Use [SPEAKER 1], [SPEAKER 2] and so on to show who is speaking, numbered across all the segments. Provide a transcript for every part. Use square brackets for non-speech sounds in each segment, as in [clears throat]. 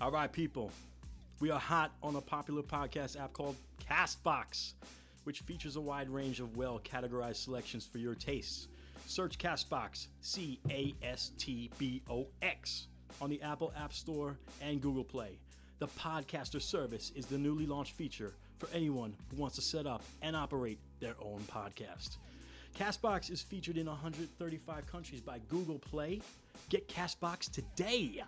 [SPEAKER 1] All right, people. We are hot on a popular podcast app called Castbox, which features a wide range of well categorized selections for your tastes. Search Castbox, C A S T B O X, on the Apple App Store and Google Play. The podcaster service is the newly launched feature for anyone who wants to set up and operate their own podcast. Castbox is featured in 135 countries by Google Play. Get Castbox today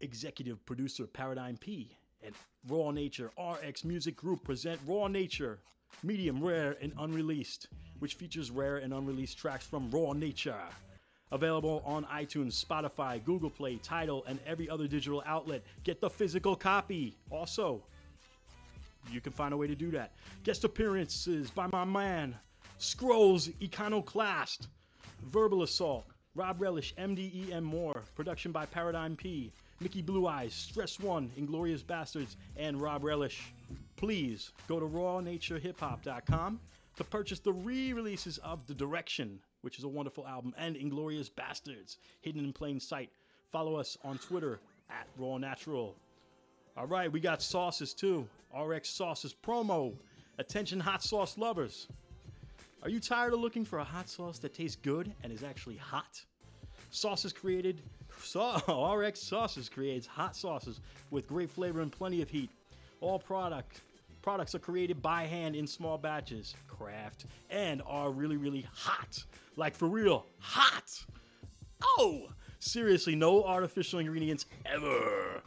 [SPEAKER 1] executive producer Paradigm P and Raw Nature RX Music Group present Raw Nature, medium rare and unreleased, which features rare and unreleased tracks from Raw Nature. Available on iTunes, Spotify, Google Play, Tidal, and every other digital outlet. Get the physical copy. Also, you can find a way to do that. Guest appearances by my man, Scrolls Iconoclast, Verbal Assault, Rob Relish, MDE, and more. Production by Paradigm P, Mickey Blue Eyes, Stress One, Inglorious Bastards, and Rob Relish. Please go to rawnaturehiphop.com to purchase the re releases of The Direction, which is a wonderful album, and Inglorious Bastards, hidden in plain sight. Follow us on Twitter at Raw Natural. All right, we got sauces too. RX Sauces promo. Attention, hot sauce lovers. Are you tired of looking for a hot sauce that tastes good and is actually hot? Sauces created, [laughs] so, RX Sauces creates hot sauces with great flavor and plenty of heat. All product products are created by hand in small batches, craft, and are really, really hot. Like for real, hot. Oh, seriously, no artificial ingredients ever.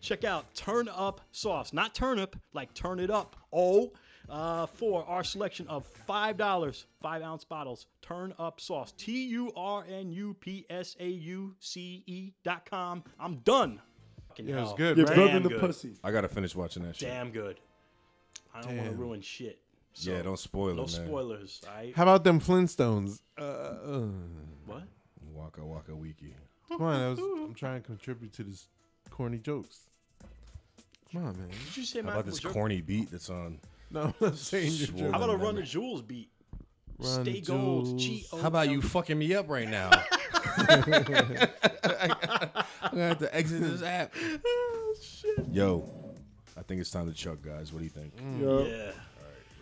[SPEAKER 1] Check out Turn Up Sauce, not turnip, like turn it up. Oh, uh, for our selection of five dollars, five ounce bottles. Turn Up Sauce, T U R N U P S A U C E dot com. I'm done.
[SPEAKER 2] Yeah, it's good,
[SPEAKER 3] You're
[SPEAKER 2] right?
[SPEAKER 1] Damn
[SPEAKER 3] building the
[SPEAKER 1] good.
[SPEAKER 3] pussy.
[SPEAKER 4] I gotta finish watching that shit.
[SPEAKER 1] Damn good. I don't want to
[SPEAKER 2] Damn.
[SPEAKER 1] ruin shit. So,
[SPEAKER 4] yeah, don't spoil
[SPEAKER 1] no
[SPEAKER 4] it, man.
[SPEAKER 1] spoilers. All right.
[SPEAKER 2] How about them Flintstones? Uh, uh,
[SPEAKER 1] What?
[SPEAKER 4] Waka Waka Wiki.
[SPEAKER 2] come on, I was, [laughs] I'm trying to contribute to this corny jokes. Come on, man.
[SPEAKER 1] Did you say
[SPEAKER 4] How
[SPEAKER 1] my
[SPEAKER 4] about this corny beat that's on?
[SPEAKER 2] No, I'm not saying your
[SPEAKER 4] Swole.
[SPEAKER 2] jokes.
[SPEAKER 1] How about a
[SPEAKER 4] Remember.
[SPEAKER 1] run to Jules beat?
[SPEAKER 2] Run
[SPEAKER 1] Stay gold.
[SPEAKER 2] Jules.
[SPEAKER 1] G O.
[SPEAKER 4] How about you fucking me up right now? I'm gonna have to exit this app. Yo, I think it's time to chug, guys. What do you think?
[SPEAKER 3] Mm.
[SPEAKER 1] Yeah.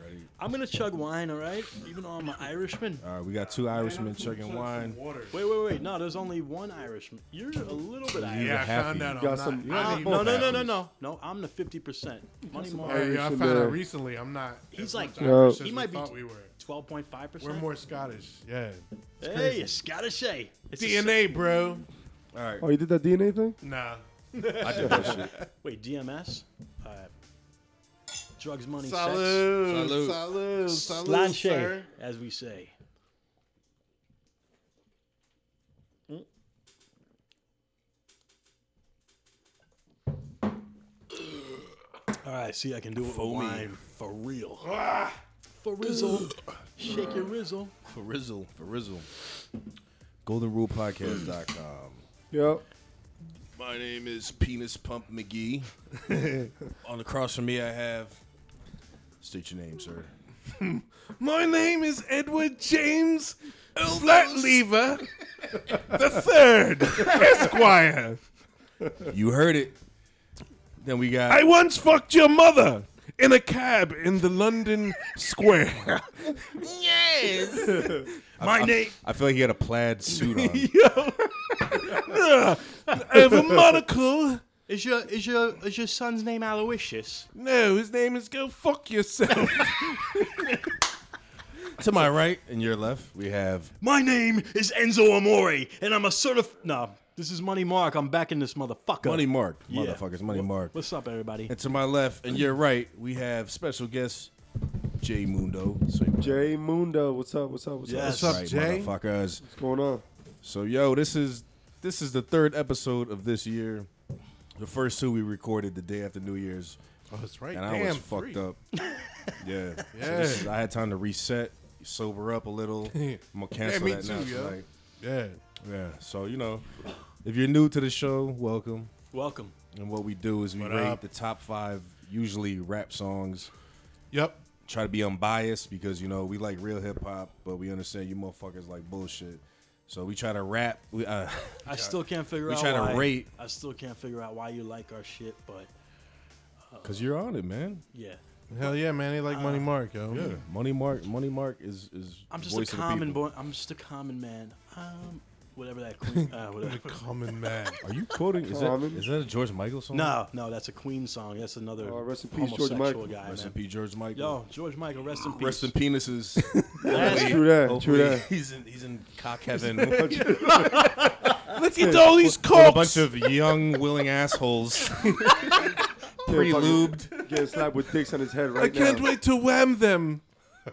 [SPEAKER 4] Ready?
[SPEAKER 1] I'm gonna chug wine. All right. Even though I'm an Irishman.
[SPEAKER 4] All right, we got two Irishmen chugging wine.
[SPEAKER 2] Water.
[SPEAKER 1] Wait, wait, wait. No, there's only one Irishman. You're a little bit Irish.
[SPEAKER 2] Yeah, I
[SPEAKER 4] half
[SPEAKER 2] found
[SPEAKER 4] of
[SPEAKER 2] that
[SPEAKER 4] you.
[SPEAKER 2] out. I'm
[SPEAKER 3] Got some-
[SPEAKER 2] not,
[SPEAKER 1] I-
[SPEAKER 2] I'm not
[SPEAKER 1] no,
[SPEAKER 2] even-
[SPEAKER 1] no, no, no, no, no. I'm the fifty percent. Money
[SPEAKER 2] Hey,
[SPEAKER 1] more.
[SPEAKER 3] Irish
[SPEAKER 2] I
[SPEAKER 3] in
[SPEAKER 2] found
[SPEAKER 3] there.
[SPEAKER 2] out recently. I'm not.
[SPEAKER 1] He's
[SPEAKER 2] as
[SPEAKER 1] like-
[SPEAKER 2] much Irish
[SPEAKER 3] Yeah.
[SPEAKER 2] as
[SPEAKER 1] He
[SPEAKER 2] we
[SPEAKER 1] might be-
[SPEAKER 2] thought we were.
[SPEAKER 1] Twelve point five percent.
[SPEAKER 2] We're more Scottish. Yeah. It's
[SPEAKER 1] Hey,
[SPEAKER 2] crazy.
[SPEAKER 1] it's Scottish. Hey, it's the
[SPEAKER 2] DNA, bro.
[SPEAKER 4] All right,
[SPEAKER 3] Oh, you did that DNA thing?
[SPEAKER 2] Nah.
[SPEAKER 4] I did that shit.
[SPEAKER 1] Wait, DMS. Uh, drugs, money, sex.
[SPEAKER 2] Salud.
[SPEAKER 4] Salud.
[SPEAKER 2] Salud. Salud,
[SPEAKER 1] Slanche,
[SPEAKER 2] sir.
[SPEAKER 1] as we say. Mm. All right, see, I can do it for
[SPEAKER 4] Foamy.
[SPEAKER 1] wine for real. For rizzle, shake your rizzle.
[SPEAKER 4] For Rizzle, for Rizzle. GoldenRulePodcast.com.
[SPEAKER 3] Yep.
[SPEAKER 4] My name is Penis Pump McGee. On the cross from me, I have. State your name, sir.
[SPEAKER 2] My name is Edward James Flatlever the [laughs] Third, Esquire.
[SPEAKER 4] You heard it. Then we got.
[SPEAKER 2] I once fucked your mother in a cab in the London Square. [laughs]
[SPEAKER 4] My name. I feel like he had a plaid suit on.
[SPEAKER 2] I have a monocle.
[SPEAKER 1] Is your is your is your son's name Aloysius?
[SPEAKER 2] No, his name is Go Fuck Yourself.
[SPEAKER 4] to my right and your left, we have.
[SPEAKER 1] My name is Enzo Amore, and I'm a certif. No, this is Money Mark. I'm back in this motherfucker.
[SPEAKER 4] Money Mark.
[SPEAKER 1] Yeah.
[SPEAKER 4] Motherfuckers, Money Mark.
[SPEAKER 1] What's up, everybody?
[SPEAKER 4] And to my left and your right, we have special guest Jay Mundo. So
[SPEAKER 3] Jay Mundo, what's up? What's up? What's
[SPEAKER 1] Yes.
[SPEAKER 3] up?
[SPEAKER 4] right,
[SPEAKER 2] What's up, Jay?
[SPEAKER 4] motherfuckers.
[SPEAKER 3] What's going on?
[SPEAKER 4] So yo, this is this is the third episode of this year. The first two we recorded the day after New Year's,
[SPEAKER 2] Oh, that's right.
[SPEAKER 4] and
[SPEAKER 2] Damn,
[SPEAKER 4] I was
[SPEAKER 2] three.
[SPEAKER 4] fucked
[SPEAKER 2] [laughs]
[SPEAKER 4] up. yeah, So
[SPEAKER 2] Yeah.
[SPEAKER 4] this is- I had time to reset, sober up a little.
[SPEAKER 2] [laughs]
[SPEAKER 4] I'm gonna cancel
[SPEAKER 2] me
[SPEAKER 4] that now.
[SPEAKER 2] too,
[SPEAKER 4] So,
[SPEAKER 2] yo.
[SPEAKER 4] like,
[SPEAKER 2] Yeah.
[SPEAKER 4] yeah, so you know, if you're new to the show, welcome.
[SPEAKER 1] Welcome.
[SPEAKER 4] And what we do is we
[SPEAKER 2] What
[SPEAKER 4] rate
[SPEAKER 2] up?
[SPEAKER 4] the top five usually rap songs.
[SPEAKER 2] Yep.
[SPEAKER 4] Try to be unbiased because you know we like real hip hop, but we understand you motherfuckers like bullshit. So we try to rap. We, uh, [laughs]
[SPEAKER 1] I still can't figure
[SPEAKER 4] we
[SPEAKER 1] out.
[SPEAKER 4] try to
[SPEAKER 1] why-
[SPEAKER 4] rate.
[SPEAKER 1] I still can't figure out why you like our shit, but
[SPEAKER 4] Cause you're on it, man.
[SPEAKER 1] yeah,
[SPEAKER 2] Hell yeah, man. They like Money Mark, yo.
[SPEAKER 4] Ah. Yeah, Money Mark. Money Mark is is.
[SPEAKER 1] I'm just
[SPEAKER 4] voice
[SPEAKER 1] a
[SPEAKER 4] of the
[SPEAKER 1] common
[SPEAKER 4] people.
[SPEAKER 1] boy. I'm just a common man. Um, whatever that. Queen, uh, whatever. [laughs]
[SPEAKER 2] Common man. [laughs]
[SPEAKER 4] Are you quoting? Is that,
[SPEAKER 3] Common.
[SPEAKER 4] is that a George Michael song?
[SPEAKER 1] No, no, that's a Queen song. That's another
[SPEAKER 3] Oh, rest in peace, George
[SPEAKER 1] homosexual
[SPEAKER 3] Michael.
[SPEAKER 1] guy.
[SPEAKER 4] Rest in
[SPEAKER 1] man.
[SPEAKER 4] peace, George Michael.
[SPEAKER 1] Yo, George Michael, rest in peace.
[SPEAKER 4] Rest in penises.
[SPEAKER 1] That's
[SPEAKER 3] True that.
[SPEAKER 4] Hopefully
[SPEAKER 3] True that.
[SPEAKER 4] He's in he's in cock heaven. With
[SPEAKER 2] Let's get all these
[SPEAKER 4] a bunch of young willing assholes. [laughs] Pre-lubed.
[SPEAKER 3] Getting slapped with dicks on his head
[SPEAKER 2] I
[SPEAKER 3] right now.
[SPEAKER 2] can't wait to wham them.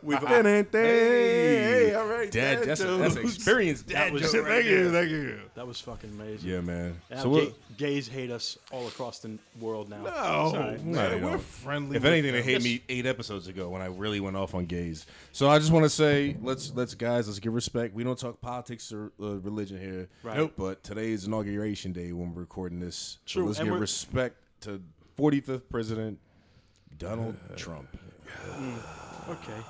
[SPEAKER 2] We've hey, hey, all right,
[SPEAKER 4] Ah. Dad, that's
[SPEAKER 2] [laughs]
[SPEAKER 4] a, that's an
[SPEAKER 2] jokes.
[SPEAKER 4] experience.
[SPEAKER 1] That
[SPEAKER 4] Dad,
[SPEAKER 1] was-
[SPEAKER 4] joke
[SPEAKER 1] Thank
[SPEAKER 4] right there.
[SPEAKER 2] thank you.
[SPEAKER 1] That was fucking amazing.
[SPEAKER 4] Yeah, man.
[SPEAKER 1] Now,
[SPEAKER 4] So
[SPEAKER 1] gay,
[SPEAKER 4] what?
[SPEAKER 1] gays hate us all across the world now.
[SPEAKER 2] No,
[SPEAKER 4] Oh,
[SPEAKER 1] Sorry.
[SPEAKER 2] man,
[SPEAKER 4] No, they
[SPEAKER 2] we're
[SPEAKER 4] don't.
[SPEAKER 2] friendly.
[SPEAKER 4] If
[SPEAKER 2] with
[SPEAKER 4] anything, they
[SPEAKER 2] them.
[SPEAKER 4] hate me eight episodes ago when I really went off on gays. So I just want to say, let's let's guys, let's give respect. We don't talk politics or uh, religion here.
[SPEAKER 1] Right. Nope.
[SPEAKER 4] But today is inauguration day when we're recording this. So
[SPEAKER 1] True,
[SPEAKER 4] let's
[SPEAKER 1] and
[SPEAKER 4] give
[SPEAKER 1] we're-
[SPEAKER 4] respect to 45th President Donald Trump.
[SPEAKER 1] Okay.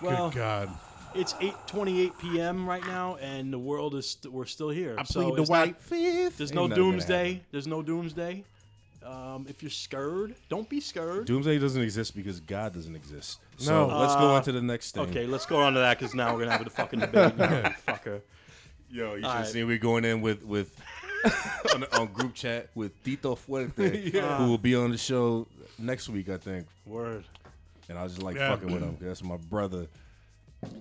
[SPEAKER 2] Good
[SPEAKER 1] Well,
[SPEAKER 2] God.
[SPEAKER 1] it's 8:28 p.m. right now, and the world is st- we're still here. so
[SPEAKER 4] plead the
[SPEAKER 1] it's not-
[SPEAKER 4] white fifth.
[SPEAKER 1] there's
[SPEAKER 4] Ain't
[SPEAKER 1] no
[SPEAKER 4] nothing gonna
[SPEAKER 1] doomsday.
[SPEAKER 4] happen.
[SPEAKER 1] There's no doomsday. Um, if you're scared, don't be scared.
[SPEAKER 4] Doomsday doesn't exist because God doesn't exist. So
[SPEAKER 2] No.
[SPEAKER 4] let's go on to the next thing.
[SPEAKER 1] Uh, Okay, let's go on to that because now we're gonna have a fucking debate. now, fucker.
[SPEAKER 4] Yo, you should
[SPEAKER 1] All
[SPEAKER 4] have
[SPEAKER 1] right.
[SPEAKER 4] seen we're going in with with [laughs] on, on group chat with Tito Fuerte, who will be on the show next week, I think.
[SPEAKER 1] Word.
[SPEAKER 4] And I was just like
[SPEAKER 2] Yeah.
[SPEAKER 4] fucking with him 'cause that's my brother.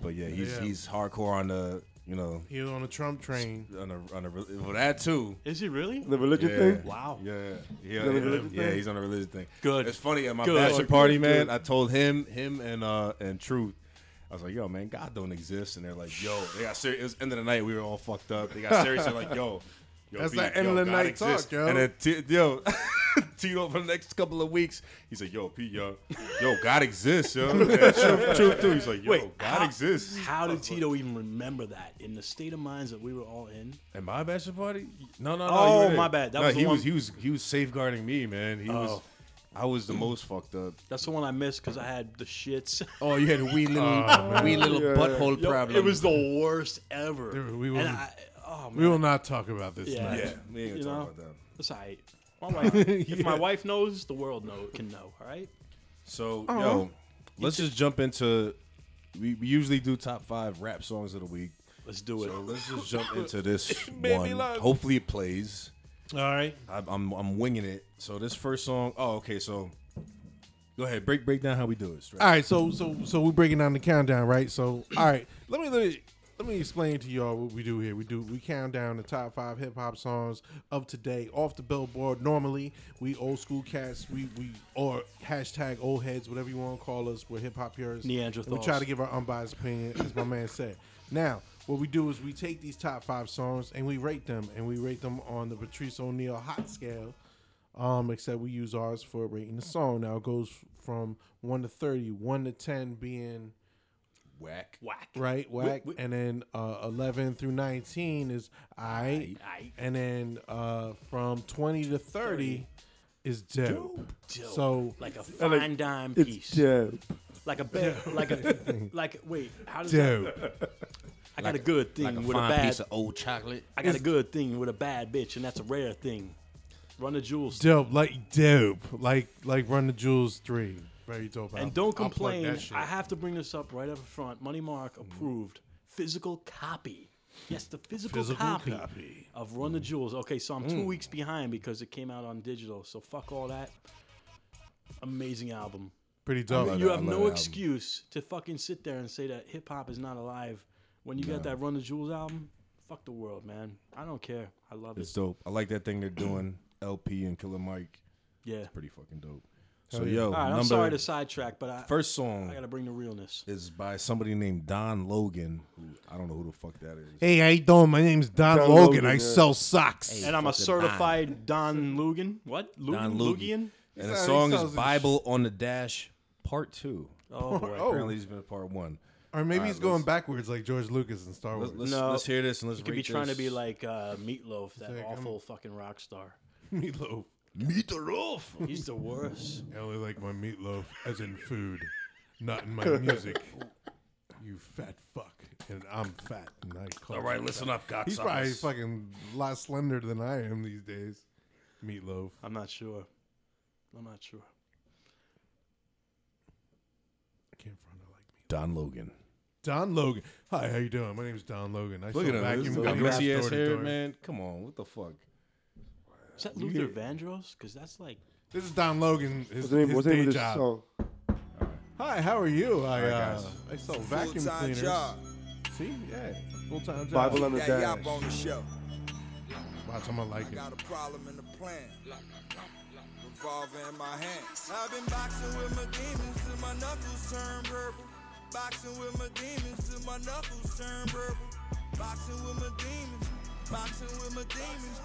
[SPEAKER 4] But yeah, he's
[SPEAKER 2] Yeah.
[SPEAKER 4] he's hardcore on the you know
[SPEAKER 2] He was on a Trump train.
[SPEAKER 4] on the on the re- well, that too.
[SPEAKER 1] Is he really?
[SPEAKER 3] The religion
[SPEAKER 4] Yeah.
[SPEAKER 3] thing.
[SPEAKER 1] Wow.
[SPEAKER 4] Yeah, yeah,
[SPEAKER 3] the
[SPEAKER 4] yeah,
[SPEAKER 3] religion
[SPEAKER 4] yeah,
[SPEAKER 3] thing?
[SPEAKER 4] He's on a religion thing.
[SPEAKER 1] Good.
[SPEAKER 4] It's funny at my
[SPEAKER 1] Good.
[SPEAKER 4] bachelor
[SPEAKER 1] Good,
[SPEAKER 4] party,
[SPEAKER 3] good.
[SPEAKER 4] man. I told him, him and uh and Truth. I was like, yo, man, God don't exist, and they're like, yo, they got serious. It was end of the night. We were all fucked up. They got serious. They're like, yo, yo
[SPEAKER 2] That's
[SPEAKER 4] Pete,
[SPEAKER 2] that end
[SPEAKER 4] yo,
[SPEAKER 2] of the
[SPEAKER 4] God
[SPEAKER 2] night talk,
[SPEAKER 4] exists.
[SPEAKER 2] yo.
[SPEAKER 4] And then t- yo, [laughs] Tito for the next couple of weeks, he's like, yo, Pete, yo, yo, God
[SPEAKER 2] [laughs]
[SPEAKER 4] exists, yo. And truth, truth too. He's like, yo,
[SPEAKER 1] Wait,
[SPEAKER 4] God
[SPEAKER 1] how-
[SPEAKER 4] exists.
[SPEAKER 1] How did Tito even remember that in the state of minds that we were all in?
[SPEAKER 4] At my bachelor party? No, no, no.
[SPEAKER 1] Oh,
[SPEAKER 4] you were there.
[SPEAKER 1] my bad. That
[SPEAKER 4] no,
[SPEAKER 1] was the
[SPEAKER 4] he
[SPEAKER 1] one-
[SPEAKER 4] was he was he was safeguarding me, man. He was
[SPEAKER 1] Oh.
[SPEAKER 4] I was the most fucked up.
[SPEAKER 1] That's the one I missed because I had the shits.
[SPEAKER 4] Oh, you had a wee little wee little
[SPEAKER 3] Yeah.
[SPEAKER 4] butthole
[SPEAKER 1] [laughs] Yo,
[SPEAKER 4] problem.
[SPEAKER 1] It was the worst ever.
[SPEAKER 2] Dude, we
[SPEAKER 1] and
[SPEAKER 2] were-
[SPEAKER 1] I, oh man,
[SPEAKER 2] We will not talk about this.
[SPEAKER 1] Yeah.
[SPEAKER 2] man.
[SPEAKER 4] yeah. We ain't gonna
[SPEAKER 1] You
[SPEAKER 4] talk
[SPEAKER 1] know?
[SPEAKER 4] about that.
[SPEAKER 1] that's all right. My wife, if my wife knows, the world know can know. All right.
[SPEAKER 4] So yo, let's just jump into. We, we usually do top five rap songs of the week.
[SPEAKER 1] Let's do it.
[SPEAKER 4] So let's just jump [laughs] into this
[SPEAKER 2] made me
[SPEAKER 4] one.
[SPEAKER 2] laugh.
[SPEAKER 4] Hopefully it plays.
[SPEAKER 2] All right.
[SPEAKER 4] I, I'm I'm winging it. So this first song. Oh, okay. So go ahead. Break break down how we do it. Straight.
[SPEAKER 2] All right. So so so we're breaking down the countdown, right? So all right. Let me let me let me explain to y'all what we do here. We do we count down the top five hip hop songs of today off the billboard. Normally, we old school cats. We we or hashtag old heads, whatever you want to call us. We're hip hop purists.
[SPEAKER 1] Neanderthals.
[SPEAKER 2] And we try to give our unbiased opinion, as my man said. Now, what we do is we take these top five songs and we rate them, and we rate them on the Patrice O'Neal Hot Scale. Um, except we use ours for rating the song. Now it goes from one to thirty, one to ten being
[SPEAKER 4] Whack.
[SPEAKER 1] Whack.
[SPEAKER 2] right whack, and then uh, eleven through nineteen is I,
[SPEAKER 1] Aight.
[SPEAKER 2] and then uh, from twenty to thirty, is dope.
[SPEAKER 1] Dope.
[SPEAKER 2] So
[SPEAKER 1] Like a fine dime
[SPEAKER 3] It's
[SPEAKER 1] piece.
[SPEAKER 3] jab.
[SPEAKER 1] Like a bad. Like
[SPEAKER 2] [laughs]
[SPEAKER 1] a. Like wait. How does that?
[SPEAKER 2] dope.
[SPEAKER 1] I got a good thing
[SPEAKER 4] Like a
[SPEAKER 1] with a
[SPEAKER 4] fine
[SPEAKER 1] bad.
[SPEAKER 4] piece of old chocolate.
[SPEAKER 1] I got a good thing with a bad bitch, and that's a rare thing. Run the jewels.
[SPEAKER 2] dope, like dope, like like Run the Jewels three, very dope. album.
[SPEAKER 1] And don't
[SPEAKER 2] I'll plug
[SPEAKER 1] complain.
[SPEAKER 2] that shit.
[SPEAKER 1] I have to bring this up right up front. Money Mark approved physical copy. Yes, the physical,
[SPEAKER 2] Physical
[SPEAKER 1] copy,
[SPEAKER 2] copy. Mm.
[SPEAKER 1] of Run the Jewels. Okay, so I'm two weeks behind because it came out on digital. So fuck all that. Amazing album.
[SPEAKER 2] Pretty dope.
[SPEAKER 1] you
[SPEAKER 4] I
[SPEAKER 1] have
[SPEAKER 4] love that
[SPEAKER 1] no
[SPEAKER 4] album.
[SPEAKER 1] excuse to fucking sit there and say that hip hop is not alive when you got that Run the Jewels album. Fuck the world, man. I don't care. I love
[SPEAKER 4] It's
[SPEAKER 1] it.
[SPEAKER 4] dope. I like that thing they're doing. LP and Killer Mike.
[SPEAKER 1] Yeah.
[SPEAKER 4] Pretty fucking dope. So yo,
[SPEAKER 1] All right,
[SPEAKER 4] number
[SPEAKER 1] I'm sorry to sidetrack, but I,
[SPEAKER 4] first song.
[SPEAKER 1] I gotta bring the realness.
[SPEAKER 4] is by somebody named Don Logan. Who I don't know who the fuck that is.
[SPEAKER 2] Hey, how you doing? My name's Don,
[SPEAKER 3] Don
[SPEAKER 2] Logan.
[SPEAKER 3] Logan,
[SPEAKER 2] I
[SPEAKER 3] yeah.
[SPEAKER 2] sell socks.
[SPEAKER 1] And I'm a
[SPEAKER 4] fucking [laughs]
[SPEAKER 1] certified Don Lugan. What? Lugan?
[SPEAKER 4] Don
[SPEAKER 1] Lugian?
[SPEAKER 4] Logan. And the
[SPEAKER 2] sounds- he
[SPEAKER 4] song is
[SPEAKER 2] sounds like
[SPEAKER 4] Bible on the Dash Part Two.
[SPEAKER 1] Oh boy.
[SPEAKER 4] Apparently, he's been a part one.
[SPEAKER 2] Or maybe
[SPEAKER 4] All right,
[SPEAKER 2] he's going
[SPEAKER 4] let's-
[SPEAKER 2] backwards like George Lucas in Star Wars.
[SPEAKER 4] [laughs] Let's, let's,
[SPEAKER 1] No.
[SPEAKER 4] let's hear this and let's
[SPEAKER 1] You could be
[SPEAKER 4] rate
[SPEAKER 1] trying to be
[SPEAKER 4] this.
[SPEAKER 1] like uh, Meatloaf, that
[SPEAKER 2] like, I'm-
[SPEAKER 1] awful fucking rock star.
[SPEAKER 2] meatloaf.
[SPEAKER 4] Meet the Roof.
[SPEAKER 1] He's the worst.
[SPEAKER 2] I only like my meatloaf as in food, not in my music. you fat fuck. and I'm fat. And I call
[SPEAKER 4] All right,
[SPEAKER 2] him
[SPEAKER 4] listen
[SPEAKER 2] fat.
[SPEAKER 4] up, cocksuckers.
[SPEAKER 2] Oh, He's probably fucking a lot slender than I am these days. Meatloaf.
[SPEAKER 1] I'm not sure. I'm not sure.
[SPEAKER 2] I can't front her like me.
[SPEAKER 4] Don Logan.
[SPEAKER 2] Don Logan. Hi, how you doing? My name is Don Logan. I
[SPEAKER 4] Look
[SPEAKER 2] sell
[SPEAKER 4] at him.
[SPEAKER 2] vacuum
[SPEAKER 4] This is
[SPEAKER 2] guns
[SPEAKER 4] a messy
[SPEAKER 2] door
[SPEAKER 4] ass
[SPEAKER 2] to
[SPEAKER 4] hair,
[SPEAKER 2] door.
[SPEAKER 4] man. Come on, what the fuck?
[SPEAKER 1] Is that Luther Vandross? Because that's like
[SPEAKER 2] This is Don Logan. His,
[SPEAKER 3] What's the name,
[SPEAKER 2] his
[SPEAKER 3] what's the
[SPEAKER 2] day
[SPEAKER 3] name of this
[SPEAKER 2] job.
[SPEAKER 3] song?
[SPEAKER 2] Hi, how are you? I uh,
[SPEAKER 4] guys.
[SPEAKER 2] I sell vacuum
[SPEAKER 5] Full-time
[SPEAKER 2] cleaners.
[SPEAKER 5] job.
[SPEAKER 2] See, yeah, full time job.
[SPEAKER 3] Bible on the
[SPEAKER 5] That
[SPEAKER 3] dash.
[SPEAKER 5] yop on the shelf.
[SPEAKER 2] Watch, I'm gonna like it.
[SPEAKER 5] Got a problem in the plan. Revolver in my hand. I've been boxing with my demons till my knuckles turn purple. Boxing with my demons till my knuckles turn purple. Boxing with my demons. Boxing with my demons.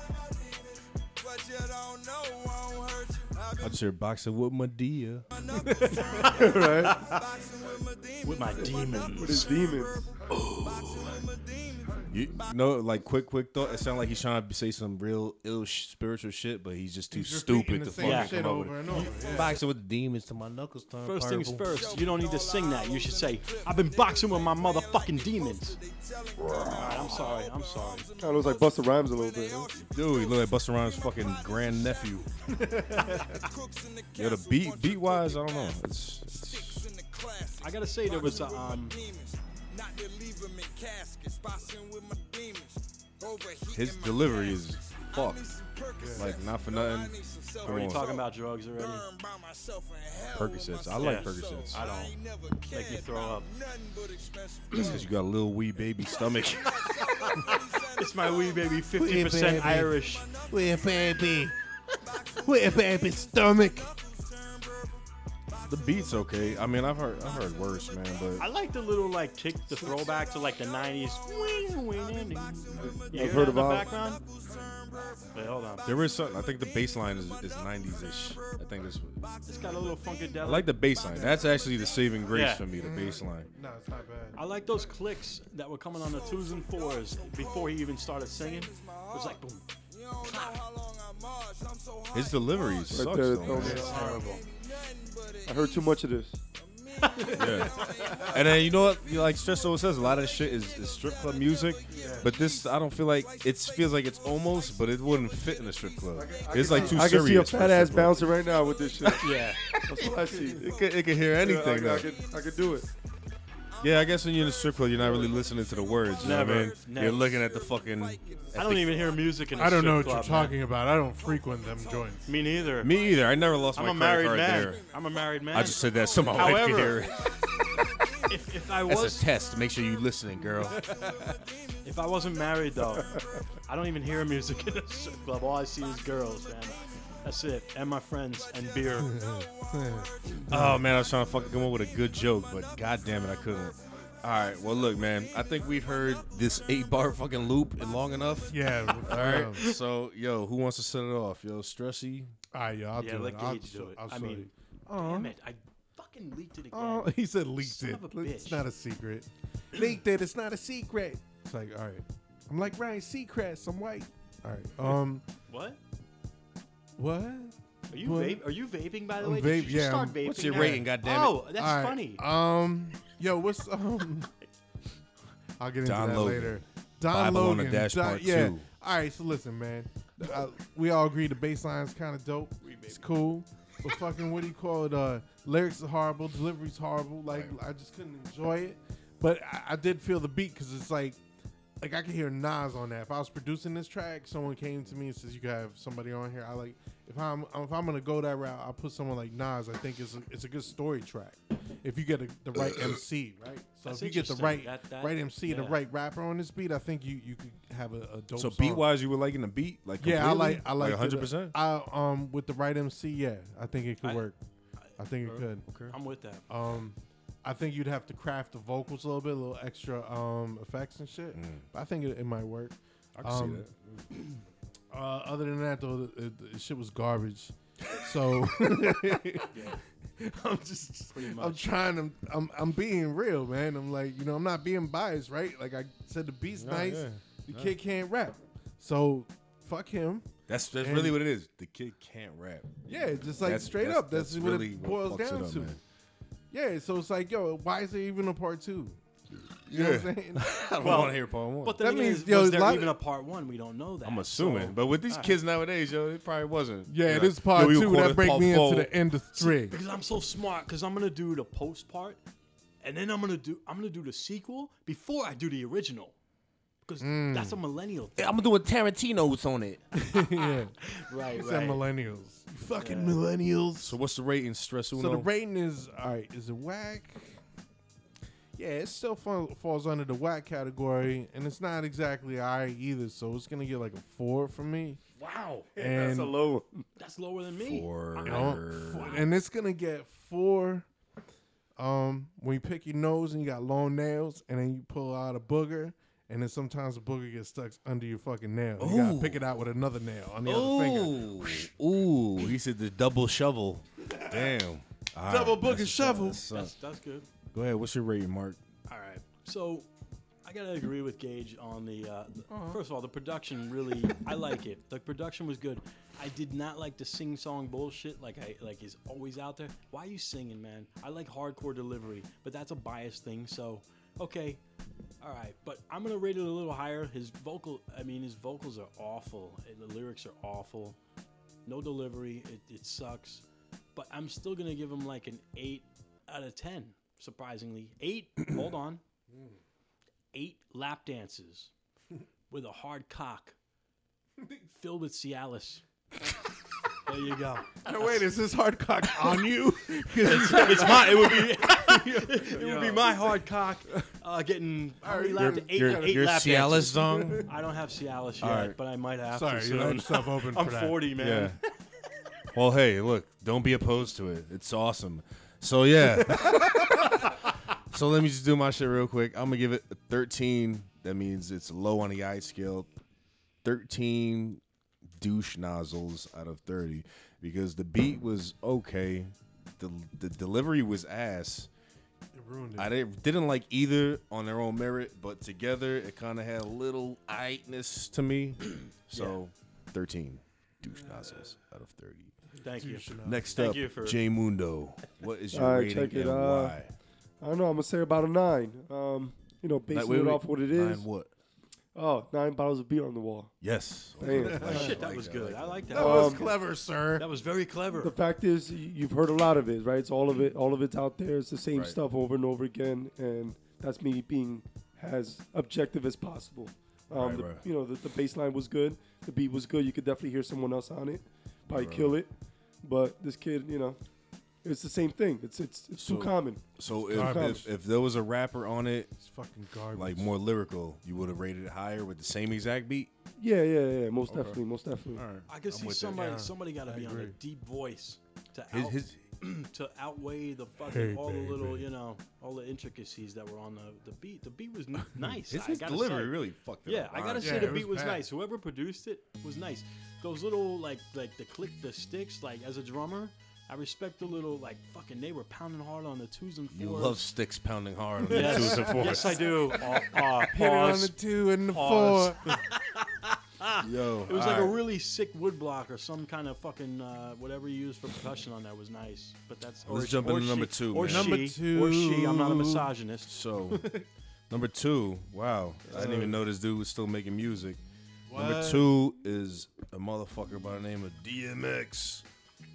[SPEAKER 5] But you don't know won't hurt you. I've been
[SPEAKER 4] Out here boxing with Medea.
[SPEAKER 5] my knuckles turn purple.
[SPEAKER 3] right?
[SPEAKER 5] Boxing with my demons.
[SPEAKER 1] with my
[SPEAKER 5] till knuckles
[SPEAKER 1] demons.
[SPEAKER 3] His demons.
[SPEAKER 5] Boxing with my demons.
[SPEAKER 4] You know, like quick, quick thought. It sounded like he's trying to say some real ill sh- spiritual shit, but he's just too
[SPEAKER 2] He's repeating
[SPEAKER 4] stupid
[SPEAKER 2] the
[SPEAKER 4] to
[SPEAKER 2] same
[SPEAKER 4] fucking
[SPEAKER 1] shit
[SPEAKER 4] come up with
[SPEAKER 2] over
[SPEAKER 4] it.
[SPEAKER 2] and over, yeah.
[SPEAKER 4] Boxing with the demons to my knuckles. turn
[SPEAKER 1] First things
[SPEAKER 4] purple.
[SPEAKER 1] first, you don't need to sing that. You should say, I've been boxing with my motherfucking demons. Alright, I'm sorry, I'm sorry.
[SPEAKER 3] Kind of looks like Busta Rhymes a little bit. Huh?
[SPEAKER 4] Dude, he look like Busta Rhymes' fucking grand nephew. Yeah, the beat, beat wise, I don't know. It's, it's
[SPEAKER 1] I gotta say there was a um
[SPEAKER 4] his delivery is fucked. Like not for nothing. Come
[SPEAKER 1] already
[SPEAKER 4] on.
[SPEAKER 1] talking about drugs already.
[SPEAKER 4] Percocets. I like Percocets.
[SPEAKER 1] I don't make you throw up.
[SPEAKER 4] That's because you got a little wee baby stomach. [laughs]
[SPEAKER 1] It's my wee baby, 50% Irish.
[SPEAKER 2] With baby, with baby stomach.
[SPEAKER 4] the beat's okay. I mean, I've heard, I've heard worse, man.
[SPEAKER 1] I
[SPEAKER 4] But
[SPEAKER 1] like the little like kick, the throwback to like the 90s. Wing, wing, You hear
[SPEAKER 3] I've
[SPEAKER 1] that in
[SPEAKER 3] heard
[SPEAKER 1] the
[SPEAKER 3] about-
[SPEAKER 1] background? Wait, hold on.
[SPEAKER 4] there is something. I think the bass line is, is 90s-ish. I think that's. What,
[SPEAKER 1] It's got a little funkadelic.
[SPEAKER 4] I like the bass line. That's actually the saving grace
[SPEAKER 1] Yeah.
[SPEAKER 4] for me. The bass line.
[SPEAKER 2] No, it's not bad.
[SPEAKER 1] I like those clicks that were coming on the twos and fours before he even started singing. It was like boom.
[SPEAKER 4] His delivery
[SPEAKER 3] Right
[SPEAKER 4] sucks
[SPEAKER 3] there,
[SPEAKER 4] though.
[SPEAKER 3] throw
[SPEAKER 4] man.
[SPEAKER 3] it
[SPEAKER 1] It's terrible.
[SPEAKER 3] I heard too much of this.
[SPEAKER 4] Yeah. And then you know what? You like Stress always says a lot of this shit is, is strip club music, but this I don't feel like it feels like it's almost, but it wouldn't fit in a strip club. It's like too
[SPEAKER 3] I can
[SPEAKER 4] serious.
[SPEAKER 3] see a
[SPEAKER 4] for
[SPEAKER 3] fat ass
[SPEAKER 4] strip club.
[SPEAKER 3] bouncing right now with this shit.
[SPEAKER 1] Yeah.
[SPEAKER 3] That's what I see.
[SPEAKER 4] It could, it could hear
[SPEAKER 3] I,
[SPEAKER 4] anything
[SPEAKER 3] I,
[SPEAKER 4] though.
[SPEAKER 3] could, I could do it.
[SPEAKER 4] Yeah, I guess when you're in a strip club, you're not really listening to the words. You know what I
[SPEAKER 1] Never.
[SPEAKER 4] mean?
[SPEAKER 1] Never.
[SPEAKER 4] You're looking at the fucking.
[SPEAKER 1] I don't even hear music in a
[SPEAKER 2] I don't know what
[SPEAKER 1] strip
[SPEAKER 2] you're
[SPEAKER 1] club, man.
[SPEAKER 2] talking about. I don't frequent them joints.
[SPEAKER 1] Me neither.
[SPEAKER 4] Me either. I never lost
[SPEAKER 1] I'm
[SPEAKER 4] my
[SPEAKER 1] a married
[SPEAKER 4] credit card
[SPEAKER 1] man.
[SPEAKER 4] there.
[SPEAKER 1] I'm a married man.
[SPEAKER 4] I just said that so my wife could
[SPEAKER 1] However,
[SPEAKER 4] hear it.
[SPEAKER 1] if, if I
[SPEAKER 4] That's a
[SPEAKER 1] was
[SPEAKER 4] test. Make sure you're listening, girl.
[SPEAKER 1] if I wasn't married though, [laughs] I don't even hear music in a strip club. All I see is girls, man. That's it. And my friends and beer.
[SPEAKER 4] Oh man, I was trying to fucking come up with a good joke, but god damn it, I couldn't. All right, well look, man, I think we've heard this eight-bar fucking loop and long enough.
[SPEAKER 2] Yeah.
[SPEAKER 4] [laughs]
[SPEAKER 2] um,
[SPEAKER 4] All right, so yo, who wants to set it off, yo? Stressy.
[SPEAKER 2] All right, yo, I'll
[SPEAKER 1] Yeah,
[SPEAKER 2] do
[SPEAKER 1] let
[SPEAKER 2] it. I'll,
[SPEAKER 1] Gage do
[SPEAKER 2] show-
[SPEAKER 1] it.
[SPEAKER 2] I'll
[SPEAKER 1] I
[SPEAKER 2] show
[SPEAKER 1] mean,
[SPEAKER 2] you. Aw.
[SPEAKER 1] Damn it! I fucking leaked it again.
[SPEAKER 2] Oh, he said leaked
[SPEAKER 1] Son
[SPEAKER 2] it.
[SPEAKER 1] of a bitch.
[SPEAKER 2] It's not a secret. leaked it. It's not a secret. It's like, all right. I'm like Ryan Seacrest. I'm white. All right. Um,
[SPEAKER 1] What?
[SPEAKER 2] what?
[SPEAKER 1] Are you
[SPEAKER 2] What?
[SPEAKER 1] vape? Are you vaping by the
[SPEAKER 2] I'm
[SPEAKER 1] way?
[SPEAKER 2] vape-
[SPEAKER 1] Did you just
[SPEAKER 2] yeah,
[SPEAKER 1] start
[SPEAKER 2] I'm-
[SPEAKER 1] vaping?
[SPEAKER 4] What's your
[SPEAKER 1] now?
[SPEAKER 4] rating? God damn it.
[SPEAKER 1] Oh, that's
[SPEAKER 2] All right,
[SPEAKER 1] funny.
[SPEAKER 2] Um, yo, what's um? [laughs] I'll get into
[SPEAKER 4] Don
[SPEAKER 2] that
[SPEAKER 4] Logan.
[SPEAKER 2] later. Don
[SPEAKER 4] Bible on
[SPEAKER 2] Logan.
[SPEAKER 4] the Dash
[SPEAKER 2] Don-
[SPEAKER 4] Part
[SPEAKER 2] yeah.
[SPEAKER 4] Two.
[SPEAKER 2] All right. So listen, man. Uh we all agree the bass line's kind of dope. It's cool. But fucking what do you call it? Uh, lyrics are horrible. Delivery's horrible. Like I just couldn't enjoy it. But I, I did feel the beat because it's like, like I could hear Nas on that. If I was producing this track, someone came to me and says you could have somebody on here. I like if I'm if I'm gonna go that route, I'll put someone like Nas. I think it's a, it's a good story track. If you get a, the
[SPEAKER 1] [clears throat]
[SPEAKER 2] right MC, right? So
[SPEAKER 1] That's
[SPEAKER 2] if you get the
[SPEAKER 1] interesting.
[SPEAKER 2] right
[SPEAKER 1] That- that-
[SPEAKER 2] right MC, the
[SPEAKER 1] yeah.
[SPEAKER 2] right rapper on this beat, I think you you could have a, a dope.
[SPEAKER 4] So
[SPEAKER 2] song.
[SPEAKER 4] beat wise, you were liking the beat, like
[SPEAKER 2] Yeah, I
[SPEAKER 4] completely?
[SPEAKER 2] like I like
[SPEAKER 4] like 100. percent
[SPEAKER 2] I um with the right MC, yeah, I think it could
[SPEAKER 1] I-
[SPEAKER 2] work. I think it could.
[SPEAKER 1] I'm with that.
[SPEAKER 4] Oh.
[SPEAKER 2] Um, I think you'd have to craft the vocals a little bit, a little extra um effects and shit.
[SPEAKER 4] Mm.
[SPEAKER 2] But I think it, it might work.
[SPEAKER 4] I can
[SPEAKER 2] Um,
[SPEAKER 4] see that.
[SPEAKER 2] Uh, other than that, though, the, the, the shit was garbage. So
[SPEAKER 4] [laughs]
[SPEAKER 2] [laughs] I'm just, I'm trying to, I'm, I'm being real, man. I'm like, you know, I'm not being biased, right? Like I said, the beat's
[SPEAKER 4] No,
[SPEAKER 2] nice.
[SPEAKER 4] yeah,
[SPEAKER 2] The kid can't rap, so fuck him.
[SPEAKER 4] That's that's
[SPEAKER 2] and-
[SPEAKER 4] really what it is. The kid can't rap.
[SPEAKER 2] Yeah, just like
[SPEAKER 4] That's-
[SPEAKER 2] straight
[SPEAKER 4] that's-
[SPEAKER 2] up. That's,
[SPEAKER 4] that's
[SPEAKER 2] what
[SPEAKER 4] really
[SPEAKER 2] it
[SPEAKER 4] what
[SPEAKER 2] boils
[SPEAKER 4] fucks it
[SPEAKER 2] down
[SPEAKER 4] up,
[SPEAKER 2] to.
[SPEAKER 4] man.
[SPEAKER 2] Yeah, so it's like, yo, why is there even a part two? You know what I'm saying?
[SPEAKER 4] [laughs] I don't
[SPEAKER 1] Well,
[SPEAKER 4] want to hear part one.
[SPEAKER 1] But then
[SPEAKER 2] That
[SPEAKER 1] again,
[SPEAKER 2] means,
[SPEAKER 1] is-
[SPEAKER 2] yo,
[SPEAKER 1] was there
[SPEAKER 2] lot-
[SPEAKER 1] even a part one? We don't know that.
[SPEAKER 4] I'm assuming. But with these kids nowadays, yo, it probably wasn't.
[SPEAKER 2] Yeah,
[SPEAKER 4] Like,
[SPEAKER 2] this is part
[SPEAKER 4] yo, we
[SPEAKER 2] two
[SPEAKER 4] recorded
[SPEAKER 2] that break
[SPEAKER 4] part
[SPEAKER 2] me
[SPEAKER 4] four.
[SPEAKER 2] into the industry. [laughs]
[SPEAKER 1] because I'm so smart, because I'm gonna do the post part, and then I'm gonna do I'm gonna do the sequel before I do the original, because
[SPEAKER 2] Mm.
[SPEAKER 1] that's a millennial thing.
[SPEAKER 6] I'm doing Tarantino's on it.
[SPEAKER 2] yeah,
[SPEAKER 1] Right,
[SPEAKER 2] it's that millennials. You fucking millennials.
[SPEAKER 4] So
[SPEAKER 2] So,
[SPEAKER 4] what's the rating, Stress Uno?
[SPEAKER 2] the rating is all right. Is it whack? Yeah, it still fall, falls under the whack category, and it's not exactly all right either. So it's gonna get like a four from me.
[SPEAKER 1] Wow,
[SPEAKER 2] And
[SPEAKER 3] That's a low
[SPEAKER 1] that's lower than me.
[SPEAKER 4] Four.
[SPEAKER 1] I-
[SPEAKER 2] you know, and it's gonna get four. Um, when you pick your nose and you got long nails, and then you pull out a booger, and then sometimes the booger gets stuck under your fucking nail. You gotta
[SPEAKER 4] Ooh.
[SPEAKER 2] pick it out with another nail on the other finger.
[SPEAKER 4] Ooh, ooh, he said the double shovel. Damn. All
[SPEAKER 2] Double
[SPEAKER 4] right,
[SPEAKER 2] book
[SPEAKER 4] that's
[SPEAKER 2] and
[SPEAKER 4] what's
[SPEAKER 2] shovel.
[SPEAKER 4] up, that's
[SPEAKER 1] that's
[SPEAKER 4] what's
[SPEAKER 1] that's good.
[SPEAKER 4] up. Go ahead. What's your rating, Mark?
[SPEAKER 1] All right, so I gotta agree with Gage on the. Uh, the- First of all, the production really, I like it. The production was good. I did not like the sing song bullshit like I like is always out there. Why you singing, man? I like hardcore delivery, but that's a biased thing. So, okay, all right, but I'm gonna rate it a little higher. His vocal, I mean, his vocals are awful. and The lyrics are awful. No delivery. It, it sucks. But I'm still gonna give him like an eight out of ten. Surprisingly, eight. hold on. Eight lap dances with a hard cock filled with Cialis. there you go.
[SPEAKER 2] Now, wait, is this hard cock on you?
[SPEAKER 1] It's my. It would [laughs] be. it would be my hard cock. Uh, getting how many lap, eight,
[SPEAKER 4] your
[SPEAKER 1] eight
[SPEAKER 4] your
[SPEAKER 1] lap
[SPEAKER 4] Cialis
[SPEAKER 1] dances.
[SPEAKER 4] song?
[SPEAKER 1] I don't have Cialis yet,
[SPEAKER 4] Alright.
[SPEAKER 1] but I might have
[SPEAKER 2] Sorry,
[SPEAKER 1] to
[SPEAKER 2] you left
[SPEAKER 1] soon.
[SPEAKER 2] yourself open
[SPEAKER 1] [laughs]
[SPEAKER 2] for
[SPEAKER 1] I'm
[SPEAKER 2] that.
[SPEAKER 1] 40, man.
[SPEAKER 4] Yeah. [laughs] well, hey, look, don't be opposed to it. It's awesome. So yeah. [laughs] so let me just do my shit real quick. I'm gonna give it a 13. That means it's low on the eye scale. 13 douche nozzles out of 30 because the beat was okay. The, the delivery was ass.
[SPEAKER 2] It ruined it.
[SPEAKER 4] I didn't, didn't like either on their own merit, but together it kind of had a little ightness to [clears throat] me. So, 13 douche nozzles out of 30.
[SPEAKER 1] Thank you.
[SPEAKER 4] Next
[SPEAKER 1] Thank
[SPEAKER 4] up,
[SPEAKER 1] you for-
[SPEAKER 4] J Mundo. What is your
[SPEAKER 3] All right,
[SPEAKER 4] rating
[SPEAKER 3] check it
[SPEAKER 4] and
[SPEAKER 3] out.
[SPEAKER 4] why?
[SPEAKER 3] I don't know. I'm gonna say about a nine. Um, you know, basing
[SPEAKER 4] Like, wait,
[SPEAKER 3] it
[SPEAKER 4] wait,
[SPEAKER 3] off what it
[SPEAKER 4] nine
[SPEAKER 3] is.
[SPEAKER 4] what?
[SPEAKER 3] Oh, nine bottles of beer on the wall.
[SPEAKER 4] Yes. [laughs]
[SPEAKER 3] Damn.
[SPEAKER 4] Okay, I like
[SPEAKER 1] Shit, that
[SPEAKER 4] I
[SPEAKER 1] was
[SPEAKER 4] like
[SPEAKER 1] good.
[SPEAKER 4] I
[SPEAKER 1] I
[SPEAKER 4] like
[SPEAKER 1] like that.
[SPEAKER 2] That was
[SPEAKER 3] Um,
[SPEAKER 2] clever, sir.
[SPEAKER 1] That was very clever.
[SPEAKER 3] The fact is, y- you've heard a lot of it, right? It's all of it. All of it's out there. It's the same
[SPEAKER 4] Right.
[SPEAKER 3] stuff over and over again, and that's me being as objective as possible. Um,
[SPEAKER 4] Right,
[SPEAKER 3] the-
[SPEAKER 4] right.
[SPEAKER 3] You know, the, the bass line was good. The beat was good. You could definitely hear someone else on it, probably kill it. But this kid, you know, it's the same thing. It's it's, it's
[SPEAKER 4] So-
[SPEAKER 3] too common.
[SPEAKER 4] So, if,
[SPEAKER 3] Garbage.
[SPEAKER 4] if, if there was a rapper on it,
[SPEAKER 2] It's fucking garbage.
[SPEAKER 4] like more lyrical, you would have rated it higher with the same exact beat?
[SPEAKER 3] Yeah, yeah, yeah. Most definitely, most definitely.
[SPEAKER 1] I can
[SPEAKER 4] I'm
[SPEAKER 1] see
[SPEAKER 4] with that.
[SPEAKER 1] somebody.
[SPEAKER 2] Yeah,
[SPEAKER 1] somebody got to
[SPEAKER 2] I
[SPEAKER 1] be on a
[SPEAKER 2] agree.
[SPEAKER 1] deep voice to
[SPEAKER 4] His,
[SPEAKER 1] out,
[SPEAKER 4] his,
[SPEAKER 1] to outweigh the fucking
[SPEAKER 2] Hey,
[SPEAKER 1] all the little
[SPEAKER 2] baby.
[SPEAKER 1] you know all the intricacies that were on the, the beat. The beat was
[SPEAKER 4] [laughs]
[SPEAKER 1] n- nice.
[SPEAKER 4] his,
[SPEAKER 1] I
[SPEAKER 4] his
[SPEAKER 1] gotta
[SPEAKER 4] delivery
[SPEAKER 1] say.
[SPEAKER 4] really fucked it
[SPEAKER 1] Yeah,
[SPEAKER 4] up.
[SPEAKER 1] I gotta
[SPEAKER 4] honestly.
[SPEAKER 1] say
[SPEAKER 2] Yeah,
[SPEAKER 1] the
[SPEAKER 2] it
[SPEAKER 1] beat
[SPEAKER 2] was
[SPEAKER 1] was
[SPEAKER 2] bad.
[SPEAKER 1] nice. Whoever produced it was nice. Those little like like the click the sticks like as a drummer. I respect the little like fucking they were pounding hard on the twos and fours.
[SPEAKER 4] You love sticks pounding hard on the
[SPEAKER 1] yes.
[SPEAKER 4] twos and fours.
[SPEAKER 1] Yes, I
[SPEAKER 4] [laughs]
[SPEAKER 1] do. Aw, aw,
[SPEAKER 2] Hit it on
[SPEAKER 1] pause.
[SPEAKER 2] the two and the
[SPEAKER 1] Pause.
[SPEAKER 2] four.
[SPEAKER 4] Yo,
[SPEAKER 1] It was like a really sick wood block or some kind of fucking uh, whatever you use for percussion on that was nice. But that's
[SPEAKER 4] Let's
[SPEAKER 1] or-
[SPEAKER 4] jump
[SPEAKER 1] or
[SPEAKER 4] into number
[SPEAKER 1] she-
[SPEAKER 4] two,
[SPEAKER 1] Or
[SPEAKER 4] man.
[SPEAKER 1] she,
[SPEAKER 2] Number
[SPEAKER 1] or she. I'm not a
[SPEAKER 2] two.
[SPEAKER 1] misogynist.
[SPEAKER 4] So, [laughs] number two, wow, I didn't even know this dude was still making music. Number
[SPEAKER 2] What?
[SPEAKER 4] two is a motherfucker by the name of DMX,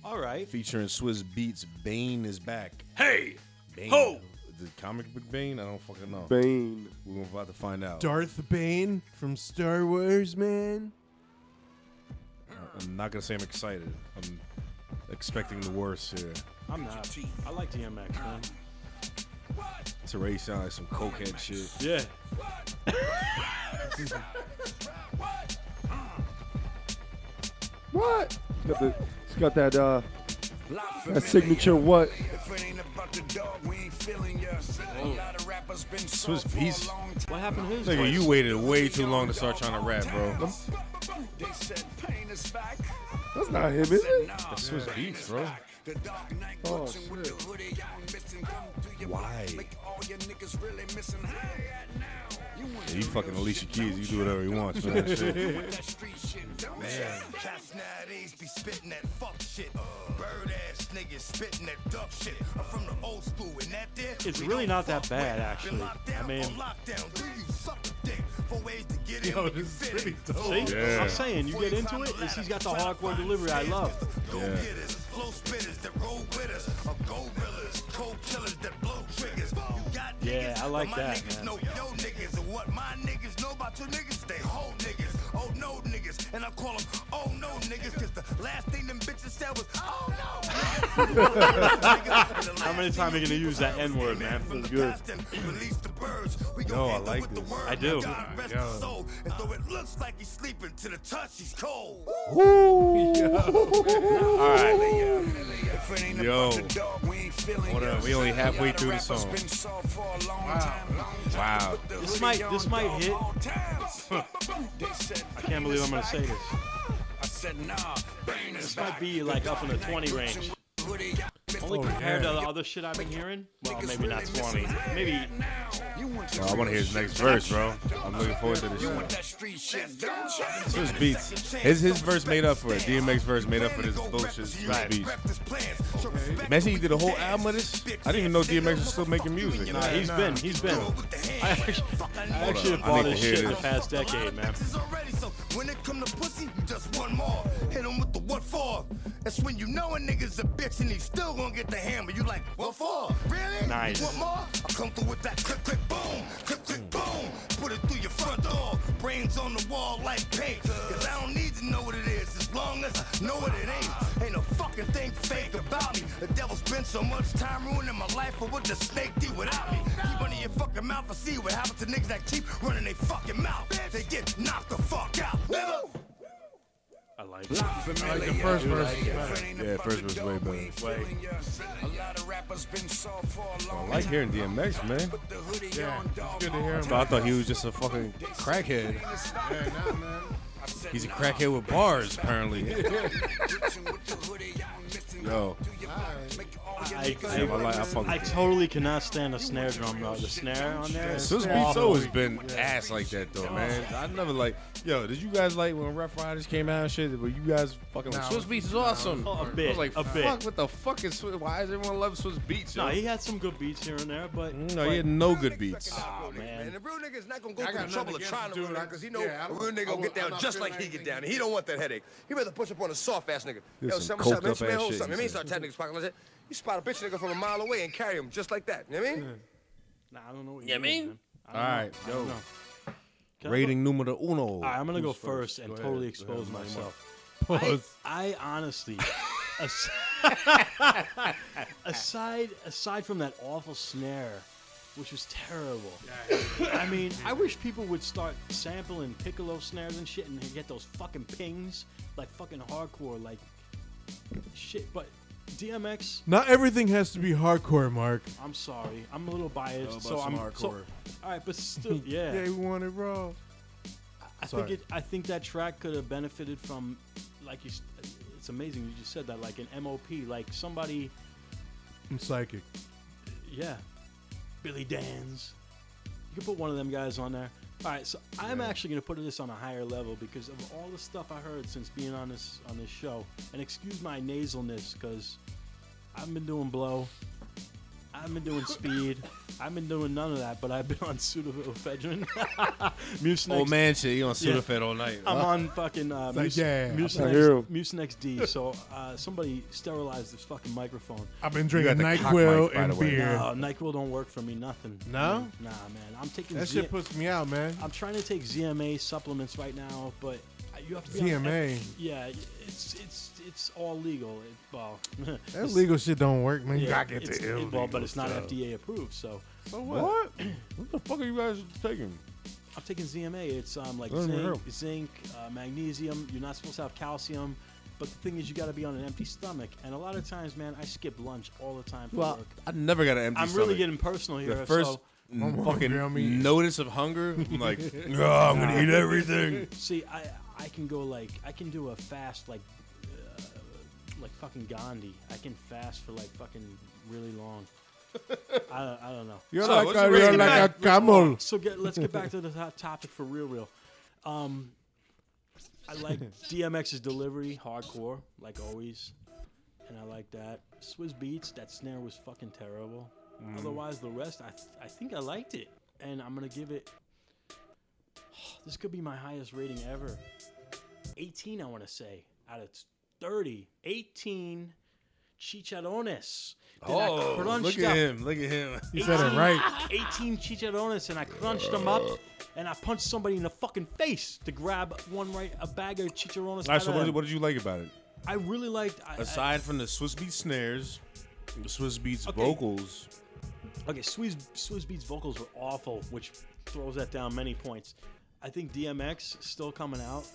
[SPEAKER 1] All right.
[SPEAKER 4] featuring Swiss Beats. Bane is back.
[SPEAKER 1] Hey,
[SPEAKER 4] Bane,
[SPEAKER 1] Ho!
[SPEAKER 4] the comic book Bane? I don't fucking know.
[SPEAKER 3] Bane.
[SPEAKER 4] We're about to find out.
[SPEAKER 2] Darth Bane from Star Wars, man.
[SPEAKER 4] I'm not gonna say I'm excited. I'm expecting the worst here.
[SPEAKER 1] I'm not. I like DMX, man.
[SPEAKER 4] It's already sound like some cokehead shit.
[SPEAKER 1] Yeah.
[SPEAKER 3] What? It's got, the, it's got that uh, that signature what?
[SPEAKER 7] If it ain't about the dog, we ain't feeling ya. A lot of rappers been
[SPEAKER 4] Swiss
[SPEAKER 7] soft for
[SPEAKER 4] Beats.
[SPEAKER 7] a long time.
[SPEAKER 1] What happened to his?
[SPEAKER 4] Nigga,
[SPEAKER 1] voice?
[SPEAKER 4] you waited way too long to start trying to rap, bro.
[SPEAKER 7] They said pain is back.
[SPEAKER 3] That's not him, is it?
[SPEAKER 4] That's Swiss Beats, bro.
[SPEAKER 7] The dark night
[SPEAKER 3] Oh,
[SPEAKER 7] glitching with the hoodie on missing. Come through your
[SPEAKER 4] Why?
[SPEAKER 7] block, Make all your niggas really missing. Hey, now. You want
[SPEAKER 4] Yeah, you fucking Alicia Keys. You do whatever you want, man. Shit.
[SPEAKER 7] that street shit, don't man. Cats nowadays be spitting that fuck shit. Bird ass niggas spitting that duck shit. I'm from the old school and that there.
[SPEAKER 1] It's
[SPEAKER 7] we
[SPEAKER 1] really
[SPEAKER 7] don't
[SPEAKER 1] not that
[SPEAKER 7] fuck
[SPEAKER 1] bad,
[SPEAKER 7] with.
[SPEAKER 1] actually.
[SPEAKER 7] Been locked down
[SPEAKER 1] I mean-
[SPEAKER 7] on lockdown. Do you suck a dick? Four ways to get in
[SPEAKER 2] Yo,
[SPEAKER 7] when you
[SPEAKER 2] this is
[SPEAKER 7] fit
[SPEAKER 2] really
[SPEAKER 7] in.
[SPEAKER 2] dope.
[SPEAKER 7] Four
[SPEAKER 1] See,
[SPEAKER 4] Yeah.
[SPEAKER 1] I'm saying you get into it. Is he's got the hardcore delivery I love.
[SPEAKER 7] Go getters, flow spitters that roll with us, or gorillas, cold killers that blow triggers. You got
[SPEAKER 1] Yeah,
[SPEAKER 7] niggas,
[SPEAKER 1] I like
[SPEAKER 7] but my
[SPEAKER 1] that,
[SPEAKER 7] niggas
[SPEAKER 1] man.
[SPEAKER 7] know yo niggas, and what my niggas know about your niggas, they whole niggas, oh no niggas, and I call them oh no niggas, cause the last thing them bitches said was oh no. niggas."
[SPEAKER 1] [laughs] How many time you gonna use that N-word, man?
[SPEAKER 7] That's
[SPEAKER 3] good.
[SPEAKER 7] Release the birds. We gon'
[SPEAKER 4] No, I
[SPEAKER 7] handle
[SPEAKER 4] like
[SPEAKER 7] with the
[SPEAKER 4] this.
[SPEAKER 7] word.
[SPEAKER 1] I do.
[SPEAKER 7] God rest his soul. And though it looks like he's sleeping, to the touch he's cold. If it ain't
[SPEAKER 4] Yo.
[SPEAKER 7] about the dog, we ain't feeling
[SPEAKER 4] Hold on,
[SPEAKER 7] your
[SPEAKER 4] we only
[SPEAKER 7] shit.
[SPEAKER 4] halfway
[SPEAKER 7] Y'all
[SPEAKER 4] through the
[SPEAKER 7] rappers
[SPEAKER 4] song.
[SPEAKER 7] been soft for a long time, long time.
[SPEAKER 4] Wow.
[SPEAKER 7] Put the
[SPEAKER 1] This
[SPEAKER 7] hoodie
[SPEAKER 1] might- this
[SPEAKER 7] on,
[SPEAKER 1] might
[SPEAKER 7] dog,
[SPEAKER 1] hit.
[SPEAKER 7] long times.
[SPEAKER 4] [laughs]
[SPEAKER 7] They said,
[SPEAKER 1] I can't believe I'm gonna say this.
[SPEAKER 7] I said, nah, bring this
[SPEAKER 1] This might
[SPEAKER 7] back.
[SPEAKER 1] be like up in the 20 range.
[SPEAKER 7] Hoodie,
[SPEAKER 1] Only
[SPEAKER 4] Oh,
[SPEAKER 1] compared to the other shit I've been hearing. Well, maybe not 20. Maybe
[SPEAKER 7] you want
[SPEAKER 4] Well, I want to hear his next verse, bro. I'm looking forward to this
[SPEAKER 7] want
[SPEAKER 4] shit.
[SPEAKER 7] that street shit, don't you?
[SPEAKER 4] His beats. His his verse made up for it. DMX verse made up for this bullshit.
[SPEAKER 7] Right.
[SPEAKER 4] Beats.
[SPEAKER 7] Okay.
[SPEAKER 4] Imagine he did a whole album of this. I didn't even know DMX was still making music.
[SPEAKER 1] Nah, he's been, he's been. I actually, I actually
[SPEAKER 4] on,
[SPEAKER 1] have
[SPEAKER 4] I
[SPEAKER 1] bought
[SPEAKER 4] need
[SPEAKER 1] his
[SPEAKER 4] to hear
[SPEAKER 1] shit in the
[SPEAKER 4] this.
[SPEAKER 1] past decade, man.
[SPEAKER 7] Already, so when it come to pussy, you just one more. Hit him with the what for? That's when you know a nigga's a bitch and he's still gonna get the hammer. You like, what for? Really?
[SPEAKER 1] Nice. Mm.
[SPEAKER 7] You want more? I come through with that click, click, boom. Click, click, boom. Put it through your front door. Brains on the wall like paint. Cause I don't need to know what it is as long as I know what it ain't. Ain't a fucking thing fake about me. The devil spent so much time ruining my life for what the snake did without me. Keep running your fucking mouth and see what happens to niggas that keep running their fucking mouth. They get knocked the fuck out. Nigga.
[SPEAKER 1] I like it.
[SPEAKER 7] Familiar.
[SPEAKER 2] The first verse.
[SPEAKER 4] Yeah, first verse way better.
[SPEAKER 1] Wait.
[SPEAKER 7] A lot of rappers been soft for a
[SPEAKER 4] I
[SPEAKER 7] long
[SPEAKER 4] like hearing DMX, man.
[SPEAKER 7] Put the hoodie on, dog.
[SPEAKER 2] Good to hear him.
[SPEAKER 4] So I thought he was just a fucking crackhead.
[SPEAKER 2] Yeah, nah, man.
[SPEAKER 4] He's a crackhead with bars, apparently. [laughs] Yo.
[SPEAKER 1] I,
[SPEAKER 4] I, I, like, I, fuck
[SPEAKER 1] I
[SPEAKER 4] with it.
[SPEAKER 1] totally cannot stand the snare drum though. The snare on there.
[SPEAKER 4] So this beat's always been ass like that though, man. I never like, yo, did you guys like when Rough Riders came out and shit? Were you guys fucking like,
[SPEAKER 2] Nah,
[SPEAKER 4] Swiss Beats is awesome?
[SPEAKER 1] Oh, a
[SPEAKER 4] I
[SPEAKER 1] bit,
[SPEAKER 4] was like,
[SPEAKER 1] a
[SPEAKER 4] fuck,
[SPEAKER 1] bit.
[SPEAKER 4] what the fuck is Swiss? Why is everyone love Swiss Beats?
[SPEAKER 1] No,
[SPEAKER 4] yo?
[SPEAKER 1] he had some good beats here and there, but
[SPEAKER 4] no, he had no good beats.
[SPEAKER 1] oh man,
[SPEAKER 8] The real nigga's not gonna go
[SPEAKER 2] I
[SPEAKER 8] through
[SPEAKER 2] got
[SPEAKER 8] the trouble
[SPEAKER 2] nothing
[SPEAKER 8] of
[SPEAKER 2] against
[SPEAKER 8] trying
[SPEAKER 2] the
[SPEAKER 8] to
[SPEAKER 2] dude.
[SPEAKER 8] win
[SPEAKER 2] I-
[SPEAKER 8] because he know
[SPEAKER 2] yeah, I don't-
[SPEAKER 8] a real
[SPEAKER 2] I
[SPEAKER 8] nigga gonna
[SPEAKER 2] won't-
[SPEAKER 8] get
[SPEAKER 2] I'm
[SPEAKER 8] down
[SPEAKER 2] not
[SPEAKER 8] just
[SPEAKER 2] feeling
[SPEAKER 8] like he get
[SPEAKER 2] anything.
[SPEAKER 8] down. And he don't want that headache. He rather push up on a soft ass nigga.
[SPEAKER 4] This
[SPEAKER 8] Yo,
[SPEAKER 4] some
[SPEAKER 8] something, something,
[SPEAKER 4] coked up
[SPEAKER 8] man,
[SPEAKER 4] ass
[SPEAKER 8] hold
[SPEAKER 4] shit
[SPEAKER 8] something.
[SPEAKER 4] he
[SPEAKER 8] You
[SPEAKER 4] said.
[SPEAKER 8] start tapping niggas pocket like that. You spot a bitch nigga from a mile away and carry him just like that. You know what I mean? [laughs]
[SPEAKER 1] nah, I don't know what you
[SPEAKER 6] Yeah, man.
[SPEAKER 1] mean. man. I
[SPEAKER 4] All
[SPEAKER 1] don't know.
[SPEAKER 4] right,
[SPEAKER 1] I don't
[SPEAKER 4] yo,
[SPEAKER 1] know. Can I go-
[SPEAKER 4] rating numero uno.
[SPEAKER 1] All right, I'm gonna
[SPEAKER 4] Who's
[SPEAKER 1] go first and
[SPEAKER 4] Go ahead.
[SPEAKER 1] totally
[SPEAKER 4] Go
[SPEAKER 1] expose
[SPEAKER 4] ahead, Mike.
[SPEAKER 1] myself.
[SPEAKER 2] Pause.
[SPEAKER 1] I
[SPEAKER 4] [laughs]
[SPEAKER 1] honestly, as- aside aside from that awful snare, which was terrible. I mean, I wish people would start sampling piccolo snares and shit and get those fucking pings like fucking hardcore like shit. But DMX,
[SPEAKER 2] Not everything has to be hardcore, Mark.
[SPEAKER 1] I'm sorry, I'm a little biased, so
[SPEAKER 4] Oh, some
[SPEAKER 1] I'm so-
[SPEAKER 4] hardcore.
[SPEAKER 1] all right, but still, yeah.
[SPEAKER 2] we want it raw.
[SPEAKER 1] I
[SPEAKER 2] Sorry.
[SPEAKER 1] think it, I think that track could have benefited from, like you. s- It's amazing you just said that, like an MOP, like somebody,
[SPEAKER 2] I'm psychic.
[SPEAKER 1] yeah, Billy Dan's. You could put one of them guys on there. All right, so I'm actually gonna put this on a higher level because of all the stuff I heard since being on this on this show. And excuse my nasalness because I've been doing blow, I've been doing speed, I've been doing none of that, but I've been on pseudoephedrine, mucinex,
[SPEAKER 4] Old man shit, you on
[SPEAKER 1] Yeah.
[SPEAKER 4] Sudafed all night.
[SPEAKER 1] I'm on fucking uh,
[SPEAKER 2] like,
[SPEAKER 1] Muse,
[SPEAKER 2] yeah,
[SPEAKER 3] I hear
[SPEAKER 1] Mucinex,
[SPEAKER 3] 'em.
[SPEAKER 1] Mucinex D. So uh, somebody sterilized this fucking microphone.
[SPEAKER 2] I've been
[SPEAKER 4] got
[SPEAKER 2] drinking
[SPEAKER 4] the cock
[SPEAKER 2] NyQuil
[SPEAKER 4] mic, by the
[SPEAKER 2] and
[SPEAKER 4] way.
[SPEAKER 2] beer.
[SPEAKER 1] No, Nyquil don't work for me. Nothing.
[SPEAKER 2] No?
[SPEAKER 1] Nah, man. I'm taking.
[SPEAKER 2] That
[SPEAKER 1] Z-
[SPEAKER 2] shit puts me out, man.
[SPEAKER 1] I'm trying to take ZMA supplements right now, but you have to be on-
[SPEAKER 2] ZMA.
[SPEAKER 1] yeah, it's it's it's all legal. It, well, [laughs]
[SPEAKER 2] That legal shit don't work, man. You
[SPEAKER 1] yeah,
[SPEAKER 2] gotta get
[SPEAKER 1] it's-
[SPEAKER 2] the
[SPEAKER 1] it-
[SPEAKER 2] ill.
[SPEAKER 1] well, but it's not FDA approved, so
[SPEAKER 4] So what? what? the fuck are you guys taking?
[SPEAKER 1] I'm taking ZMA. It's um like
[SPEAKER 4] Doesn't
[SPEAKER 1] zinc,
[SPEAKER 4] help.
[SPEAKER 1] zinc uh, magnesium. You're not supposed to have calcium. But the thing is, you got to be on an empty stomach. And a lot of times, man, I skip lunch all the time for
[SPEAKER 4] Well,
[SPEAKER 1] work.
[SPEAKER 4] I never got an empty
[SPEAKER 1] I'm really
[SPEAKER 4] stomach.
[SPEAKER 1] getting personal here.
[SPEAKER 4] the first
[SPEAKER 1] so,
[SPEAKER 2] mom grilled me.
[SPEAKER 4] fucking notice of hunger.
[SPEAKER 1] [laughs]
[SPEAKER 4] I'm like, "Oh, I'm gonna eat everything.
[SPEAKER 1] see, I I can go like I can do a fast like uh, like fucking Gandhi. I can fast for like fucking really long. [laughs] I don't, I don't know.
[SPEAKER 2] You're
[SPEAKER 4] So,
[SPEAKER 2] like
[SPEAKER 4] what's
[SPEAKER 2] a,
[SPEAKER 4] the rest
[SPEAKER 2] you're
[SPEAKER 4] of
[SPEAKER 2] like a camel.
[SPEAKER 4] [laughs]
[SPEAKER 1] So get let's get back to the to- topic for real, real. Um, I
[SPEAKER 4] [laughs]
[SPEAKER 1] like DMX's delivery, hardcore, like always. And I like that. Swizz Beats, that snare was fucking terrible.
[SPEAKER 4] Mm-hmm.
[SPEAKER 1] Otherwise, the rest, I, th- I think I liked it. And I'm going to give it. [sighs] This could be my highest rating ever. 18, I want to say, out of 30. 18 chicharrones. [laughs] that I crunched
[SPEAKER 4] Oh, look at
[SPEAKER 1] up.
[SPEAKER 4] him! Look
[SPEAKER 1] [laughs]
[SPEAKER 4] at him!
[SPEAKER 2] He said it right. [laughs]
[SPEAKER 1] 18 chicharrones and I crunched them up and I punched somebody in the fucking face to grab one right a bag of chicharrones.
[SPEAKER 4] All
[SPEAKER 1] out
[SPEAKER 4] right, so
[SPEAKER 1] of
[SPEAKER 4] what
[SPEAKER 1] them.
[SPEAKER 4] did, what did you like about it?
[SPEAKER 1] I really liked I, I,
[SPEAKER 4] Aside from the Swiss Beats snares, the Swiss Beats
[SPEAKER 1] Okay.
[SPEAKER 4] vocals,
[SPEAKER 1] okay, Swizz Swizz Beats vocals were awful, which throws that down many points. I think DMX is still coming out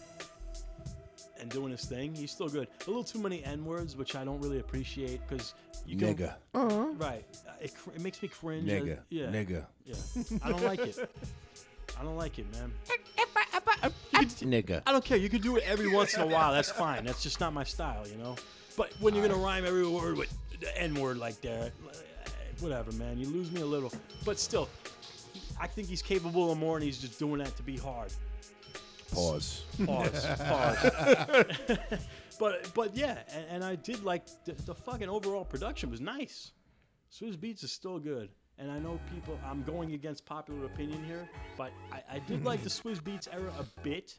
[SPEAKER 1] and doing his thing. He's still good. A little too many N words, which I don't really appreciate because you can
[SPEAKER 4] nigga,
[SPEAKER 1] right. Uh, It, cr- it makes me cringe. I-
[SPEAKER 4] nigga,
[SPEAKER 1] yeah,
[SPEAKER 4] nigga.
[SPEAKER 1] yeah. I don't like it. I don't like it, man.
[SPEAKER 6] Nigga.
[SPEAKER 1] I don't care. You can do it every once in a while. That's fine. That's just not my style, you know. But when you're gonna rhyme every word with the N word like that, whatever, man. You lose me a little, but still, I think he's capable of more, and he's just doing that to be hard. [laughs]
[SPEAKER 4] Pause.
[SPEAKER 1] Pause. pause. [laughs] but but yeah, and, and I did like the, the fucking overall production was nice. Swizz Beats is still good. And I know people, I'm going against popular opinion here, but I, I did [laughs] like the Swizz Beats era a bit.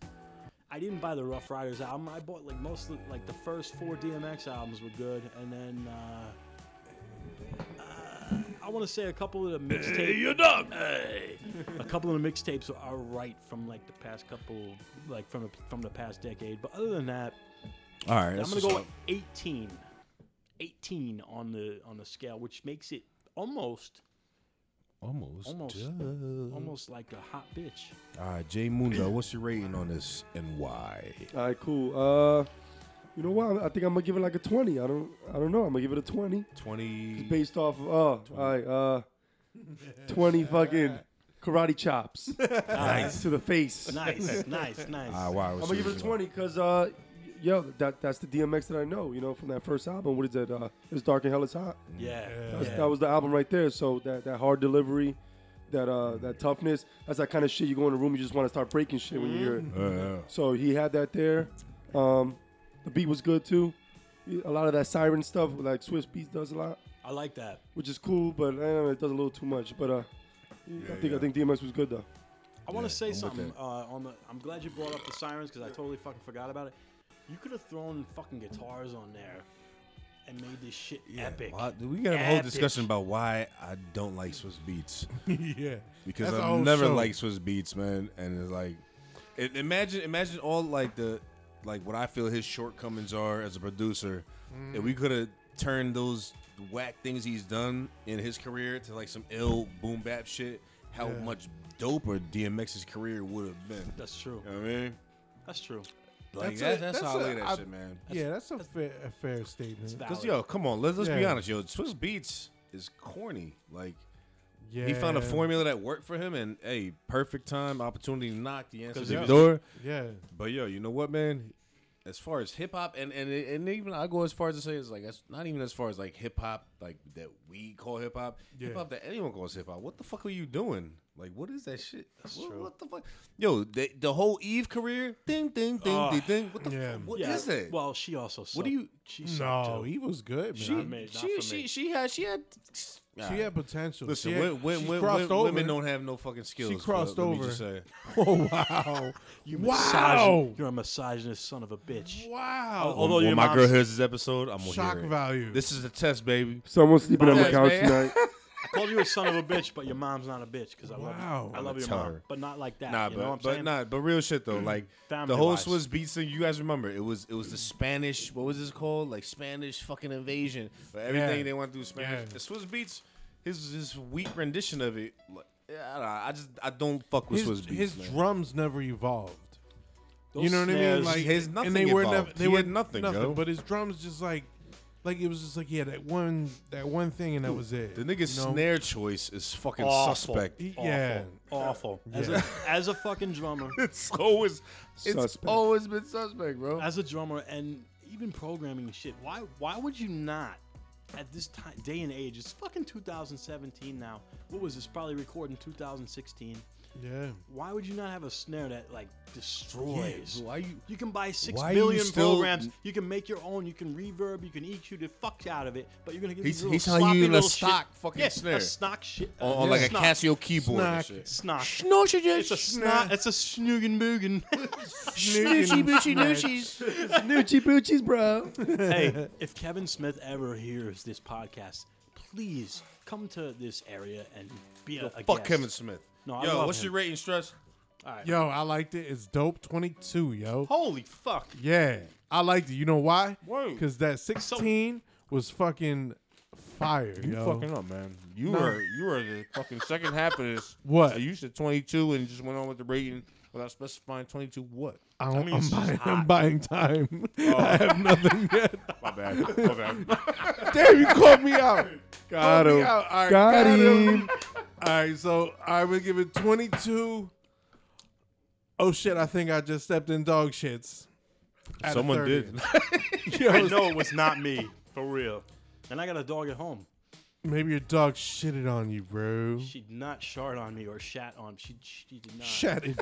[SPEAKER 1] I didn't buy the Rough Riders album. I bought like most of like the first four DMX albums were good, and then uh, uh, I want to say a couple of the mixtapes. you dog. a couple of the mixtapes are right from like the past couple, like from the, from the past decade. But other than that,
[SPEAKER 4] All right,
[SPEAKER 1] I'm
[SPEAKER 4] that's
[SPEAKER 1] gonna
[SPEAKER 4] what's
[SPEAKER 1] go
[SPEAKER 4] up.
[SPEAKER 1] with 18, 18 on the on the scale, which makes it almost
[SPEAKER 4] almost.
[SPEAKER 1] almost
[SPEAKER 4] done.
[SPEAKER 1] almost like a hot
[SPEAKER 4] [laughs]
[SPEAKER 1] bitch.
[SPEAKER 4] All right, Jay Mundo, what's your rating on this and why?
[SPEAKER 3] All right, cool. Uh, you know what? I think I'm gonna give it like a twenty. I don't. I don't know. I'm gonna give it a twenty
[SPEAKER 4] Twenty.
[SPEAKER 3] based off of oh, all right, uh, twenty fucking karate chops
[SPEAKER 1] [laughs] Nice,
[SPEAKER 3] to the face.
[SPEAKER 1] nice, nice, nice.
[SPEAKER 4] Ah, wow.
[SPEAKER 3] I'm gonna give it a twenty because uh, y- yo, that that's the DMX that I know. You know, from that first album. What is that? Uh, it's dark and hell is hot.
[SPEAKER 1] Yeah,
[SPEAKER 3] That's,
[SPEAKER 1] yeah.
[SPEAKER 3] That was the album right there. So that, that hard delivery, that uh, that toughness, that's that kind of shit. You go in a room, you just want to start breaking shit when you hear it.
[SPEAKER 4] Uh,
[SPEAKER 3] So he had that there. Um, the beat was good too. A lot of that siren stuff, like Swiss Beats does a lot,
[SPEAKER 1] I like that.
[SPEAKER 3] which is cool, but eh, it does a little too much. But uh, I think
[SPEAKER 4] yeah.
[SPEAKER 3] I think DMX was good though.
[SPEAKER 1] I want
[SPEAKER 4] Yeah,
[SPEAKER 1] to say
[SPEAKER 4] I'm with
[SPEAKER 1] something
[SPEAKER 4] that.
[SPEAKER 1] uh, on the. I'm glad you brought up the sirens because I totally fucking forgot about it. You could have thrown fucking guitars on there and made this shit epic.
[SPEAKER 4] why- we gotta have a whole
[SPEAKER 1] Epic.
[SPEAKER 4] discussion about why I don't like Swiss beats
[SPEAKER 2] yeah.
[SPEAKER 4] because
[SPEAKER 2] That's a
[SPEAKER 4] I've
[SPEAKER 2] whole
[SPEAKER 4] never
[SPEAKER 2] show.
[SPEAKER 4] liked Swiss beats, man. And it's like, it, imagine, imagine all like the, like what I feel his shortcomings are as a producer.
[SPEAKER 2] Mm.
[SPEAKER 4] If we could have turned those whack things he's done in his career to like some ill boom bap shit, how much doper DMX's career would have been.
[SPEAKER 1] That's true.
[SPEAKER 4] You know what I mean?
[SPEAKER 1] That's true.
[SPEAKER 4] Like
[SPEAKER 2] That's
[SPEAKER 4] that,
[SPEAKER 2] a-
[SPEAKER 4] that's,
[SPEAKER 2] that's
[SPEAKER 4] how I
[SPEAKER 2] a-
[SPEAKER 4] look at that
[SPEAKER 2] I-
[SPEAKER 4] shit, man.
[SPEAKER 2] Yeah, that's a fair, a fair statement.
[SPEAKER 4] Cause
[SPEAKER 1] Valid.
[SPEAKER 4] yo, come on, let's let's be
[SPEAKER 2] Yeah.
[SPEAKER 4] honest, yo. Swiss Beats is corny. Like
[SPEAKER 2] Yeah.
[SPEAKER 4] he found a formula that worked for him, and hey, perfect time, opportunity to knock the answer
[SPEAKER 1] 'Cause
[SPEAKER 4] to
[SPEAKER 1] he
[SPEAKER 4] the
[SPEAKER 1] was-
[SPEAKER 4] door.
[SPEAKER 2] Yeah.
[SPEAKER 4] But yo, you know what, man? As far as hip hop, and, and and even I go as far as to say it's like that's not even as far as like hip hop, like that we call hip hop, hip hop that anyone calls hip hop. What the fuck are you doing? Like, what is that shit? what, what the fuck? Yo, the, the whole Eve career, ding, ding, ding,
[SPEAKER 1] Ah.
[SPEAKER 4] ding, ding. What the
[SPEAKER 2] Yeah.
[SPEAKER 4] fuck? What is
[SPEAKER 1] Yeah.
[SPEAKER 4] that?
[SPEAKER 1] Well, she also. Sucked.
[SPEAKER 4] do you-
[SPEAKER 1] She sucked
[SPEAKER 2] No,
[SPEAKER 1] too.
[SPEAKER 2] he was good, man.
[SPEAKER 1] She-
[SPEAKER 2] She,
[SPEAKER 1] Not me, not
[SPEAKER 6] She,
[SPEAKER 1] for
[SPEAKER 6] she,
[SPEAKER 1] me.
[SPEAKER 6] she had, she had.
[SPEAKER 2] she had potential.
[SPEAKER 4] Listen,
[SPEAKER 2] she had,
[SPEAKER 4] when, when,
[SPEAKER 2] she
[SPEAKER 4] when,
[SPEAKER 2] crossed
[SPEAKER 4] when
[SPEAKER 2] over.
[SPEAKER 4] women don't have no fucking skills. bro,
[SPEAKER 2] crossed
[SPEAKER 4] let me
[SPEAKER 2] over.
[SPEAKER 4] just say.
[SPEAKER 2] [laughs] Oh
[SPEAKER 4] [laughs]
[SPEAKER 2] wow!
[SPEAKER 1] You
[SPEAKER 2] wow!
[SPEAKER 1] misogyn- You're a misogynist son of a bitch.
[SPEAKER 2] Wow!
[SPEAKER 1] Although
[SPEAKER 4] when
[SPEAKER 1] your
[SPEAKER 4] my
[SPEAKER 1] mom's-
[SPEAKER 4] girl hears this episode, I'm gonna
[SPEAKER 2] Shock
[SPEAKER 4] hear it.
[SPEAKER 2] value.
[SPEAKER 4] This is a test, baby.
[SPEAKER 3] Someone's sleeping on the
[SPEAKER 4] Yes,
[SPEAKER 3] couch
[SPEAKER 4] man.
[SPEAKER 3] tonight.
[SPEAKER 1] I called you a son of a bitch, but your mom's not a bitch because I
[SPEAKER 2] Wow.
[SPEAKER 1] love I love your
[SPEAKER 4] Tell
[SPEAKER 1] mom,
[SPEAKER 4] her.
[SPEAKER 1] but not like that.
[SPEAKER 4] Nah,
[SPEAKER 1] you know what I'm
[SPEAKER 4] but but
[SPEAKER 1] saying?
[SPEAKER 4] nah, but real shit though.
[SPEAKER 2] Mm-hmm.
[SPEAKER 4] Like the
[SPEAKER 1] Family
[SPEAKER 4] whole
[SPEAKER 1] wise.
[SPEAKER 4] Swiss beats thing. You guys remember? It was it was the Spanish. What was this called? Like Spanish fucking invasion. But everything
[SPEAKER 2] Yeah.
[SPEAKER 4] they went through Spanish.
[SPEAKER 2] Yeah.
[SPEAKER 4] The Swiss beats. His his weak rendition of it. Like, yeah, I, don't know, I just I don't fuck with
[SPEAKER 2] his,
[SPEAKER 4] Swiss beats.
[SPEAKER 2] his
[SPEAKER 4] man.
[SPEAKER 2] drums never evolved. you
[SPEAKER 1] Those
[SPEAKER 2] know what I mean?
[SPEAKER 1] snares-
[SPEAKER 2] Like
[SPEAKER 4] his
[SPEAKER 2] and they
[SPEAKER 4] nothing
[SPEAKER 2] were
[SPEAKER 4] evolved.
[SPEAKER 2] never they
[SPEAKER 4] He
[SPEAKER 2] were
[SPEAKER 4] had nothing, yo.
[SPEAKER 2] But his drums just like like it was just like yeah that one that one thing and that was it.
[SPEAKER 4] the nigga's
[SPEAKER 2] you know?
[SPEAKER 4] snare choice is fucking
[SPEAKER 1] Awful.
[SPEAKER 4] suspect.
[SPEAKER 2] He-
[SPEAKER 1] awful,
[SPEAKER 2] yeah.
[SPEAKER 1] awful. As, a, as a fucking
[SPEAKER 2] [laughs]
[SPEAKER 1] drummer,
[SPEAKER 4] It's always [laughs] it's
[SPEAKER 3] Suspect.
[SPEAKER 4] always been suspect, bro.
[SPEAKER 1] as a drummer and even programming shit why why would you not at this time day and age it's fucking 2017 now what was this probably recorded in 2016
[SPEAKER 2] Yeah.
[SPEAKER 1] Why would you not have a snare that like destroys?
[SPEAKER 4] Yeah, why you-
[SPEAKER 1] You can buy six
[SPEAKER 4] why
[SPEAKER 1] billion
[SPEAKER 4] you still-
[SPEAKER 1] programs. You can make your own. You can reverb. You can EQ the fuck out of it. But you're gonna get
[SPEAKER 4] He's-
[SPEAKER 1] these little
[SPEAKER 4] he's telling
[SPEAKER 1] sloppy
[SPEAKER 4] you in a
[SPEAKER 1] little shit-
[SPEAKER 4] stock fucking
[SPEAKER 1] yeah,
[SPEAKER 4] snare.
[SPEAKER 1] A snock shit.
[SPEAKER 4] on, on like a
[SPEAKER 1] snock.
[SPEAKER 4] Casio keyboard.
[SPEAKER 2] Snack.
[SPEAKER 4] and shit.
[SPEAKER 1] Snock. It's
[SPEAKER 6] Snoshage.
[SPEAKER 1] a snot. It's a snoogin boogin.
[SPEAKER 4] [laughs]
[SPEAKER 6] Snoochy boochy noochies.
[SPEAKER 3] Noochie
[SPEAKER 4] [laughs]
[SPEAKER 3] boochies, bro.
[SPEAKER 1] hey, if Kevin Smith ever hears this podcast, please come to this area and be a, a
[SPEAKER 4] Fuck
[SPEAKER 1] guest.
[SPEAKER 4] Kevin Smith.
[SPEAKER 1] No, I
[SPEAKER 4] yo,
[SPEAKER 1] love
[SPEAKER 4] what's
[SPEAKER 1] him.
[SPEAKER 4] your rating, Stress?
[SPEAKER 2] Yo, I liked it. It's dope. Twenty two. Yo.
[SPEAKER 1] Holy fuck!
[SPEAKER 2] Yeah, I liked it. You know why?
[SPEAKER 4] Why?
[SPEAKER 2] Because that sixteen was fucking fire.
[SPEAKER 4] You
[SPEAKER 2] yo.
[SPEAKER 4] fucking up, man. You
[SPEAKER 2] Nah.
[SPEAKER 4] were you were the fucking second half of this.
[SPEAKER 2] What?
[SPEAKER 4] So you said 22 and just went on with the rating without specifying 22 what?
[SPEAKER 2] I don't, I
[SPEAKER 1] mean,
[SPEAKER 2] am
[SPEAKER 1] it's just
[SPEAKER 2] buying,
[SPEAKER 1] hot.
[SPEAKER 2] I'm buying time. [laughs] I have nothing
[SPEAKER 4] [laughs]
[SPEAKER 2] yet.
[SPEAKER 4] Oh. My bad. My bad.
[SPEAKER 2] [laughs] Damn, you called me out.
[SPEAKER 3] Got
[SPEAKER 2] Called me
[SPEAKER 3] him.
[SPEAKER 2] out. All right,
[SPEAKER 3] Got him.
[SPEAKER 2] All right, so I would give it 22. Oh shit, I think I just stepped in dog shits. At a
[SPEAKER 4] Someone
[SPEAKER 2] 30.
[SPEAKER 4] did.
[SPEAKER 1] I know it was not me for real. And I got a dog at home.
[SPEAKER 2] Maybe your dog shitted on you, bro.
[SPEAKER 1] She did not shard on me or shat on. She she did not.
[SPEAKER 2] Shat
[SPEAKER 4] [laughs]
[SPEAKER 2] it.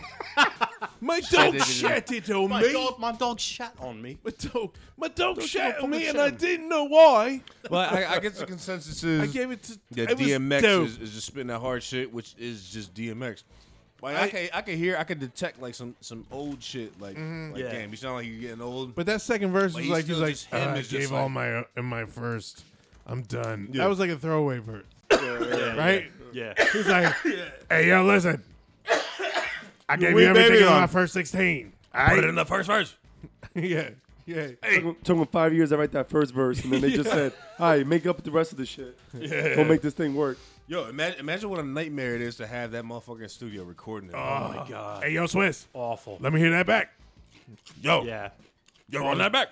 [SPEAKER 2] My dog
[SPEAKER 4] it.
[SPEAKER 2] shat it on
[SPEAKER 1] My
[SPEAKER 2] me.
[SPEAKER 1] dog, my dog shat on me.
[SPEAKER 2] My dog, my dog shat
[SPEAKER 1] fucking
[SPEAKER 2] on me, and
[SPEAKER 1] shat
[SPEAKER 2] I
[SPEAKER 1] on me.
[SPEAKER 2] didn't know why.
[SPEAKER 4] But [laughs] I, I guess the consensus
[SPEAKER 2] [laughs]
[SPEAKER 4] is
[SPEAKER 2] I gave it to
[SPEAKER 4] that
[SPEAKER 2] it was
[SPEAKER 4] DMX
[SPEAKER 2] dope.
[SPEAKER 4] is, is just spitting that hard shit, which is just DMX. Like I,
[SPEAKER 2] I-
[SPEAKER 4] can I can hear I can detect like some some old shit like like
[SPEAKER 1] Yeah.
[SPEAKER 4] damn you sound like you're getting old.
[SPEAKER 2] But that second verse
[SPEAKER 4] But
[SPEAKER 2] was
[SPEAKER 4] he's
[SPEAKER 2] like he's
[SPEAKER 4] still
[SPEAKER 2] like
[SPEAKER 4] just him,
[SPEAKER 2] "Ah, I
[SPEAKER 4] it's just
[SPEAKER 2] gave all
[SPEAKER 4] like-
[SPEAKER 2] my in my first. I'm done.
[SPEAKER 4] Yeah.
[SPEAKER 2] That was like a throwaway verse, [laughs] right?
[SPEAKER 1] [laughs] Yeah.
[SPEAKER 2] He's
[SPEAKER 4] [laughs]
[SPEAKER 2] like, hey yo, listen, I gave
[SPEAKER 4] wee
[SPEAKER 2] you everything
[SPEAKER 4] baby
[SPEAKER 2] on
[SPEAKER 4] on.
[SPEAKER 2] my first sixteen.
[SPEAKER 4] put it
[SPEAKER 2] I
[SPEAKER 4] in the first verse.
[SPEAKER 2] [laughs] yeah yeah.
[SPEAKER 3] Took them five years to write that first verse, and then they
[SPEAKER 4] [laughs]
[SPEAKER 3] just said, "All right, make up the rest of the shit. We'll make this thing work."
[SPEAKER 4] Yo, imagine, imagine what a nightmare it is to have that motherfucking studio recording it.
[SPEAKER 1] Oh my god.
[SPEAKER 2] Hey yo, Swiss,
[SPEAKER 1] Awful.
[SPEAKER 2] let me hear that back.
[SPEAKER 4] yo,
[SPEAKER 1] Yeah.
[SPEAKER 4] yo, run that back.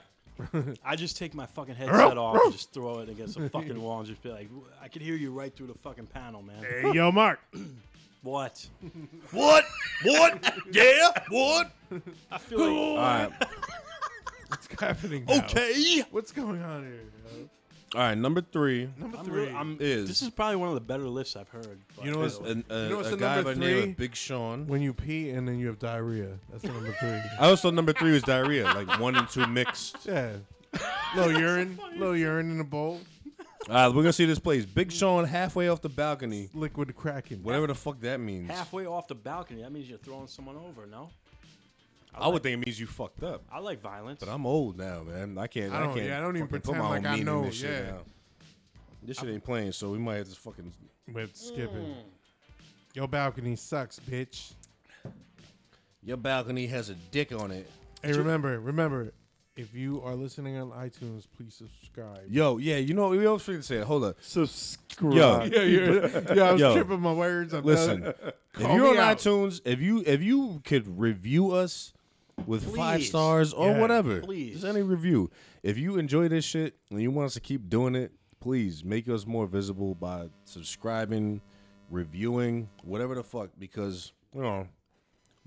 [SPEAKER 1] I just take my fucking headset off and just throw it against
[SPEAKER 4] [laughs]
[SPEAKER 1] the fucking wall and just be like, I could hear you right through the fucking panel, man.
[SPEAKER 2] Hey yo, Mark,
[SPEAKER 1] What?
[SPEAKER 4] What? What? yeah. What?
[SPEAKER 1] I feel like
[SPEAKER 4] All right.
[SPEAKER 2] [laughs] what's happening? now?
[SPEAKER 4] Okay.
[SPEAKER 2] what's going on here? yo?
[SPEAKER 4] All right. Number three.
[SPEAKER 2] Number
[SPEAKER 1] I'm,
[SPEAKER 2] three.
[SPEAKER 1] really, I'm
[SPEAKER 4] is-
[SPEAKER 1] This is probably one of the better lifts I've heard. but-
[SPEAKER 2] you know what's
[SPEAKER 4] An- a,
[SPEAKER 2] you know what's
[SPEAKER 4] a
[SPEAKER 2] the
[SPEAKER 4] guy
[SPEAKER 2] number
[SPEAKER 4] by the name
[SPEAKER 2] three?
[SPEAKER 4] of Big Sean.
[SPEAKER 2] when you pee and then you have diarrhea. That's the number three.
[SPEAKER 4] I also number three was diarrhea, like one and two mixed.
[SPEAKER 2] [laughs] Yeah, [laughs] little [laughs] urine, little urine in a bowl,
[SPEAKER 4] All right, we're gonna see this place. Big Sean halfway off the balcony,
[SPEAKER 2] liquid cracking.
[SPEAKER 4] whatever the fuck that means.
[SPEAKER 1] halfway off the balcony. That means you're throwing someone over, no?
[SPEAKER 4] I would think it means you fucked up.
[SPEAKER 1] I like violence.
[SPEAKER 4] But I'm old now, man. I can't.
[SPEAKER 2] I
[SPEAKER 4] I,
[SPEAKER 2] don't-
[SPEAKER 4] can't.
[SPEAKER 2] yeah, I don't even
[SPEAKER 4] fucking put
[SPEAKER 2] pretend
[SPEAKER 4] my own
[SPEAKER 2] like I
[SPEAKER 4] meaning in
[SPEAKER 2] know,
[SPEAKER 4] This shit,
[SPEAKER 2] yeah.
[SPEAKER 4] now. This shit ain't playing, so we might have to fucking.
[SPEAKER 2] with skipping. Your balcony sucks, bitch.
[SPEAKER 4] Your balcony has a dick on it.
[SPEAKER 2] Hey, remember, remember, if you are listening on iTunes, please subscribe.
[SPEAKER 4] Yo, yeah, you know we always forget to say it. Hold up,
[SPEAKER 3] Subscribe.
[SPEAKER 4] Yo.
[SPEAKER 2] Yeah, [laughs] yeah, yeah. I was
[SPEAKER 4] Yo.
[SPEAKER 2] tripping my words. I'm
[SPEAKER 4] listen.
[SPEAKER 1] [laughs]
[SPEAKER 2] done.
[SPEAKER 4] if
[SPEAKER 2] Call
[SPEAKER 4] you're on
[SPEAKER 2] me out.
[SPEAKER 4] iTunes, if you if you could review us with five
[SPEAKER 1] Please.
[SPEAKER 4] stars or
[SPEAKER 2] Yeah.
[SPEAKER 4] whatever,
[SPEAKER 1] Please.
[SPEAKER 4] just any review. If you enjoy this shit and you want us to keep doing it, please make us more visible by subscribing, reviewing, whatever the fuck, because you know.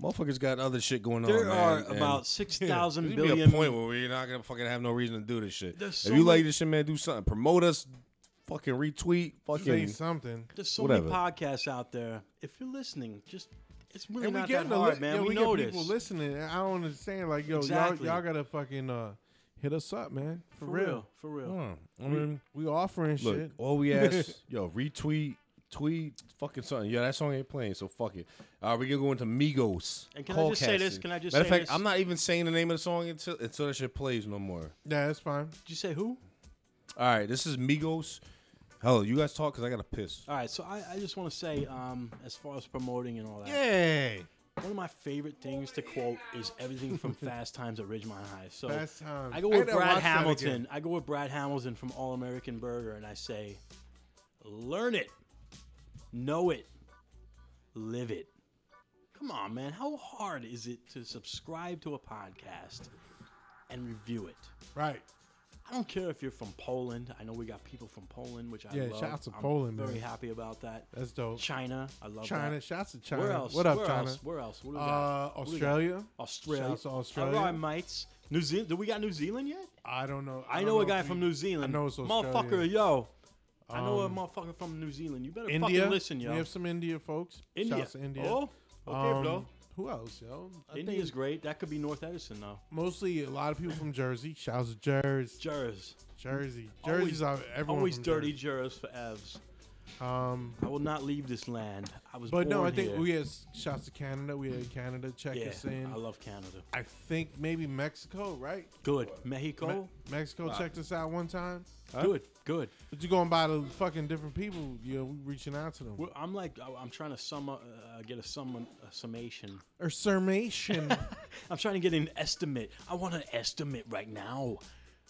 [SPEAKER 4] Motherfuckers got other shit going on.
[SPEAKER 1] there are
[SPEAKER 4] man, and-
[SPEAKER 1] about six thousand
[SPEAKER 4] There's
[SPEAKER 1] billion.
[SPEAKER 4] be a point where we're not gonna fucking have no reason to do this shit.
[SPEAKER 1] There's so
[SPEAKER 4] if you
[SPEAKER 1] many-
[SPEAKER 4] like this shit, man, do something. Promote us. Fucking retweet.
[SPEAKER 2] Say
[SPEAKER 4] Fucking.
[SPEAKER 2] something.
[SPEAKER 1] There's so
[SPEAKER 4] Whatever.
[SPEAKER 1] many podcasts out there. If you're listening, just it's really
[SPEAKER 2] And we
[SPEAKER 1] not
[SPEAKER 2] get
[SPEAKER 1] that hard, man.
[SPEAKER 2] Yo,
[SPEAKER 1] we,
[SPEAKER 2] we
[SPEAKER 1] know
[SPEAKER 2] get
[SPEAKER 1] this.
[SPEAKER 2] people listening. and I don't understand. Like, yo,
[SPEAKER 1] Exactly.
[SPEAKER 2] y'all, y'all gotta fucking uh, hit us up, man. For,
[SPEAKER 1] for
[SPEAKER 2] real. Mm,
[SPEAKER 1] real, for real.
[SPEAKER 4] Huh. I mean,
[SPEAKER 2] we offering
[SPEAKER 4] look.
[SPEAKER 2] shit. [laughs]
[SPEAKER 4] All we [laughs] ask, yo, retweet, tweet, fucking something. Yeah, that song ain't playing, so fuck it. All right, we gonna go into Migos.
[SPEAKER 1] And can I just say this?
[SPEAKER 4] Callcasting.
[SPEAKER 1] Can I just
[SPEAKER 4] Matter of
[SPEAKER 1] say
[SPEAKER 4] fact,
[SPEAKER 1] this?
[SPEAKER 4] I'm not even saying the name of the song until until that shit plays no more.
[SPEAKER 2] Yeah, that's fine.
[SPEAKER 1] Did you say who?
[SPEAKER 4] All right, this is Migos. Hell, you guys talk because I gotta piss.
[SPEAKER 1] All right, so I, I just want to say, um, as far as promoting and all that,
[SPEAKER 2] Yay!
[SPEAKER 1] one of my favorite things to quote is everything
[SPEAKER 2] [laughs]
[SPEAKER 1] from Fast Times at Ridgemont High. So
[SPEAKER 2] Fast Times.
[SPEAKER 1] I go
[SPEAKER 2] I
[SPEAKER 1] with
[SPEAKER 2] gotta watch
[SPEAKER 1] Brad
[SPEAKER 2] that
[SPEAKER 1] Hamilton.
[SPEAKER 2] again.
[SPEAKER 1] I go with Brad Hamilton from All American Burger, and I say, learn it, know it, live it. Come on, man. How hard is it to subscribe to a podcast and review it?
[SPEAKER 2] Right.
[SPEAKER 1] I don't care if you're from Poland. I know we got people from Poland, which I
[SPEAKER 2] Yeah,
[SPEAKER 1] love.
[SPEAKER 2] shout out to
[SPEAKER 1] I'm
[SPEAKER 2] Poland,
[SPEAKER 1] Very
[SPEAKER 2] man.
[SPEAKER 1] happy about that.
[SPEAKER 2] That's dope.
[SPEAKER 1] China, I love
[SPEAKER 2] China.
[SPEAKER 1] that.
[SPEAKER 2] Shouts to China.
[SPEAKER 1] Where else?
[SPEAKER 2] What up,
[SPEAKER 1] Where
[SPEAKER 2] China?
[SPEAKER 1] Else? Where else? What do we got?
[SPEAKER 2] Uh,
[SPEAKER 1] What do we got?
[SPEAKER 2] Australia.
[SPEAKER 1] Australia.
[SPEAKER 2] Shouts to Australia.
[SPEAKER 1] All right, mates. New Zealand. Do we got New Zealand yet?
[SPEAKER 2] I don't know.
[SPEAKER 1] I,
[SPEAKER 2] don't
[SPEAKER 1] know a
[SPEAKER 2] if
[SPEAKER 1] guy
[SPEAKER 2] we-
[SPEAKER 1] from New Zealand.
[SPEAKER 2] I know it's
[SPEAKER 1] Motherfucker,
[SPEAKER 2] Australia. Um,
[SPEAKER 1] yo. I know a motherfucker from New Zealand. You better
[SPEAKER 2] India.
[SPEAKER 1] fucking listen, yo.
[SPEAKER 2] We have some India folks.
[SPEAKER 1] India.
[SPEAKER 2] Shouts to India.
[SPEAKER 1] Oh,
[SPEAKER 4] Okay,
[SPEAKER 2] Um,
[SPEAKER 4] bro.
[SPEAKER 2] Who else, yo? I
[SPEAKER 1] Indy
[SPEAKER 2] think
[SPEAKER 1] is great. That could be North Edison now.
[SPEAKER 2] mostly a lot of people from Jersey. Shouts to Jersey.
[SPEAKER 1] Jurors.
[SPEAKER 2] Jersey.
[SPEAKER 1] Always-
[SPEAKER 2] Jersey's out. Everyone
[SPEAKER 1] Always
[SPEAKER 2] from
[SPEAKER 1] dirty
[SPEAKER 2] Jersey.
[SPEAKER 1] jurors for Evs.
[SPEAKER 2] Um,
[SPEAKER 1] I will not leave this land. I was
[SPEAKER 2] but
[SPEAKER 1] born
[SPEAKER 2] no, I think
[SPEAKER 1] here.
[SPEAKER 2] we had shouts to Canada. We had Canada check
[SPEAKER 1] yeah,
[SPEAKER 2] us in.
[SPEAKER 1] I love Canada.
[SPEAKER 2] I think maybe Mexico, right?
[SPEAKER 1] Good. Mexico?
[SPEAKER 2] Me- Mexico checked us out one time.
[SPEAKER 1] Good. Good.
[SPEAKER 2] But you going by the fucking different people, you know, we reaching out to them.
[SPEAKER 1] Well, I'm like, I- I'm trying to sum up, uh, get a, sum, a summation. [laughs]
[SPEAKER 2] or summation.
[SPEAKER 1] I'm trying to get an estimate. I want an estimate right now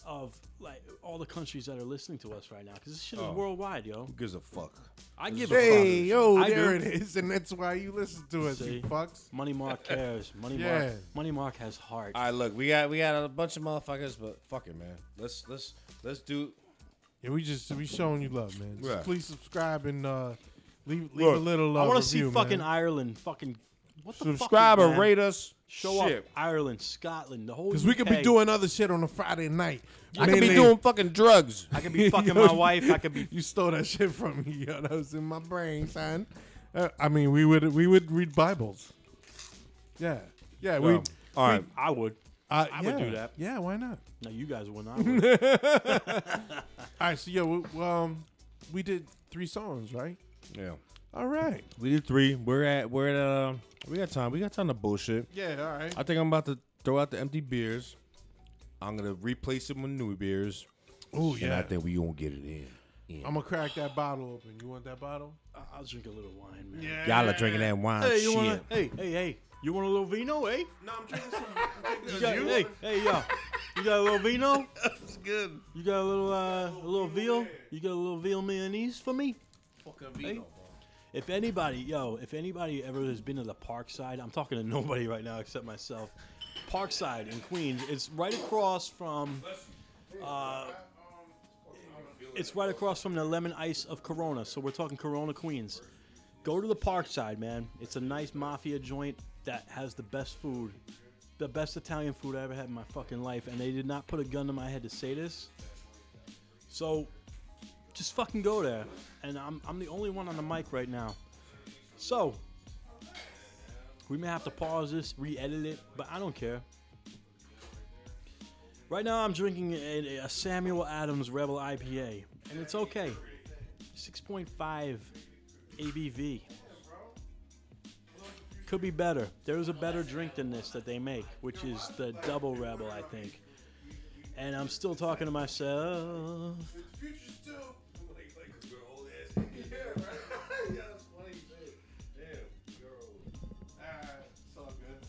[SPEAKER 1] of like all the countries that are listening to us right now because this shit is worldwide, yo.
[SPEAKER 4] Who gives a fuck?
[SPEAKER 1] I give
[SPEAKER 2] [laughs] Oh. hey,
[SPEAKER 1] a fuck.
[SPEAKER 2] yo,
[SPEAKER 1] I
[SPEAKER 2] there
[SPEAKER 1] do.
[SPEAKER 2] it is. And that's why you listen to us,
[SPEAKER 1] See?
[SPEAKER 2] you fucks.
[SPEAKER 1] Money Mark cares. Money Mark.
[SPEAKER 2] [laughs] Yeah.
[SPEAKER 1] Money Mark has heart.
[SPEAKER 4] All right, look, we got we got a bunch of motherfuckers, but fuck it, man. Let's let's let's do.
[SPEAKER 2] Yeah, we just we showing you love, man. Just
[SPEAKER 4] Right.
[SPEAKER 2] please subscribe and uh leave leave a
[SPEAKER 4] Look,
[SPEAKER 2] little
[SPEAKER 1] I
[SPEAKER 2] uh,
[SPEAKER 1] want to see
[SPEAKER 2] review,
[SPEAKER 1] fucking
[SPEAKER 2] man.
[SPEAKER 1] Ireland. Fucking what the
[SPEAKER 4] Subscribe
[SPEAKER 1] fuck,
[SPEAKER 4] or
[SPEAKER 1] man?
[SPEAKER 4] rate us.
[SPEAKER 1] Show
[SPEAKER 4] Shit.
[SPEAKER 1] up Ireland, Scotland, the whole.
[SPEAKER 2] Cause we could be
[SPEAKER 1] UK.
[SPEAKER 2] doing other shit on a Friday night.
[SPEAKER 4] I could be
[SPEAKER 2] Mainly-
[SPEAKER 4] doing fucking drugs.
[SPEAKER 1] I
[SPEAKER 2] [laughs]
[SPEAKER 1] could be fucking my wife. I could be.
[SPEAKER 2] You stole that shit from me, yo. That was in my brain, son. Uh, I mean, we would we would read Bibles. Yeah, yeah. We
[SPEAKER 4] Well, Um, all right.
[SPEAKER 1] I would.
[SPEAKER 2] uh,
[SPEAKER 1] I would
[SPEAKER 2] yeah.
[SPEAKER 1] do that.
[SPEAKER 2] Yeah, why not?
[SPEAKER 1] No, you guys would not.
[SPEAKER 2] [laughs]
[SPEAKER 1] would.
[SPEAKER 2] All right, so yeah, we, well, um, we did three songs, right?
[SPEAKER 4] Yeah,
[SPEAKER 2] All right.
[SPEAKER 4] we did three. We're at we're at uh, we got time. We got time to bullshit.
[SPEAKER 2] Yeah, all right.
[SPEAKER 4] I think I'm about to throw out the empty beers. I'm gonna replace them with new beers.
[SPEAKER 2] Oh
[SPEAKER 4] And I
[SPEAKER 2] yeah.
[SPEAKER 4] think we gonna get it in.
[SPEAKER 2] I'm gonna crack that bottle open. You want that bottle?
[SPEAKER 1] I'll drink a little wine, man.
[SPEAKER 4] Y'all are drinking that wine
[SPEAKER 1] Hey, you
[SPEAKER 4] shit.
[SPEAKER 1] want? Hey, hey, hey. You want a little vino, eh?
[SPEAKER 2] No, I'm drinking some.
[SPEAKER 1] [laughs] You got, hey, hey, yo. You got a little vino? That's good. You got a little, uh, a little veal? You got a little veal mayonnaise for me? Fucking vino. If anybody, yo, if anybody ever has been to the Parkside, I'm talking to [laughs] nobody right now except myself. Parkside in Queens, it's right across from. Uh, it's right across from the Lemon Ice of Corona, so we're talking Corona Queens. Go to the Parkside, man. It's a nice mafia joint that has the best food the best Italian food I ever had in my fucking life, and they did not put a gun to my head to say this. So, just fucking go there. And I'm, I'm the only one on the mic right now. So, we may have to pause this, re edit it, but I don't care. Right now, I'm drinking a, a Samuel Adams Rebel IPA, and it's okay. 6.5 ABV. Could be better. There's a better drink than this that they make, which is the double rebel, I think. And I'm still talking to myself.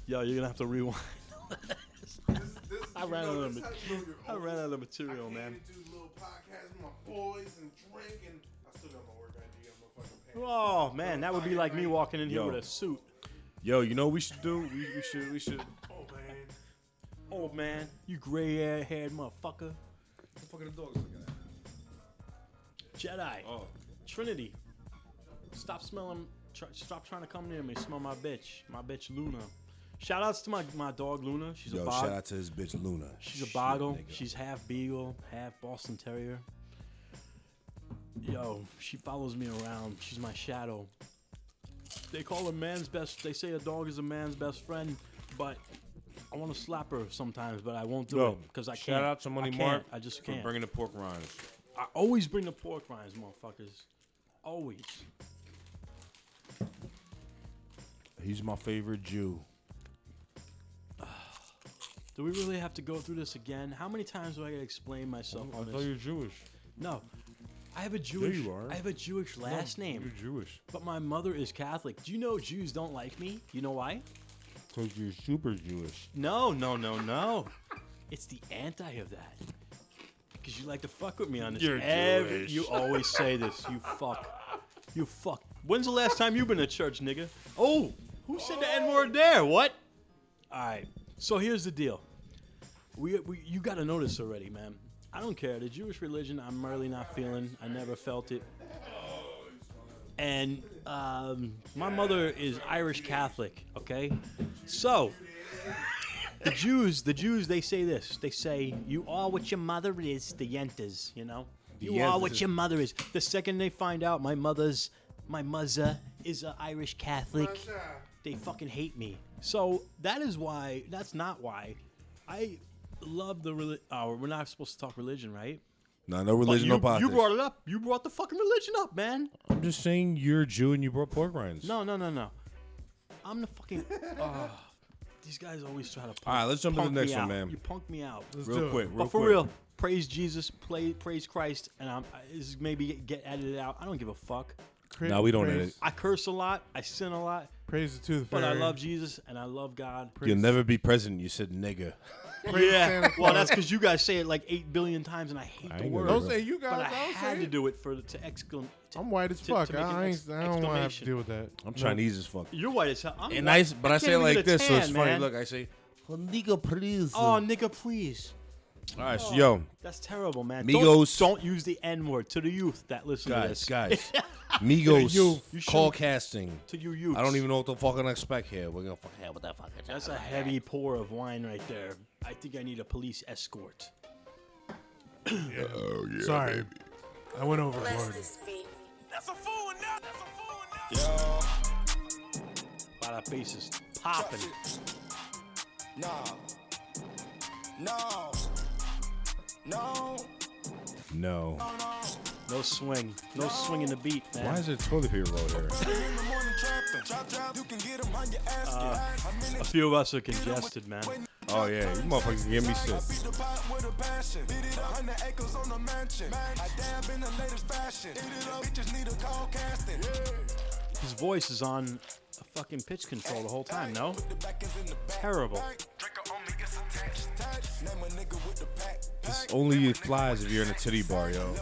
[SPEAKER 1] Yo, you're gonna have to rewind. [laughs] I ran out of ma- I ran out of material, man. Oh man, that would be like me walking in here
[SPEAKER 4] Yo.
[SPEAKER 1] with a suit.
[SPEAKER 4] Yo, you know what we should do? We, we should we should.
[SPEAKER 1] Oh man, you gray haired motherfucker. Jedi.
[SPEAKER 4] Oh.
[SPEAKER 1] Trinity. Stop smelling. Tr- stop trying to come near me. Smell my bitch. My bitch Luna. Shout outs to my, my dog Luna. She's a
[SPEAKER 4] Yo,
[SPEAKER 1] bog.
[SPEAKER 4] shout out to his bitch Luna.
[SPEAKER 1] She's a
[SPEAKER 4] Shit,
[SPEAKER 1] boggle.
[SPEAKER 4] nigga.
[SPEAKER 1] She's half beagle, half Boston Terrier. Yo, she follows me around. She's my shadow. They call her man's best. They say a dog is a man's best friend, but I want to slap her sometimes, but I won't do
[SPEAKER 4] Yo,
[SPEAKER 1] it because I can't.
[SPEAKER 4] Shout out to Money
[SPEAKER 1] I
[SPEAKER 4] Mark.
[SPEAKER 1] can't. I just
[SPEAKER 4] for
[SPEAKER 1] can't.
[SPEAKER 4] bringing the pork rinds.
[SPEAKER 1] I always bring the pork rinds, motherfuckers. Always.
[SPEAKER 4] He's my favorite Jew.
[SPEAKER 1] Do we really have to go through this again? How many times do I gotta explain myself on this?
[SPEAKER 4] Jewish.
[SPEAKER 1] No, I have a Jewish.
[SPEAKER 4] you are.
[SPEAKER 1] I have a Jewish last name.
[SPEAKER 4] Jewish.
[SPEAKER 1] But my mother is Catholic. Do you know Jews don't like me? You know why?
[SPEAKER 4] Cause you're super Jewish.
[SPEAKER 1] No, no, no, no. It's the anti of that. Because you like to fuck with me on this.
[SPEAKER 4] You're
[SPEAKER 1] Every-
[SPEAKER 4] Jewish.
[SPEAKER 1] You always say this. You fuck. You fuck. When's the last time you been to church, nigga? Oh, who said the N word there? What? All right. So here's the deal. We, we you got to know this already, man. I don't care. The Jewish religion, I'm really not feeling. I never felt it. And um, my mother is Irish Catholic. Okay, so the Jews, the Jews, they say this. They say, "You are what your mother is." The yentas, you know. You are what your mother is. The second they find out my mother's, my mother is an Irish Catholic, They fucking hate me. So that is why. That's not why. I love the. Reli- oh, we're not supposed to talk religion, right?
[SPEAKER 4] No, no
[SPEAKER 1] But
[SPEAKER 4] religion,
[SPEAKER 1] you,
[SPEAKER 4] no
[SPEAKER 1] you
[SPEAKER 4] politics.
[SPEAKER 1] brought it up. You brought the fucking religion up, man.
[SPEAKER 4] I'm just saying you're a Jew and you brought pork rinds.
[SPEAKER 1] No, no, no, no. I'm the
[SPEAKER 4] [laughs]
[SPEAKER 1] fucking. Oh, these guys always try to. Punk,
[SPEAKER 4] All right, let's jump to the
[SPEAKER 1] punk me
[SPEAKER 4] next one,
[SPEAKER 1] out.
[SPEAKER 4] man.
[SPEAKER 1] You punked me out.
[SPEAKER 2] do
[SPEAKER 4] Real
[SPEAKER 2] it.
[SPEAKER 4] quick, real
[SPEAKER 1] but for
[SPEAKER 4] quick.
[SPEAKER 1] real, praise Jesus, play, praise Christ, and I'm I, this is maybe get, get edited out. I don't give a fuck.
[SPEAKER 4] No, we don't
[SPEAKER 2] praise,
[SPEAKER 4] edit.
[SPEAKER 1] I curse a lot. I sin a lot.
[SPEAKER 2] Praise the tooth
[SPEAKER 1] But I
[SPEAKER 2] fairy.
[SPEAKER 1] love Jesus and I love God.
[SPEAKER 4] You'll never be president. You said nigga.
[SPEAKER 1] Yeah.
[SPEAKER 2] Santa
[SPEAKER 1] Well,
[SPEAKER 2] Claus.
[SPEAKER 1] that's because you guys say it like eight billion times, and I hate
[SPEAKER 4] I
[SPEAKER 1] the
[SPEAKER 4] ain't gonna
[SPEAKER 1] word.
[SPEAKER 4] do
[SPEAKER 2] Don't say you guys.
[SPEAKER 1] But I
[SPEAKER 2] I don't
[SPEAKER 1] had
[SPEAKER 2] say
[SPEAKER 1] to
[SPEAKER 2] it.
[SPEAKER 1] do it for the- to exclaim. to-
[SPEAKER 2] I'm white as
[SPEAKER 1] to-
[SPEAKER 2] fuck.
[SPEAKER 1] to make an
[SPEAKER 2] I,
[SPEAKER 1] ex-
[SPEAKER 2] ain't, I don't want to have to
[SPEAKER 1] exclamation.
[SPEAKER 2] deal with that.
[SPEAKER 4] I'm Chinese as fuck.
[SPEAKER 1] You're white as hell. I'm
[SPEAKER 4] And
[SPEAKER 1] white.
[SPEAKER 4] I, but I,
[SPEAKER 1] can't
[SPEAKER 4] say it
[SPEAKER 1] even get
[SPEAKER 4] like
[SPEAKER 1] a
[SPEAKER 4] this, so it's
[SPEAKER 1] tan,
[SPEAKER 4] funny.
[SPEAKER 1] man.
[SPEAKER 4] Look, I say, nigga, please.
[SPEAKER 1] Oh, nigga, please.
[SPEAKER 4] All right, so yo,
[SPEAKER 1] That's terrible, man.
[SPEAKER 4] Migos.
[SPEAKER 1] Don't, don't use the N word to the youth that listen to
[SPEAKER 4] guys,
[SPEAKER 1] this.
[SPEAKER 4] guys,
[SPEAKER 1] [laughs]
[SPEAKER 4] Migos,
[SPEAKER 1] You- you
[SPEAKER 4] call
[SPEAKER 1] shouldn't-
[SPEAKER 4] casting.
[SPEAKER 1] To you youths.
[SPEAKER 4] I don't even know what the fucking expect here. We're gonna fuck hell with that fucking.
[SPEAKER 1] That's a heavy pour of wine right there. I think I need a police escort.
[SPEAKER 2] Sorry. I went overboard.
[SPEAKER 9] Bless this beat.
[SPEAKER 7] That's a fool now. That's a fool now.
[SPEAKER 1] A lot of faces popping.
[SPEAKER 5] No. No. No.
[SPEAKER 4] No.
[SPEAKER 1] No swing. No swing in the beat, man.
[SPEAKER 4] Why is there toilet paper roll here?
[SPEAKER 5] In the morning trapping. Chop, chop. You can get 'em on your ass.
[SPEAKER 2] Uh.
[SPEAKER 5] I'm in
[SPEAKER 1] a
[SPEAKER 5] it.
[SPEAKER 1] few of us are congested, man.
[SPEAKER 4] Oh yeah, you motherfuckers give me
[SPEAKER 5] I
[SPEAKER 4] shit.
[SPEAKER 5] beat the pot with a passion. Beat it up. 100 acres on the mansion. I dab in the latest fashion. Eat it up. Bitches need a call casting.
[SPEAKER 1] His voice is on a fucking pitch control the whole time, no? Terrible.
[SPEAKER 4] This only flies if you're in a titty bar, yo.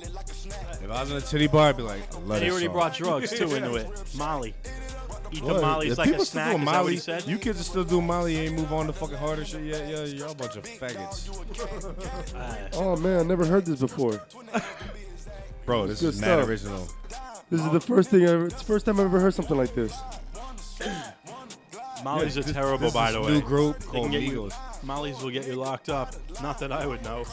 [SPEAKER 4] If I was in a titty bar, I'd be like, let
[SPEAKER 1] And he
[SPEAKER 4] it
[SPEAKER 1] already
[SPEAKER 4] suck.
[SPEAKER 1] brought drugs
[SPEAKER 4] [laughs]
[SPEAKER 1] too into it. Molly. Eat the
[SPEAKER 4] What?
[SPEAKER 1] mollies
[SPEAKER 4] If
[SPEAKER 1] like a
[SPEAKER 4] people still
[SPEAKER 1] snack.
[SPEAKER 4] doing
[SPEAKER 1] Is that what
[SPEAKER 4] Molly-
[SPEAKER 1] he said?
[SPEAKER 4] You kids are still doing Molly. You ain't move on to fucking harder shit yet. Yeah, you're a bunch of faggots,
[SPEAKER 3] Oh man, I never heard this before.
[SPEAKER 4] bro. This
[SPEAKER 3] Good
[SPEAKER 4] is mad
[SPEAKER 3] stuff.
[SPEAKER 4] original.
[SPEAKER 3] This is the first thing I ever. It's the first time I've ever heard something like this.
[SPEAKER 1] Mollies are terrible,
[SPEAKER 4] This
[SPEAKER 1] by
[SPEAKER 4] is
[SPEAKER 1] the
[SPEAKER 4] new
[SPEAKER 1] way.
[SPEAKER 4] group
[SPEAKER 1] They can
[SPEAKER 4] called
[SPEAKER 1] get you,
[SPEAKER 4] Migos.
[SPEAKER 1] mollies will get you locked up. Not that I would
[SPEAKER 2] [laughs]
[SPEAKER 1] know.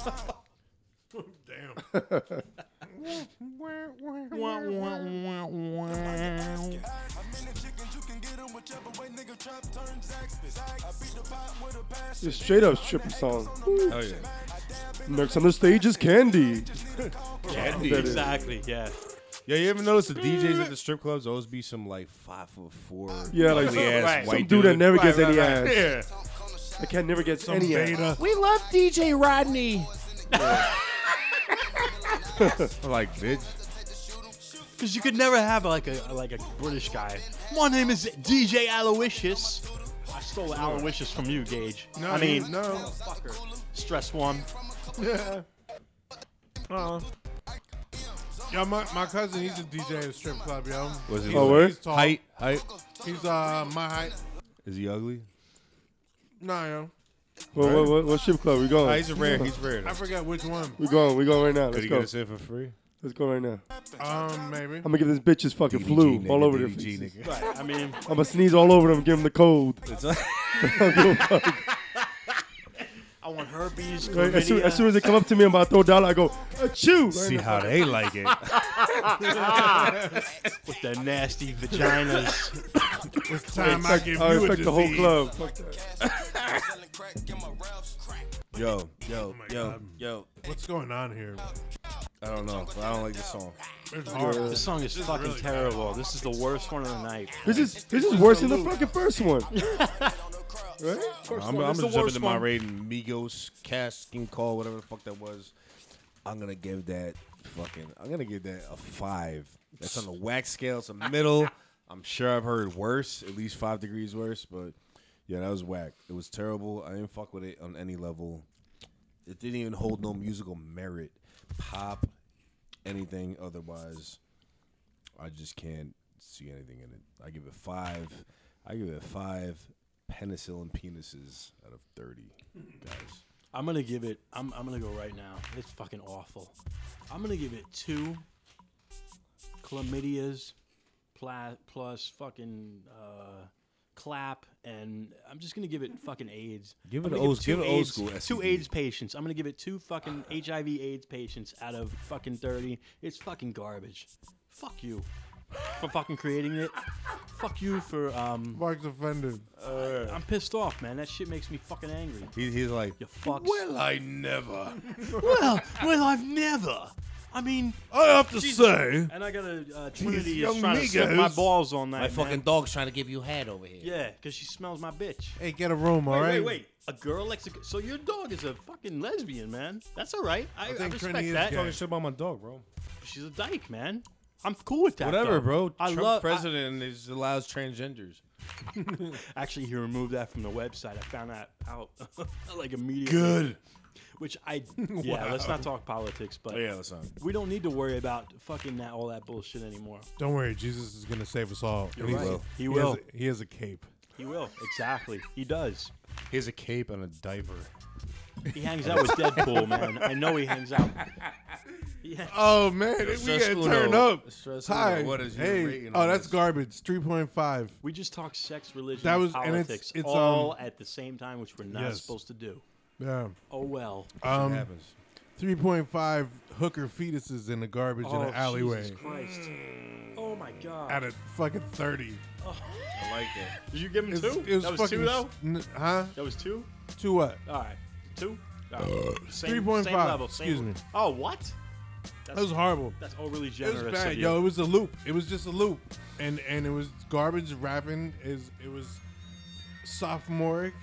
[SPEAKER 3] It's straight up strippy song.
[SPEAKER 4] Oh yeah,
[SPEAKER 3] Next on the stage is Candy.
[SPEAKER 4] candy.
[SPEAKER 1] exactly, yeah.
[SPEAKER 4] Yeah, you ever notice the DJs at the strip clubs always be some like five foot four,
[SPEAKER 3] Yeah, like
[SPEAKER 4] ugly ass
[SPEAKER 1] Right.
[SPEAKER 4] white
[SPEAKER 3] some dude that never gets any ass.
[SPEAKER 4] Yeah.
[SPEAKER 3] I can never get any ass.
[SPEAKER 6] We love DJ Rodney.
[SPEAKER 4] Like bitch.
[SPEAKER 1] Because you could never have like a like a British guy. My name is DJ Aloysius. I stole Aloysius from you, Gage.
[SPEAKER 2] No,
[SPEAKER 1] I mean,
[SPEAKER 2] no.
[SPEAKER 1] stress one.
[SPEAKER 2] Yeah. Uh-uh. Yo, my, my cousin, he's a DJ at a strip club, yo.
[SPEAKER 4] Was he
[SPEAKER 2] he's,
[SPEAKER 3] Oh, word?
[SPEAKER 2] he's tall.
[SPEAKER 4] Height, height.
[SPEAKER 2] He's uh my height.
[SPEAKER 4] Is he ugly?
[SPEAKER 2] Nah, yo.
[SPEAKER 3] What, what, what, what strip club? We
[SPEAKER 4] Oh,
[SPEAKER 3] going?
[SPEAKER 4] he's a rare. He's rare.
[SPEAKER 2] I forget which one.
[SPEAKER 3] We going? We going right now?
[SPEAKER 4] Could
[SPEAKER 3] Let's
[SPEAKER 4] he
[SPEAKER 3] go.
[SPEAKER 4] get us in for free?
[SPEAKER 3] Let's go right now.
[SPEAKER 2] Um, maybe.
[SPEAKER 3] I'm gonna give this bitch his fucking
[SPEAKER 4] DDG
[SPEAKER 3] flu
[SPEAKER 4] nigga,
[SPEAKER 3] all over their
[SPEAKER 4] DDG
[SPEAKER 3] faces.
[SPEAKER 4] nigga.
[SPEAKER 1] Right. I mean,
[SPEAKER 3] I'm gonna sneeze all over them. Give them the cold.
[SPEAKER 4] [laughs]
[SPEAKER 1] I want herpes.
[SPEAKER 3] Right? As, soon,
[SPEAKER 1] chlamydia.
[SPEAKER 3] as soon as they come up to me, I'm about to throw a dollar. I go, achoo! Right
[SPEAKER 4] See
[SPEAKER 3] now.
[SPEAKER 4] how they like
[SPEAKER 3] [laughs]
[SPEAKER 4] it.
[SPEAKER 1] with the nasty
[SPEAKER 3] [laughs]
[SPEAKER 1] vaginas.
[SPEAKER 2] It's time I give
[SPEAKER 3] I
[SPEAKER 2] you a
[SPEAKER 3] respect the whole
[SPEAKER 2] disease.
[SPEAKER 3] club. Fuck that.
[SPEAKER 4] Yo, yo, yo, yo.
[SPEAKER 2] What's going on here?
[SPEAKER 4] I don't know. but I don't like this song.
[SPEAKER 2] It's hard.
[SPEAKER 1] this song is fucking
[SPEAKER 2] really bad.
[SPEAKER 1] terrible. This is the worst one of the night.
[SPEAKER 3] This is this is worse than the fucking first
[SPEAKER 4] [laughs]
[SPEAKER 3] one. right?
[SPEAKER 4] I'm, I'm gonna jump into my rating. Migos casting call, whatever the fuck that was. I'm gonna give that fucking. I'm gonna give that a five. That's on the whack scale. It's a middle. I'm sure I've heard worse, at least five degrees worse. But yeah, that was whack. It was terrible. I didn't fuck with it on any level. It didn't even hold no musical merit, pop, anything otherwise. I just can't see anything in it. I give it five. I give it five penicillin penises out of thirty, guys.
[SPEAKER 1] I'm gonna give it. I'm, I'm gonna go right now. It's fucking awful. I'm gonna give it two chlamydias pla- plus fucking uh, clap, and I'm just gonna give it fucking AIDS.
[SPEAKER 4] Give
[SPEAKER 1] I'm
[SPEAKER 4] it
[SPEAKER 1] gonna
[SPEAKER 4] old-
[SPEAKER 1] two
[SPEAKER 4] give it old
[SPEAKER 1] AIDS-
[SPEAKER 4] school
[SPEAKER 1] Two
[SPEAKER 4] STD.
[SPEAKER 1] AIDS patients. I'm gonna give it two fucking HIV AIDS patients out of fucking thirty. It's fucking garbage. Fuck you. for fucking creating it. Fuck you for um.
[SPEAKER 2] Mark's offended.
[SPEAKER 1] I'm pissed off, man. That shit makes me fucking angry.
[SPEAKER 4] He, he's like,
[SPEAKER 1] You fucks.
[SPEAKER 4] well, I never.
[SPEAKER 1] well, well, I've never. I mean,
[SPEAKER 4] I have to
[SPEAKER 1] Jesus.
[SPEAKER 4] say,
[SPEAKER 1] and I got a uh, Trinity is
[SPEAKER 4] young
[SPEAKER 1] trying to suck
[SPEAKER 4] niggas.
[SPEAKER 1] my balls all night.
[SPEAKER 9] My fucking
[SPEAKER 1] man.
[SPEAKER 9] dog's trying to give you head over here.
[SPEAKER 1] Yeah, because she smells my bitch.
[SPEAKER 2] Hey, get a room, all
[SPEAKER 1] Wait,
[SPEAKER 2] right?
[SPEAKER 1] wait, wait. A girl likes a. g- So your dog is a fucking lesbian, man. That's all right. I, I,
[SPEAKER 2] think
[SPEAKER 1] respect
[SPEAKER 2] Trini is
[SPEAKER 1] that.
[SPEAKER 2] gay.
[SPEAKER 4] shit about my dog, bro.
[SPEAKER 1] She's a dyke, man. I'm cool with that.
[SPEAKER 4] Whatever,
[SPEAKER 1] though.
[SPEAKER 4] bro.
[SPEAKER 1] I
[SPEAKER 4] Trump
[SPEAKER 1] love. I-
[SPEAKER 4] president is allows transgenders.
[SPEAKER 1] Actually, he removed that from the website. I found that out [laughs] like immediately. Which I yeah. Let's not talk politics, but
[SPEAKER 4] Oh, yeah, that's not.
[SPEAKER 1] we don't need to worry about fucking that all that bullshit anymore.
[SPEAKER 2] Don't worry, Jesus is gonna save us all. And
[SPEAKER 1] right.
[SPEAKER 2] he's-
[SPEAKER 1] Will. He
[SPEAKER 2] has
[SPEAKER 1] will.
[SPEAKER 2] a- he has a cape.
[SPEAKER 1] He will exactly. He does.
[SPEAKER 4] He has a cape and a diaper.
[SPEAKER 1] He hangs out with Deadpool, man. I know he hangs out.
[SPEAKER 2] Oh man, we
[SPEAKER 4] Stress
[SPEAKER 2] get
[SPEAKER 4] Uno.
[SPEAKER 2] turned up.
[SPEAKER 4] Stress Uno,
[SPEAKER 2] Hi.
[SPEAKER 4] what is your
[SPEAKER 2] hey.
[SPEAKER 4] rating
[SPEAKER 2] Oh,
[SPEAKER 4] on
[SPEAKER 2] that's
[SPEAKER 4] this?
[SPEAKER 2] garbage. Three point five.
[SPEAKER 1] We just talk sex, religion,
[SPEAKER 2] That was- and it's-
[SPEAKER 1] politics,
[SPEAKER 2] it's,
[SPEAKER 1] all
[SPEAKER 2] um,
[SPEAKER 1] at the same time, which we're not
[SPEAKER 2] yes.
[SPEAKER 1] supposed to do.
[SPEAKER 2] Yeah.
[SPEAKER 1] Oh well.
[SPEAKER 4] What
[SPEAKER 2] Um,
[SPEAKER 4] happens?
[SPEAKER 2] three point five hooker fetuses in the garbage in
[SPEAKER 1] oh,
[SPEAKER 2] an alleyway.
[SPEAKER 1] Jesus Christ. Oh my God.
[SPEAKER 2] Out of fucking thirty.
[SPEAKER 4] I like that.
[SPEAKER 1] Did you give him
[SPEAKER 2] It's-
[SPEAKER 1] two?
[SPEAKER 2] It was
[SPEAKER 1] that was
[SPEAKER 2] fucking
[SPEAKER 1] two though.
[SPEAKER 2] n- huh?
[SPEAKER 1] That was two.
[SPEAKER 2] To what?
[SPEAKER 1] All right, two. All right.
[SPEAKER 2] Uh,
[SPEAKER 1] Same-
[SPEAKER 2] 3.5,
[SPEAKER 1] same level, same-
[SPEAKER 2] excuse me.
[SPEAKER 1] Oh what?
[SPEAKER 2] That was horrible.
[SPEAKER 1] That's overly
[SPEAKER 2] It
[SPEAKER 1] generous.
[SPEAKER 2] was
[SPEAKER 1] of
[SPEAKER 2] bad,
[SPEAKER 1] you.
[SPEAKER 2] yo. It was a loop. It was just a loop, and and it was garbage rapping. Is it was sophomoric,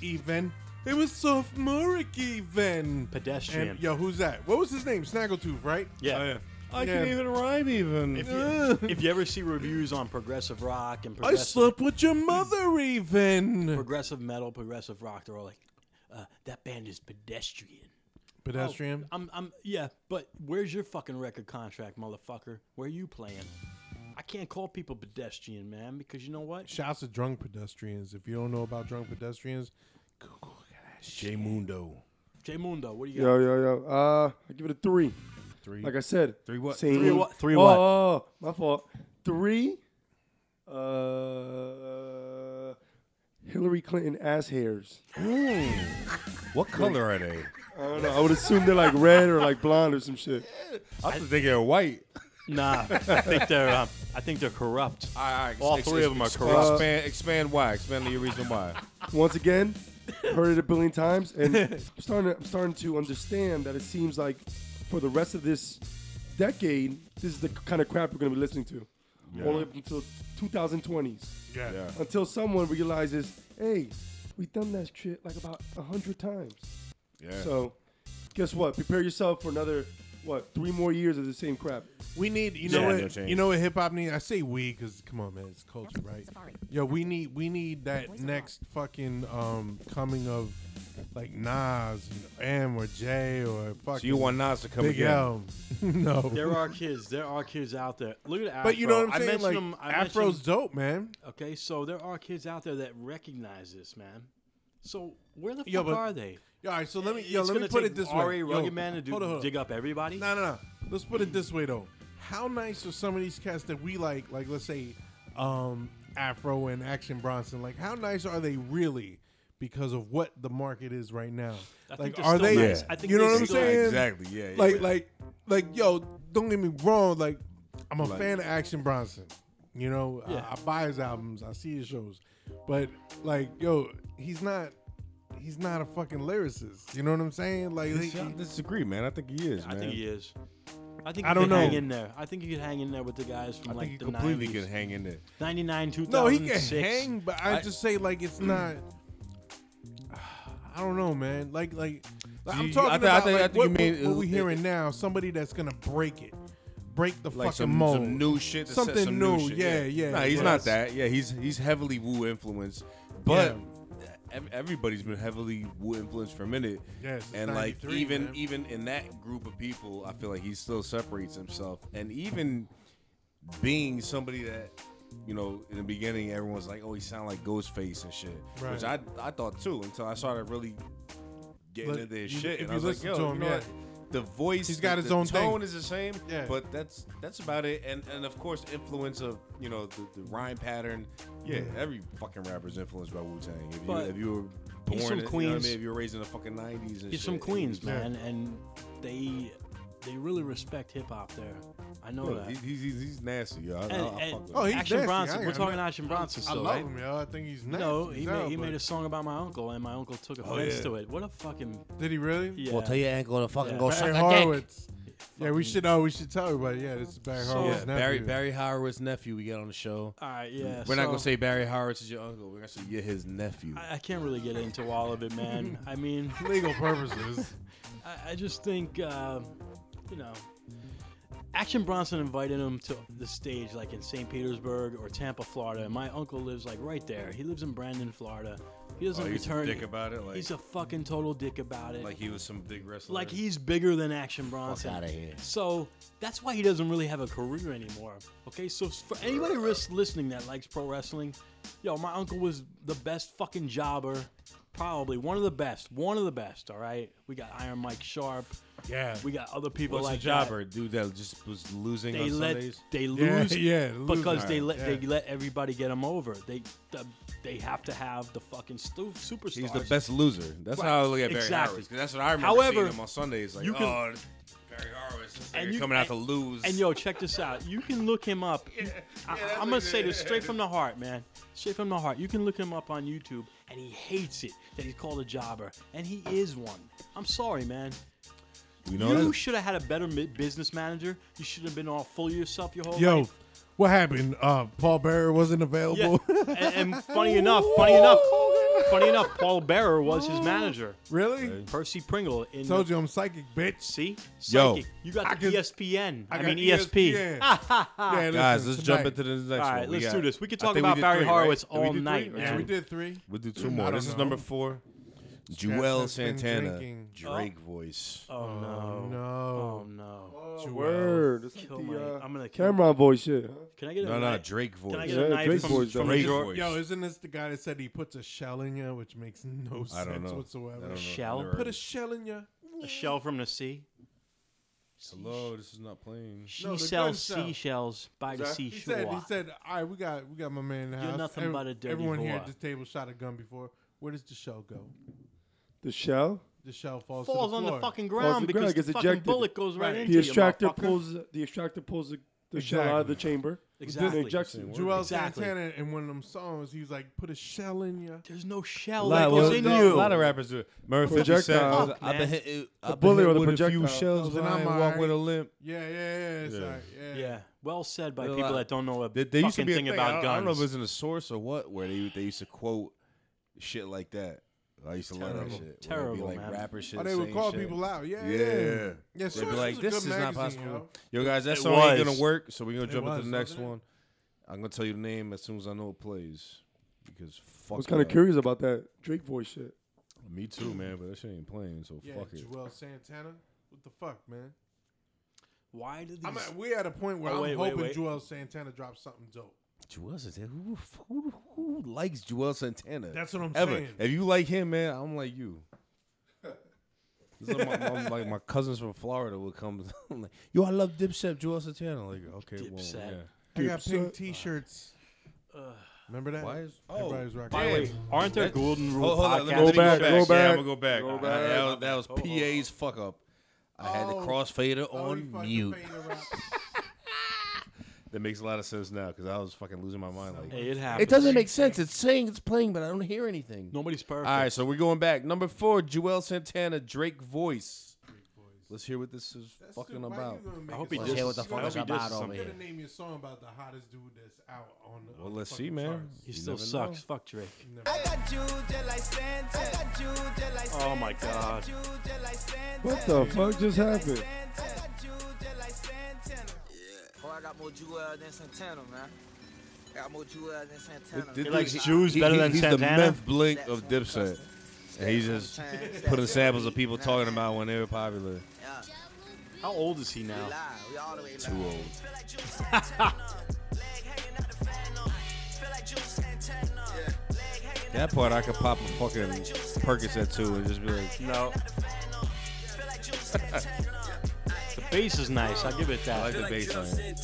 [SPEAKER 2] even. It was sophomoric even.
[SPEAKER 1] Pedestrian.
[SPEAKER 2] And, yo, who's that? What was his name? Snaggletooth, right? Oh,
[SPEAKER 1] Yeah.
[SPEAKER 4] I
[SPEAKER 2] can
[SPEAKER 4] even rhyme even.
[SPEAKER 1] If you, if you ever
[SPEAKER 2] [laughs]
[SPEAKER 1] see reviews on progressive rock and
[SPEAKER 2] I
[SPEAKER 1] progressive,
[SPEAKER 2] slept with your mother even.
[SPEAKER 1] progressive metal, progressive rock, they're all like, uh, "That band is pedestrian."
[SPEAKER 2] Pedestrian.
[SPEAKER 1] I'm, I'm, yeah, but where's your fucking record contract, motherfucker? Where you playing? I can't call people pedestrian, man, because you know what?
[SPEAKER 2] Shouts to drunk pedestrians. If you don't know about drunk pedestrians,
[SPEAKER 4] J Mundo.
[SPEAKER 1] J Mundo, what do you got?
[SPEAKER 3] Yo, yo, yo. Uh, I give it a three.
[SPEAKER 4] Three.
[SPEAKER 3] Like I said,
[SPEAKER 4] Three what?
[SPEAKER 3] Same.
[SPEAKER 1] Three what- three
[SPEAKER 3] oh,
[SPEAKER 1] what?
[SPEAKER 3] Oh, oh, my fault. Three. Uh, Hillary Clinton ass hairs.
[SPEAKER 4] what color are they?
[SPEAKER 3] I don't know. I would assume they're like red or like blonde or some shit.
[SPEAKER 4] I was thinking they're white.
[SPEAKER 1] Nah, I think they're, um, I think they're corrupt. All three of them are corrupt.
[SPEAKER 2] Uh,
[SPEAKER 4] Expand, expand why. Expand your reason why.
[SPEAKER 3] Once again, heard it a billion times, and I'm starting. To, I'm starting to understand that it seems like for the rest of this decade, this is the kind of crap we're going to be listening to, all the way up until 2020s.
[SPEAKER 2] yeah.
[SPEAKER 3] until someone realizes, hey, we've done that shit like about a hundred times.
[SPEAKER 4] Yeah.
[SPEAKER 3] So, guess what? Prepare yourself for another what? Three more years of the same crap.
[SPEAKER 2] We need, you know
[SPEAKER 4] Yeah, no
[SPEAKER 2] what,
[SPEAKER 4] change.
[SPEAKER 2] you know what hip hop needs. I say we because come on, man, it's culture, right?
[SPEAKER 10] Safari.
[SPEAKER 2] Yo, we need, we need that next fucking um coming of like Nas, you know, M or J or fucking
[SPEAKER 4] So you want Nas to come
[SPEAKER 2] Big
[SPEAKER 4] again?
[SPEAKER 2] L. [laughs] no,
[SPEAKER 1] There are kids. There are kids out there. Look at Afro.
[SPEAKER 2] but you know what I'm
[SPEAKER 1] I
[SPEAKER 2] saying?
[SPEAKER 1] mentioned
[SPEAKER 2] Like
[SPEAKER 1] him- I mentioned-
[SPEAKER 2] Afro's dope, man.
[SPEAKER 1] Okay, so there are kids out there that recognize this, man. So where the
[SPEAKER 2] Yo,
[SPEAKER 1] fuck
[SPEAKER 2] but-
[SPEAKER 1] are they?
[SPEAKER 2] Yo, all right, so let me, yo,
[SPEAKER 1] It's
[SPEAKER 2] let me
[SPEAKER 1] gonna
[SPEAKER 2] put
[SPEAKER 1] take
[SPEAKER 2] it this
[SPEAKER 1] RA
[SPEAKER 2] way. Yo,
[SPEAKER 1] Rugged Man to do,
[SPEAKER 2] hold on, hold on.
[SPEAKER 1] dig up everybody.
[SPEAKER 2] No, no, no. Let's put it this way though. How nice are some of these cats that we like, like let's say um Afro and Action Bronson, like how nice are they really because of what the market is right now?
[SPEAKER 1] I think
[SPEAKER 2] like
[SPEAKER 1] they're
[SPEAKER 2] are
[SPEAKER 1] still
[SPEAKER 2] they
[SPEAKER 1] nice. I think
[SPEAKER 2] you know
[SPEAKER 1] they
[SPEAKER 2] what I'm
[SPEAKER 1] still-
[SPEAKER 2] saying?
[SPEAKER 4] Exactly. Yeah. yeah,
[SPEAKER 2] Like
[SPEAKER 4] yeah.
[SPEAKER 2] like like yo, don't get me wrong, like I'm a fan of Action Bronson. You know,
[SPEAKER 1] Yeah.
[SPEAKER 2] I, I buy his albums, I see his shows. But like yo, he's not he's not a fucking lyricist. You know what I'm saying? Like
[SPEAKER 4] I
[SPEAKER 2] he-
[SPEAKER 4] think- I disagree, man. I think he is.
[SPEAKER 1] I
[SPEAKER 4] man.
[SPEAKER 1] think he is. I think
[SPEAKER 2] I
[SPEAKER 1] you
[SPEAKER 2] don't
[SPEAKER 1] could hang
[SPEAKER 2] know.
[SPEAKER 1] in there. I think you could hang in there with the guys from
[SPEAKER 4] I
[SPEAKER 1] like
[SPEAKER 4] think he
[SPEAKER 1] the
[SPEAKER 4] completely
[SPEAKER 1] 90s.
[SPEAKER 4] can hang in there.
[SPEAKER 1] 99, 2006.
[SPEAKER 2] No, he can hang, but I,
[SPEAKER 4] I- Mm.
[SPEAKER 2] just say like it's not. [sighs] I don't know, man. Like, like, like, I'm
[SPEAKER 4] you-
[SPEAKER 2] talking
[SPEAKER 4] I think- I
[SPEAKER 2] about
[SPEAKER 4] think- I
[SPEAKER 2] like,
[SPEAKER 4] think
[SPEAKER 2] what,
[SPEAKER 4] you mean
[SPEAKER 2] what- what we
[SPEAKER 4] it-
[SPEAKER 2] hearing
[SPEAKER 4] it-
[SPEAKER 2] now. Somebody that's gonna break it, break the
[SPEAKER 4] Like
[SPEAKER 2] fucking
[SPEAKER 4] some,
[SPEAKER 2] mold.
[SPEAKER 4] some new shit. that says
[SPEAKER 2] Something
[SPEAKER 4] some new.
[SPEAKER 2] new,
[SPEAKER 4] shit.
[SPEAKER 2] yeah, yeah,
[SPEAKER 4] Nah, he's
[SPEAKER 2] yeah.
[SPEAKER 4] not that. Yeah, he's he's heavily Wu influenced, but. ev- Everybody's been heavily Wu influenced for a minute,
[SPEAKER 2] Yes, it's
[SPEAKER 4] and like
[SPEAKER 2] 93,
[SPEAKER 4] even
[SPEAKER 2] man.
[SPEAKER 4] even in that group of people, I feel like he still separates himself. And even being somebody that you know in the beginning, everyone's like, "Oh, he sound like Ghostface and shit," which I
[SPEAKER 2] Right.
[SPEAKER 4] I thought too until I started really getting
[SPEAKER 2] Look,
[SPEAKER 4] into their
[SPEAKER 2] you- if
[SPEAKER 4] shit. And I
[SPEAKER 2] you
[SPEAKER 4] was like,
[SPEAKER 2] listen
[SPEAKER 4] "Yo,
[SPEAKER 2] to
[SPEAKER 4] you
[SPEAKER 2] him,
[SPEAKER 4] know
[SPEAKER 2] yeah.
[SPEAKER 4] what? the voice
[SPEAKER 2] He's got
[SPEAKER 4] the-
[SPEAKER 2] his
[SPEAKER 4] the
[SPEAKER 2] own thing.
[SPEAKER 4] tone is the same
[SPEAKER 2] Yeah.
[SPEAKER 4] but that's that's about it and and of course influence of you know the, the rhyme pattern yeah every fucking rapper's influenced by wu-tang if you,
[SPEAKER 1] But
[SPEAKER 4] if you were born
[SPEAKER 1] he's from
[SPEAKER 4] you know what I
[SPEAKER 1] Queens.
[SPEAKER 4] mean? if you were raised in the fucking 90s and
[SPEAKER 1] He's
[SPEAKER 4] shit,
[SPEAKER 1] from
[SPEAKER 4] and
[SPEAKER 1] Queens,
[SPEAKER 4] you-
[SPEAKER 1] man, and they they really respect hip hop there. I know
[SPEAKER 4] Yo,
[SPEAKER 1] that.
[SPEAKER 4] Oh, he- he's, he's, he's nasty, yo. I, I-
[SPEAKER 1] And,
[SPEAKER 4] I
[SPEAKER 1] and
[SPEAKER 4] fuck with
[SPEAKER 2] Oh, he's
[SPEAKER 1] Action
[SPEAKER 2] nasty.
[SPEAKER 1] Bronson.
[SPEAKER 2] I
[SPEAKER 1] We're
[SPEAKER 2] am
[SPEAKER 1] talking
[SPEAKER 2] not-
[SPEAKER 1] Action Bronson
[SPEAKER 2] I
[SPEAKER 1] still,
[SPEAKER 2] love
[SPEAKER 1] right?
[SPEAKER 2] him, yo. I think he's nasty.
[SPEAKER 1] No, he,
[SPEAKER 2] as
[SPEAKER 1] made,
[SPEAKER 2] hell,
[SPEAKER 1] he
[SPEAKER 2] but- Oh,
[SPEAKER 1] made a song about my uncle, and my uncle took offense
[SPEAKER 4] yeah.
[SPEAKER 1] to it. What a fucking
[SPEAKER 2] Did he really?
[SPEAKER 1] yeah.
[SPEAKER 9] Well, tell your ankle to fucking
[SPEAKER 1] Yeah. [laughs]
[SPEAKER 9] go suck
[SPEAKER 2] Barry
[SPEAKER 9] a dick.
[SPEAKER 2] Horowitz. Yeah, we should. Oh, we should tell everybody. Yeah, this is Barry
[SPEAKER 1] So-
[SPEAKER 4] yeah,
[SPEAKER 2] Horowitz's nephew.
[SPEAKER 4] Barry Barry Horowitz's nephew. We got on the show.
[SPEAKER 1] All right, yeah.
[SPEAKER 4] We're not
[SPEAKER 1] so-
[SPEAKER 4] gonna say Barry Horowitz is your uncle. We're gonna say you're his nephew.
[SPEAKER 1] I, I can't really get into all of it,
[SPEAKER 2] [laughs]
[SPEAKER 1] man. I mean,
[SPEAKER 2] legal purposes.
[SPEAKER 1] I, I just think, uh, you know, Action Bronson invited him to the stage, like in St. Petersburg or Tampa, Florida. And my uncle lives like right there. He lives in Brandon, Florida. He doesn't
[SPEAKER 4] Oh, he's a
[SPEAKER 1] return.
[SPEAKER 4] dick about it, like-
[SPEAKER 1] he's a fucking total dick about it.
[SPEAKER 4] like he was some big wrestler.
[SPEAKER 1] Like he's bigger than Action Bronson.
[SPEAKER 9] outta here.
[SPEAKER 1] So that's why he doesn't really have a career anymore. Okay, so for anybody ris- listening that likes pro wrestling, yo, my uncle was the best fucking jobber, probably one of the best, one of the best. All right, we got Iron Mike Sharp.
[SPEAKER 2] Yeah.
[SPEAKER 1] We got other people
[SPEAKER 4] What's
[SPEAKER 1] like
[SPEAKER 4] a
[SPEAKER 1] that.
[SPEAKER 4] jobber dude that just was losing
[SPEAKER 1] They
[SPEAKER 4] on
[SPEAKER 1] let
[SPEAKER 4] Sundays?
[SPEAKER 1] they
[SPEAKER 2] Yeah,
[SPEAKER 1] lose,
[SPEAKER 2] [laughs] yeah, they lose.
[SPEAKER 1] because they let
[SPEAKER 2] Alright,
[SPEAKER 1] they let everybody get them over. They the, they have to have the fucking stu- superstars.
[SPEAKER 4] He's the best loser. That's
[SPEAKER 1] Right.
[SPEAKER 4] how I look at Barry
[SPEAKER 1] Exactly.
[SPEAKER 4] Horowitz. 'cause that's what I remember
[SPEAKER 1] However,
[SPEAKER 4] seeing him on Sundays. Like,
[SPEAKER 1] you can-
[SPEAKER 4] oh, this- Barry Horowitz, this
[SPEAKER 1] And
[SPEAKER 4] nigga
[SPEAKER 1] you-
[SPEAKER 4] coming out to
[SPEAKER 1] and-
[SPEAKER 4] lose.
[SPEAKER 1] And yo, check this out. You can look him up. I,
[SPEAKER 4] [laughs] yeah, that's
[SPEAKER 1] am gonna
[SPEAKER 4] what-
[SPEAKER 1] say this straight from the heart, man. Straight from the heart. You can look him up on YouTube, and he hates it that he's called a jobber, and he is one. I'm sorry, man. you
[SPEAKER 4] you know,
[SPEAKER 1] should have had a better mi- business manager. You should have been all full of yourself your whole
[SPEAKER 2] Yo,
[SPEAKER 1] life.
[SPEAKER 2] what happened? Uh, Paul Bearer wasn't
[SPEAKER 1] Yeah.
[SPEAKER 2] available.
[SPEAKER 1] [laughs] and, and funny enough, funny enough, funny enough, Paul Bearer was his manager.
[SPEAKER 2] [laughs] really?
[SPEAKER 1] Percy Pringle in
[SPEAKER 2] Told you I'm psychic, bitch.
[SPEAKER 1] See,
[SPEAKER 4] Yo.
[SPEAKER 1] psychic. you got
[SPEAKER 2] I
[SPEAKER 1] the E
[SPEAKER 2] can-
[SPEAKER 1] ESPN. I,
[SPEAKER 2] got
[SPEAKER 1] mean E ESP.
[SPEAKER 2] ESPN.
[SPEAKER 4] [laughs]
[SPEAKER 2] yeah,
[SPEAKER 4] E guys,
[SPEAKER 2] listen,
[SPEAKER 4] let's
[SPEAKER 2] tonight-
[SPEAKER 4] jump into the next
[SPEAKER 1] All
[SPEAKER 4] one.
[SPEAKER 1] right,
[SPEAKER 4] We
[SPEAKER 1] let's
[SPEAKER 4] got-
[SPEAKER 1] do this. We could
[SPEAKER 4] I
[SPEAKER 1] talk
[SPEAKER 4] think we
[SPEAKER 1] about
[SPEAKER 4] did
[SPEAKER 1] Barry
[SPEAKER 4] three, right?
[SPEAKER 1] Horowitz
[SPEAKER 4] Did we
[SPEAKER 1] all
[SPEAKER 4] do three?
[SPEAKER 1] night,
[SPEAKER 2] Yeah, we
[SPEAKER 1] man.
[SPEAKER 2] did three.
[SPEAKER 4] We'll do two
[SPEAKER 2] I
[SPEAKER 4] more.
[SPEAKER 2] don't
[SPEAKER 4] This is
[SPEAKER 2] know.
[SPEAKER 4] number four.
[SPEAKER 2] Jazz
[SPEAKER 4] Joel
[SPEAKER 2] has been
[SPEAKER 4] Santana,
[SPEAKER 2] drinking.
[SPEAKER 4] Drake voice.
[SPEAKER 1] Oh, no. Oh
[SPEAKER 2] No. Oh,
[SPEAKER 1] no.
[SPEAKER 2] Joel.
[SPEAKER 3] Word. That's
[SPEAKER 1] Kill
[SPEAKER 3] like
[SPEAKER 1] my-
[SPEAKER 3] the, uh,
[SPEAKER 1] I'm gonna kill-
[SPEAKER 3] Cameron boy shit. huh?
[SPEAKER 1] Can I get a
[SPEAKER 4] No, no,
[SPEAKER 1] knife?
[SPEAKER 4] Drake voice.
[SPEAKER 1] Can I get
[SPEAKER 3] Yeah,
[SPEAKER 1] a knife
[SPEAKER 3] Drake
[SPEAKER 1] from,
[SPEAKER 3] voice,
[SPEAKER 1] from
[SPEAKER 3] though.
[SPEAKER 4] Drake
[SPEAKER 1] Jor-
[SPEAKER 4] voice.
[SPEAKER 2] Yo, isn't this the guy that said he puts a shell in you, which makes no
[SPEAKER 4] I don't
[SPEAKER 2] sense
[SPEAKER 4] know. I
[SPEAKER 2] whatsoever?
[SPEAKER 4] don't know.
[SPEAKER 1] Shell?
[SPEAKER 4] Never
[SPEAKER 2] Put
[SPEAKER 4] heard
[SPEAKER 2] a
[SPEAKER 4] it.
[SPEAKER 2] shell in you.
[SPEAKER 1] a shell from the sea?
[SPEAKER 4] Hello, this is not playing.
[SPEAKER 1] She
[SPEAKER 2] No, the gun
[SPEAKER 1] sells
[SPEAKER 2] shell.
[SPEAKER 1] seashells by the
[SPEAKER 3] Exactly.
[SPEAKER 2] He said, he
[SPEAKER 1] seashore.
[SPEAKER 2] said, all right, we got we got my man in the
[SPEAKER 1] You're
[SPEAKER 2] house.
[SPEAKER 1] nothing
[SPEAKER 2] Every-
[SPEAKER 1] but a dirty
[SPEAKER 2] Everyone here
[SPEAKER 1] whore."
[SPEAKER 2] at this table shot a gun before. Where does the shell go?
[SPEAKER 3] The shell.
[SPEAKER 2] The shell falls, to
[SPEAKER 1] Falls on the
[SPEAKER 2] floor.
[SPEAKER 1] fucking
[SPEAKER 3] Falls to
[SPEAKER 1] ground
[SPEAKER 3] the
[SPEAKER 1] because
[SPEAKER 3] ground,
[SPEAKER 1] the
[SPEAKER 3] gets
[SPEAKER 1] fucking
[SPEAKER 3] ejected.
[SPEAKER 1] bullet goes right,
[SPEAKER 2] Right.
[SPEAKER 1] [laughs] into
[SPEAKER 3] The
[SPEAKER 1] you,
[SPEAKER 3] extractor
[SPEAKER 1] motherfucker.
[SPEAKER 3] pulls. The extractor pulls the, the shell out of the chamber.
[SPEAKER 1] Exactly.
[SPEAKER 3] Then ejects it.
[SPEAKER 2] Joel
[SPEAKER 1] Exactly.
[SPEAKER 2] Santana in one of them songs, he's like, put a shell in you.
[SPEAKER 1] There's no shell
[SPEAKER 4] lot-
[SPEAKER 1] that
[SPEAKER 4] well,
[SPEAKER 1] goes in
[SPEAKER 4] no,
[SPEAKER 1] you.
[SPEAKER 4] A lot of rappers do it. Murray 50 Cent.
[SPEAKER 3] Projectile.
[SPEAKER 1] Fuck,
[SPEAKER 9] I've
[SPEAKER 1] man.
[SPEAKER 9] been
[SPEAKER 4] uh,
[SPEAKER 9] hit,
[SPEAKER 3] The
[SPEAKER 9] I've been
[SPEAKER 3] bullet
[SPEAKER 9] hit
[SPEAKER 3] or the
[SPEAKER 4] With a
[SPEAKER 3] projectile.
[SPEAKER 4] few shells,
[SPEAKER 2] Then
[SPEAKER 4] but I
[SPEAKER 2] I'm
[SPEAKER 4] ain't walk
[SPEAKER 2] alright.
[SPEAKER 4] with a limp.
[SPEAKER 2] Yeah, yeah, yeah. It's Like, yeah.
[SPEAKER 1] Yeah. Well said by
[SPEAKER 4] There's a
[SPEAKER 1] people
[SPEAKER 4] lot-
[SPEAKER 1] that don't know a
[SPEAKER 4] There, there
[SPEAKER 1] fucking
[SPEAKER 4] used to be a
[SPEAKER 1] thing
[SPEAKER 4] thing, I
[SPEAKER 1] about
[SPEAKER 4] don't-
[SPEAKER 1] guns.
[SPEAKER 4] I don't know if it was in a source or what, where they they used to quote shit like that. I used to love that
[SPEAKER 1] Terrible.
[SPEAKER 4] shit. where it'd
[SPEAKER 1] Terrible,
[SPEAKER 4] be like
[SPEAKER 1] man.
[SPEAKER 4] rapper shit.
[SPEAKER 2] Oh, they would
[SPEAKER 4] saying
[SPEAKER 2] call
[SPEAKER 4] shit.
[SPEAKER 2] people out. Yeah, yeah.
[SPEAKER 4] Yeah.
[SPEAKER 2] Yeah,
[SPEAKER 4] They'd
[SPEAKER 2] Source
[SPEAKER 4] be like,
[SPEAKER 2] was a
[SPEAKER 4] "This
[SPEAKER 2] good
[SPEAKER 4] is not
[SPEAKER 2] magazine,
[SPEAKER 4] possible."
[SPEAKER 2] yo.
[SPEAKER 4] Yo, guys, that
[SPEAKER 1] It
[SPEAKER 4] song ain't
[SPEAKER 1] was.
[SPEAKER 4] gonna work. So we're gonna jump into
[SPEAKER 2] was,
[SPEAKER 4] the next
[SPEAKER 2] wasn't it?
[SPEAKER 4] one. I'm gonna tell you the name as soon as I know it plays. Because fuck.
[SPEAKER 3] I was kind of
[SPEAKER 4] that.
[SPEAKER 3] curious about that Drake voice shit.
[SPEAKER 4] Me too, man. But that shit ain't playing. So
[SPEAKER 2] Yeah,
[SPEAKER 4] fuck it.
[SPEAKER 2] Joel Santana. What the fuck, man?
[SPEAKER 1] Why did these?
[SPEAKER 2] I'm at, we're at a point where
[SPEAKER 1] Oh,
[SPEAKER 2] I'm
[SPEAKER 1] wait, wait,
[SPEAKER 2] hoping
[SPEAKER 1] wait.
[SPEAKER 2] Joel Santana drops something dope.
[SPEAKER 4] Joel Santana. Who, who, who likes Joel Santana?
[SPEAKER 2] That's what I'm
[SPEAKER 4] Ever.
[SPEAKER 2] saying.
[SPEAKER 4] If you like him, man, I'm like you. This is my, my, like my cousins from Florida would come. [laughs] I'm like, yo, I love Dipset, Joel Santana. Like, okay,
[SPEAKER 1] Dipset.
[SPEAKER 4] well,
[SPEAKER 2] I got
[SPEAKER 3] Dipset.
[SPEAKER 2] pink T-shirts. oh. Remember that?
[SPEAKER 4] yeah. Why is?
[SPEAKER 2] Everybody was rocking.
[SPEAKER 4] damn.
[SPEAKER 2] Wait,
[SPEAKER 1] Aren't there golden rule
[SPEAKER 4] Hold, hold on, let me-
[SPEAKER 1] podcasts?
[SPEAKER 4] let me
[SPEAKER 3] Go back, go
[SPEAKER 4] Yeah,
[SPEAKER 3] back.
[SPEAKER 4] I'm gonna go back.
[SPEAKER 3] Go
[SPEAKER 4] I- I-
[SPEAKER 3] back.
[SPEAKER 4] that was, that was PA's fuck up. I had the
[SPEAKER 2] Oh.
[SPEAKER 4] crossfader
[SPEAKER 2] oh, he
[SPEAKER 4] on
[SPEAKER 2] fucking
[SPEAKER 9] mute.
[SPEAKER 2] paid the rap.
[SPEAKER 4] That makes a lot of sense now because I was fucking losing my mind. Like,
[SPEAKER 1] Hey, it happens.
[SPEAKER 9] It doesn't make sense. It's saying it's playing, but I don't hear anything.
[SPEAKER 1] Nobody's perfect.
[SPEAKER 4] all right, so we're going back. Number four, Joel Santana, Drake voice. Let's hear what this is
[SPEAKER 2] That's
[SPEAKER 4] fucking
[SPEAKER 2] stupid. Why you
[SPEAKER 4] about.
[SPEAKER 2] gonna make
[SPEAKER 1] I hope he
[SPEAKER 2] it so-
[SPEAKER 9] Let's
[SPEAKER 1] disses-
[SPEAKER 9] hear what the
[SPEAKER 1] I
[SPEAKER 9] fuck
[SPEAKER 1] hope
[SPEAKER 9] is
[SPEAKER 1] he
[SPEAKER 9] about
[SPEAKER 1] disses
[SPEAKER 9] over
[SPEAKER 1] somebody.
[SPEAKER 2] You're
[SPEAKER 9] here.
[SPEAKER 2] gonna name your song about the hottest dude that's out on the.
[SPEAKER 4] Well,
[SPEAKER 2] on the
[SPEAKER 4] let's see,
[SPEAKER 2] fucking
[SPEAKER 4] man.
[SPEAKER 2] charts.
[SPEAKER 1] He
[SPEAKER 4] You
[SPEAKER 1] still
[SPEAKER 4] never
[SPEAKER 1] sucks. Fuck Drake.
[SPEAKER 5] I got Juju like Santa. I got Juju like Santa.
[SPEAKER 1] Oh my god.
[SPEAKER 5] Juju like Santa.
[SPEAKER 3] What the fuck just happened?
[SPEAKER 5] I got Juju like Santana. Yeah. Oh, I got more Jewel than Santana, man. I got more Jewel than Santana.
[SPEAKER 4] Th- th-
[SPEAKER 1] likes
[SPEAKER 4] th-
[SPEAKER 1] Jews better than
[SPEAKER 4] he's
[SPEAKER 1] Santana?
[SPEAKER 4] the Memph Blink of Dipset. And he's just
[SPEAKER 5] Sometimes
[SPEAKER 4] putting
[SPEAKER 5] that-
[SPEAKER 4] samples of people talking about when they were popular.
[SPEAKER 5] Yeah.
[SPEAKER 1] How old is he now?
[SPEAKER 5] Lie. We all the way
[SPEAKER 4] Too
[SPEAKER 5] lie.
[SPEAKER 4] old. [laughs] That part I could pop a fucking Percocet to and just be like,
[SPEAKER 1] No. the bass is nice. I'll give it
[SPEAKER 4] I
[SPEAKER 1] that.
[SPEAKER 4] like the bass line.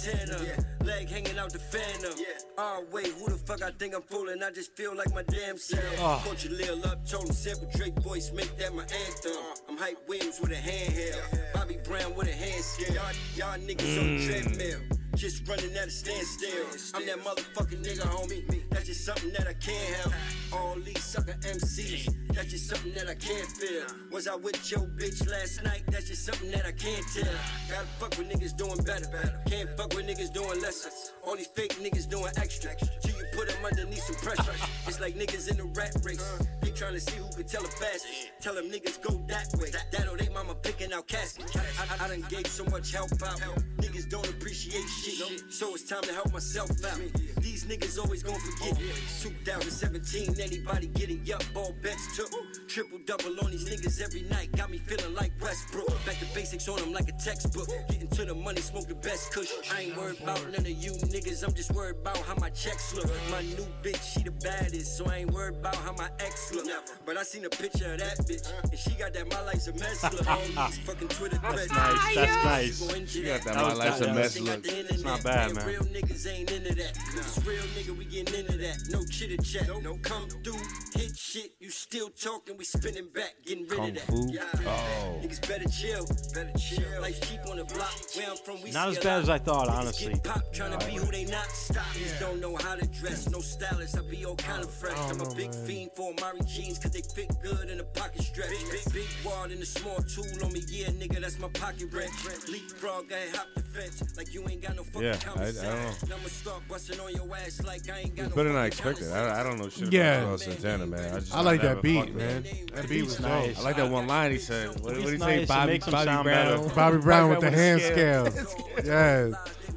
[SPEAKER 10] flag hanging out the phantom. Oh, wait, who the fuck I think I'm fooling? I just feel like my damn self.
[SPEAKER 11] Oh.
[SPEAKER 10] Coach a lil up, told him simple Drake voice, make that my anthem. I'm Hype Williams with a handheld. Bobby Brown with a hand scale. Y'all, y'all niggas on
[SPEAKER 11] Mm.
[SPEAKER 10] the treadmill. Just running at a standstill. I'm that motherfucking nigga, homie. That's just something that I can't help. All these sucker MCs. That's just something that I can't feel. Was I with your bitch last night? That's just something that I can't tell. Gotta fuck with niggas doing better. Can't fuck with niggas doing lesser. All these fake niggas doing extra. Till you put them underneath some pressure. It's like niggas in the rat race. They tryna see who can tell the fastest. Tell them niggas go that way. That or they mama picking out caskets. I, I, I done gave so much help out. Niggas don't appreciate shit. So it's time to help myself out. These niggas always gonna forget. 2017, anybody getting up, all bets took. Triple double on these niggas every night. Got me feeling like Westbrook. Back to basics on them like a textbook. Getting to the money, smoke the best kush. I ain't worried about none of you niggas. I'm just worried about how my checks look. My new bitch, she the baddest. So I ain't worried about how my ex look. But I seen a picture of that bitch. And she got that my life's a
[SPEAKER 1] [laughs]
[SPEAKER 10] mess look. On these fucking Twitter
[SPEAKER 1] nice,
[SPEAKER 10] threads.
[SPEAKER 1] that's
[SPEAKER 10] She
[SPEAKER 1] nice.
[SPEAKER 10] gon'
[SPEAKER 1] She
[SPEAKER 4] got that
[SPEAKER 1] was
[SPEAKER 4] My Life's a
[SPEAKER 1] nice.
[SPEAKER 4] Mess look.
[SPEAKER 1] It's not bad, man.
[SPEAKER 10] Real niggas ain't into that. This real nigga, we getting into that. No chitter chat. No come through, hit shit. You still talking, we spinning back, getting rid
[SPEAKER 4] Kung
[SPEAKER 10] of that.
[SPEAKER 4] Fu?
[SPEAKER 10] Yeah.
[SPEAKER 4] Oh.
[SPEAKER 10] Niggas better chill, better chill. Life cheap on the block. Where I'm from, we
[SPEAKER 1] Not as
[SPEAKER 10] see a
[SPEAKER 1] bad
[SPEAKER 10] lot.
[SPEAKER 1] as I thought,
[SPEAKER 10] Niggas
[SPEAKER 1] honestly.
[SPEAKER 10] Get pop, trying to be who they not. Stop. Niggas Don't know how to dress. No stylist. I be all kind
[SPEAKER 4] Oh,
[SPEAKER 10] of fresh. I'm a big fiend for Amari jeans, cause they fit good in the pocket stretch. Big, big wad and a small tool on me. Yeah, nigga, that's my pocket wrench. Leapfrog, I hop the fence. Like you ain't got no fucking
[SPEAKER 4] Yeah,
[SPEAKER 10] common
[SPEAKER 4] I- I
[SPEAKER 10] sense.
[SPEAKER 4] don't
[SPEAKER 10] I'ma start busting on your ass like I ain't got
[SPEAKER 4] It's
[SPEAKER 10] no
[SPEAKER 4] better than I
[SPEAKER 10] fucking
[SPEAKER 4] expected. I, I don't know shit
[SPEAKER 2] Yeah.
[SPEAKER 4] about Carlos Santana, man. I, just
[SPEAKER 2] I like
[SPEAKER 4] don't
[SPEAKER 2] that
[SPEAKER 4] have a
[SPEAKER 2] beat,
[SPEAKER 4] fucking-
[SPEAKER 2] man. That beat was nice.
[SPEAKER 4] I like that one line he said. What, what did he
[SPEAKER 1] It's
[SPEAKER 4] say?
[SPEAKER 1] nice. It
[SPEAKER 4] Bobby,
[SPEAKER 1] makes him
[SPEAKER 4] Bobby
[SPEAKER 1] sound
[SPEAKER 4] Brown.
[SPEAKER 1] better.
[SPEAKER 2] Bobby Brown with the hand
[SPEAKER 4] scale.
[SPEAKER 2] scales. yes,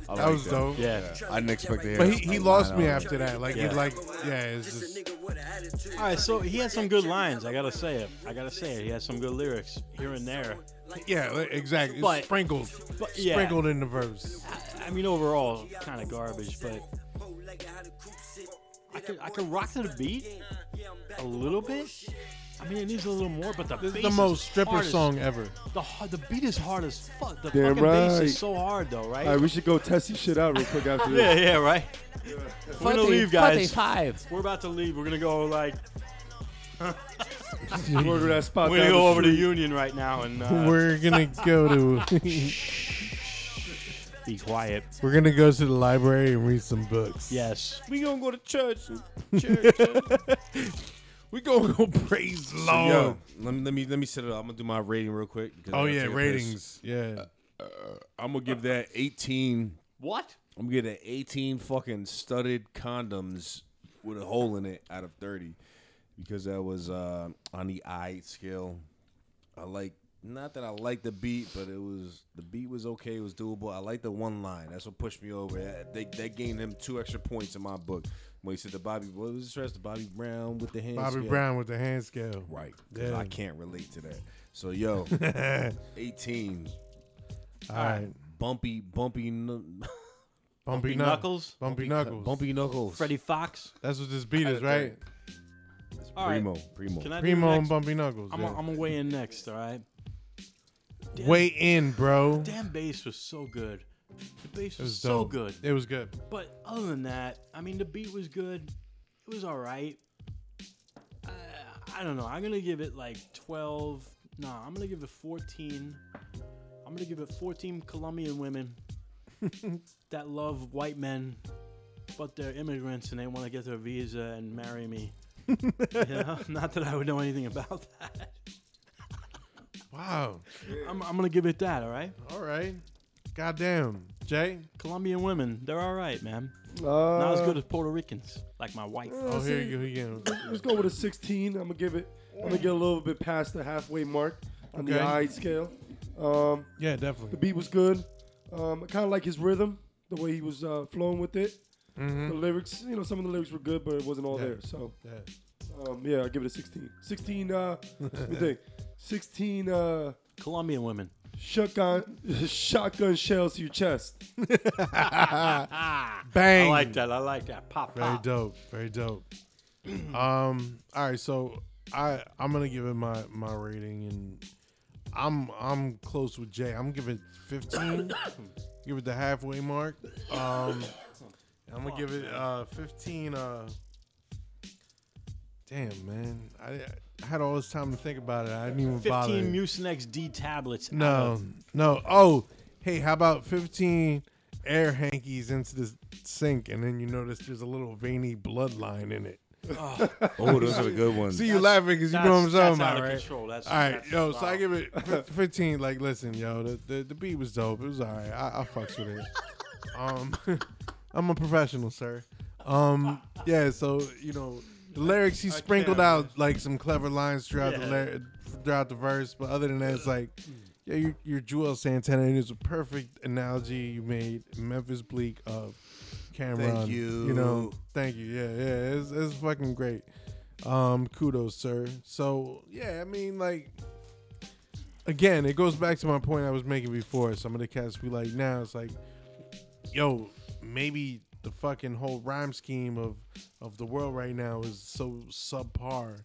[SPEAKER 4] I
[SPEAKER 2] that
[SPEAKER 4] like
[SPEAKER 2] was dope.
[SPEAKER 4] Yeah. I didn't expect to hear
[SPEAKER 2] But
[SPEAKER 4] that.
[SPEAKER 2] he, he
[SPEAKER 4] Like,
[SPEAKER 2] lost
[SPEAKER 4] line
[SPEAKER 2] me
[SPEAKER 4] out.
[SPEAKER 2] after that. Like
[SPEAKER 4] Yeah.
[SPEAKER 2] he like yeah, it's just
[SPEAKER 1] All right, so he had some good lines. I gotta say it. I gotta say it. He has some good lyrics here and there.
[SPEAKER 2] yeah, li- exactly. It's
[SPEAKER 1] But-
[SPEAKER 2] sprinkled,
[SPEAKER 1] but yeah.
[SPEAKER 2] sprinkled in the verse.
[SPEAKER 1] I, I mean, overall, kind of garbage, but I could I could rock to the beat a little bit. I mean, it needs a little more, but the
[SPEAKER 2] This is
[SPEAKER 1] bass
[SPEAKER 2] the most stripper
[SPEAKER 1] hard as-
[SPEAKER 2] song ever.
[SPEAKER 1] The har- the beat is hard as fuck. The
[SPEAKER 3] Damn
[SPEAKER 1] fucking bass
[SPEAKER 3] right.
[SPEAKER 1] is so hard though, right?
[SPEAKER 3] All right, we should go test this shit out real quick
[SPEAKER 1] [laughs]
[SPEAKER 3] after
[SPEAKER 1] yeah,
[SPEAKER 3] this.
[SPEAKER 1] yeah, right. We're gonna
[SPEAKER 3] Forty-
[SPEAKER 1] leave, guys.
[SPEAKER 3] forty-five.
[SPEAKER 1] We're about to leave. We're gonna go like.
[SPEAKER 3] We're gonna go to that spot
[SPEAKER 1] We're gonna
[SPEAKER 3] down the
[SPEAKER 1] go over to
[SPEAKER 3] street.
[SPEAKER 1] Union right now and. Uh,
[SPEAKER 2] [laughs] We're gonna go to.
[SPEAKER 1] Be quiet.
[SPEAKER 2] We're gonna go to the library and read some books.
[SPEAKER 1] Yes.
[SPEAKER 4] We gonna go to church. church.
[SPEAKER 2] we gonna go [laughs] praise the Lord.
[SPEAKER 4] yo, let me let me let me set it up. I'm gonna do my rating real quick. because I
[SPEAKER 2] Oh,
[SPEAKER 4] gotta
[SPEAKER 2] yeah,
[SPEAKER 4] take a piss.
[SPEAKER 2] ratings. Yeah.
[SPEAKER 4] Uh, I'm gonna give that 18.
[SPEAKER 1] What?
[SPEAKER 4] I'm gonna give that 18 fucking studded condoms with a hole in it out of 30 because that was uh, on the I scale. I like not that I like the beat, but it was the beat was okay. It was doable. I like the one line. That's what pushed me over. That, they, that gained him two extra points in my book. When he said the Bobby, what was the rest? The Bobby Brown with the hand.
[SPEAKER 2] Bobby
[SPEAKER 4] scale.
[SPEAKER 2] Brown with the hand scale.
[SPEAKER 4] Right. 'cause
[SPEAKER 2] Yeah.
[SPEAKER 4] I can't relate to that.
[SPEAKER 2] [laughs]
[SPEAKER 4] So yo, eighteen.
[SPEAKER 2] All right.
[SPEAKER 4] Bumpy, bumpy, nu-
[SPEAKER 2] Bumpy Knuck- Knuckles? Bumpy
[SPEAKER 4] Knuck-
[SPEAKER 2] Knuckles.
[SPEAKER 4] [laughs] bumpy knuckles.
[SPEAKER 1] Freddie Fox.
[SPEAKER 2] That's what this beat is, right?
[SPEAKER 1] All right.
[SPEAKER 4] Primo, Primo.
[SPEAKER 1] Can I do
[SPEAKER 2] Primo and
[SPEAKER 1] next?
[SPEAKER 2] Bumpy Knuckles.
[SPEAKER 1] I'm
[SPEAKER 2] yeah.
[SPEAKER 1] gonna I'm weigh in next. All right. Damn-
[SPEAKER 2] Way in, bro.
[SPEAKER 1] Damn bass was so good. The bass
[SPEAKER 2] It
[SPEAKER 1] was,
[SPEAKER 2] was
[SPEAKER 1] so
[SPEAKER 2] dope.
[SPEAKER 1] good.
[SPEAKER 2] It was good.
[SPEAKER 1] But other than that, I mean, the beat was good. It was all right. Uh, I don't know. I'm gonna give it like 12. Nah, I'm gonna give it 14. I'm gonna give it 14 Colombian women that love white men, but they're immigrants and they want to get their visa and marry me. you know? [laughs] Not that I would know anything about that.
[SPEAKER 2] Wow.
[SPEAKER 1] I'm, I'm gonna give it that. All right.
[SPEAKER 2] All right. Goddamn, Jay.
[SPEAKER 1] Colombian women, they're all right, man. Not as
[SPEAKER 3] Uh,
[SPEAKER 1] good as Puerto Ricans, like my wife.
[SPEAKER 2] Oh, here you go again.
[SPEAKER 3] Let's go with a 16. I'm gonna give it. I'm gonna get a little bit past the halfway mark on
[SPEAKER 2] Okay.
[SPEAKER 3] the eye scale. Um,
[SPEAKER 2] Yeah, definitely.
[SPEAKER 3] The beat was good. Um, I kind of like his rhythm, the way he was uh, flowing with it.
[SPEAKER 2] Mhm.
[SPEAKER 1] Mm-hmm.
[SPEAKER 3] The lyrics, you know, some of the lyrics were good, but it wasn't all
[SPEAKER 2] Yeah.
[SPEAKER 3] there. So,
[SPEAKER 2] Yeah.
[SPEAKER 3] um, yeah, I give it a 16. 16. Uh, [laughs] let me think. 16. Uh,
[SPEAKER 1] Colombian women.
[SPEAKER 3] Shotgun, shotgun shells to your chest.
[SPEAKER 2] Bang.
[SPEAKER 1] I like that. I like that. Pop,
[SPEAKER 2] Very
[SPEAKER 1] pop.
[SPEAKER 2] dope. Very dope. [clears throat] um. All right. So I I'm gonna give it my my rating, and I'm I'm [coughs] close with Jay. I'm giving it 15. give it the halfway mark. Um. I'm gonna
[SPEAKER 1] Fuck,
[SPEAKER 2] give it
[SPEAKER 1] man.
[SPEAKER 2] uh 15. Uh, damn man, I, I had all this time to think about it. I didn't even
[SPEAKER 1] 15
[SPEAKER 2] bother.
[SPEAKER 1] Mucinex D tablets. out
[SPEAKER 2] no,
[SPEAKER 1] of-
[SPEAKER 2] no. Oh, hey, how about 15 air hankies into the sink, and then you notice there's a little veiny bloodline in it.
[SPEAKER 1] Oh.
[SPEAKER 4] Oh, those are the good ones.
[SPEAKER 2] See you
[SPEAKER 4] That's-
[SPEAKER 2] laughing because you know what
[SPEAKER 4] that's-
[SPEAKER 2] I'm talking
[SPEAKER 4] that's out
[SPEAKER 2] about,
[SPEAKER 4] of
[SPEAKER 2] right?
[SPEAKER 4] control. That's-
[SPEAKER 2] all right,
[SPEAKER 4] that's-
[SPEAKER 2] yo. So I
[SPEAKER 4] wow.
[SPEAKER 2] give
[SPEAKER 4] [laughs]
[SPEAKER 2] it fif- 15. Like, listen, yo, the, the the beat was dope. It was all right. I, I fucks with
[SPEAKER 4] [laughs]
[SPEAKER 2] it. Um, [laughs] I'm a professional, sir. Um, yeah. So you know, the lyrics he sprinkled out like some clever lines throughout the
[SPEAKER 1] Yeah.
[SPEAKER 2] lyric throughout the verse, but other than that, it's like. Yeah, your, your Joel Santana and it's a perfect analogy you made. Memphis Bleak of Cameron. You
[SPEAKER 4] you.
[SPEAKER 2] know, thank you. Yeah, yeah. It's, it's fucking great. Um, kudos, sir. So yeah, I mean, like, again, it goes back to my point I was making before. Some of the cats be like, now it's like, yo, maybe the fucking whole rhyme scheme of of the world right now is so subpar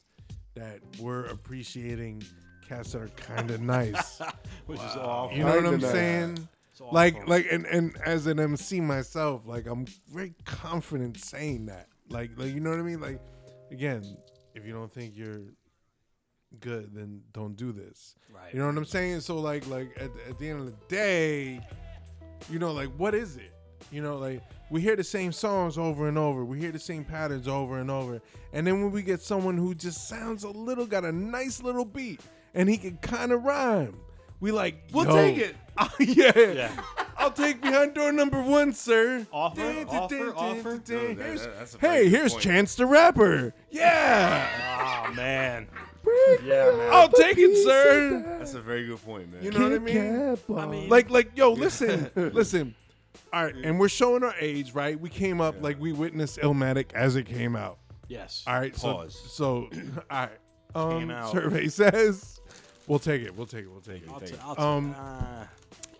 [SPEAKER 2] that we're appreciating cats that are
[SPEAKER 1] [laughs]
[SPEAKER 2] kind of nice,
[SPEAKER 1] Which is awful.
[SPEAKER 2] You know what
[SPEAKER 1] Kinda
[SPEAKER 2] I'm
[SPEAKER 1] nice.
[SPEAKER 2] saying?
[SPEAKER 1] It's awful.
[SPEAKER 2] Like, like, and and as an MC myself, like, I'm very confident saying that. Like, like, you know what I mean? Like, again, if you don't think you're good, then don't do this.
[SPEAKER 1] Right.
[SPEAKER 2] You know what I'm saying? So like like at, at the end of the day, you know, like what is it? You know, like we hear the same songs over and over. We hear the same patterns over and over. And then when we get someone who just sounds a little got a nice little beat and he can kind of rhyme, we like
[SPEAKER 1] We'll
[SPEAKER 2] yo.
[SPEAKER 1] take it.
[SPEAKER 2] [laughs] yeah.
[SPEAKER 1] Yeah.
[SPEAKER 2] I'll take behind door number one, sir.
[SPEAKER 1] Offer,
[SPEAKER 2] Dun, dun,
[SPEAKER 1] offer,
[SPEAKER 2] dun, dun,
[SPEAKER 1] offer.
[SPEAKER 2] dun,
[SPEAKER 1] No, that-
[SPEAKER 2] here's-
[SPEAKER 1] that- that's a very
[SPEAKER 2] Hey,
[SPEAKER 1] good
[SPEAKER 2] here's Chance the Rapper. Yeah.
[SPEAKER 1] [laughs] Ah, man. Yeah, man.
[SPEAKER 2] I'll take it, sir.
[SPEAKER 4] That's a very good point, man.
[SPEAKER 2] You know what I mean?
[SPEAKER 1] Kat I mean-
[SPEAKER 2] like, like,
[SPEAKER 1] [laughs]
[SPEAKER 2] yo, listen, listen. All right, and we're showing our age, right? We came up like we witnessed Illmatic as it came out.
[SPEAKER 1] Yes.
[SPEAKER 2] All right.
[SPEAKER 1] Pause.
[SPEAKER 2] So, so all right. Um,
[SPEAKER 1] Came out.
[SPEAKER 2] Survey says, we'll take it. We'll take it. We'll take it.
[SPEAKER 1] I'll t- I'll t-
[SPEAKER 2] um,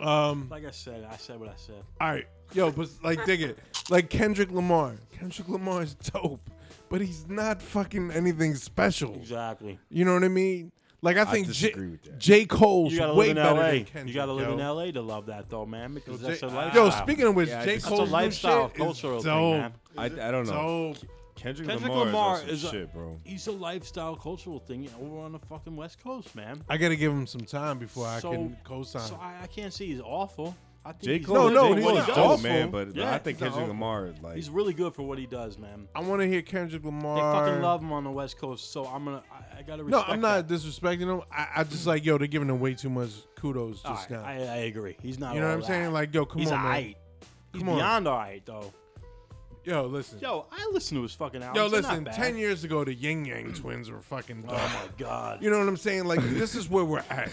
[SPEAKER 1] uh,
[SPEAKER 2] um,
[SPEAKER 1] like I said, I said what I said.
[SPEAKER 2] all right, yo, but like, dig it. Like Kendrick Lamar. Kendrick Lamar is dope, but he's not fucking anything special.
[SPEAKER 1] Exactly.
[SPEAKER 2] You know what I mean? Like, I
[SPEAKER 1] I
[SPEAKER 2] think J.
[SPEAKER 1] disagree
[SPEAKER 2] J. Cole's
[SPEAKER 1] You gotta
[SPEAKER 2] way
[SPEAKER 1] live in
[SPEAKER 2] better
[SPEAKER 1] LA.
[SPEAKER 2] than Kendrick.
[SPEAKER 1] you gotta live
[SPEAKER 2] yo.
[SPEAKER 1] in LA to love that though, man. Because
[SPEAKER 2] Yo,
[SPEAKER 1] that's
[SPEAKER 2] J-
[SPEAKER 1] a
[SPEAKER 2] yo,
[SPEAKER 1] lifestyle.
[SPEAKER 2] speaking of which, Yeah, I J. disagree.
[SPEAKER 1] that's
[SPEAKER 2] Cole's new
[SPEAKER 1] a lifestyle,
[SPEAKER 2] shit is
[SPEAKER 1] cultural thing,
[SPEAKER 2] dope.
[SPEAKER 1] man.
[SPEAKER 4] I, I don't know.
[SPEAKER 2] Dope.
[SPEAKER 4] Kendrick,
[SPEAKER 1] Kendrick
[SPEAKER 4] Lamar,
[SPEAKER 1] Lamar,
[SPEAKER 4] is, on some
[SPEAKER 1] is, a,
[SPEAKER 4] shit, bro.
[SPEAKER 1] he's a lifestyle, cultural thing over on the fucking West Coast, man.
[SPEAKER 2] I gotta give him some time before I
[SPEAKER 1] so,
[SPEAKER 2] can co-sign.
[SPEAKER 1] So I, I can't say he's awful. I think
[SPEAKER 4] J.
[SPEAKER 1] he's
[SPEAKER 4] Cole-
[SPEAKER 1] good
[SPEAKER 4] No,
[SPEAKER 1] for
[SPEAKER 4] no,
[SPEAKER 1] what
[SPEAKER 4] he's
[SPEAKER 1] he
[SPEAKER 4] not
[SPEAKER 1] does.
[SPEAKER 4] awful, man, but I
[SPEAKER 1] he's not
[SPEAKER 4] think Kendrick
[SPEAKER 1] awful.
[SPEAKER 4] Lamar, like- [laughs]
[SPEAKER 1] he's [laughs] really good for what he does, man.
[SPEAKER 2] I want to hear Kendrick
[SPEAKER 1] They
[SPEAKER 2] Lamar.
[SPEAKER 1] fucking love him on the West Coast, so I'm gonna. I, I gotta
[SPEAKER 2] No,
[SPEAKER 1] respect.
[SPEAKER 2] I'm not disrespecting him. I, I just like yo, they're giving him way too much kudos
[SPEAKER 1] All
[SPEAKER 2] just
[SPEAKER 1] right,
[SPEAKER 2] now.
[SPEAKER 1] I, I agree. He's not.
[SPEAKER 2] You know what
[SPEAKER 1] all
[SPEAKER 2] I'm saying?
[SPEAKER 1] that.
[SPEAKER 2] Like yo, come
[SPEAKER 1] he's
[SPEAKER 2] on, man.
[SPEAKER 1] alright. He's
[SPEAKER 2] Come on.
[SPEAKER 1] beyond alright though.
[SPEAKER 2] Yo, listen.
[SPEAKER 1] Yo, I listen to his fucking albums.
[SPEAKER 2] Yo,
[SPEAKER 1] They're not
[SPEAKER 2] listen.
[SPEAKER 1] bad.
[SPEAKER 2] Ten years ago, the Yin Yang Twins were fucking. Dumb.
[SPEAKER 1] Oh my god.
[SPEAKER 2] You know what I'm saying? Like this is where we're
[SPEAKER 1] [laughs]
[SPEAKER 2] at.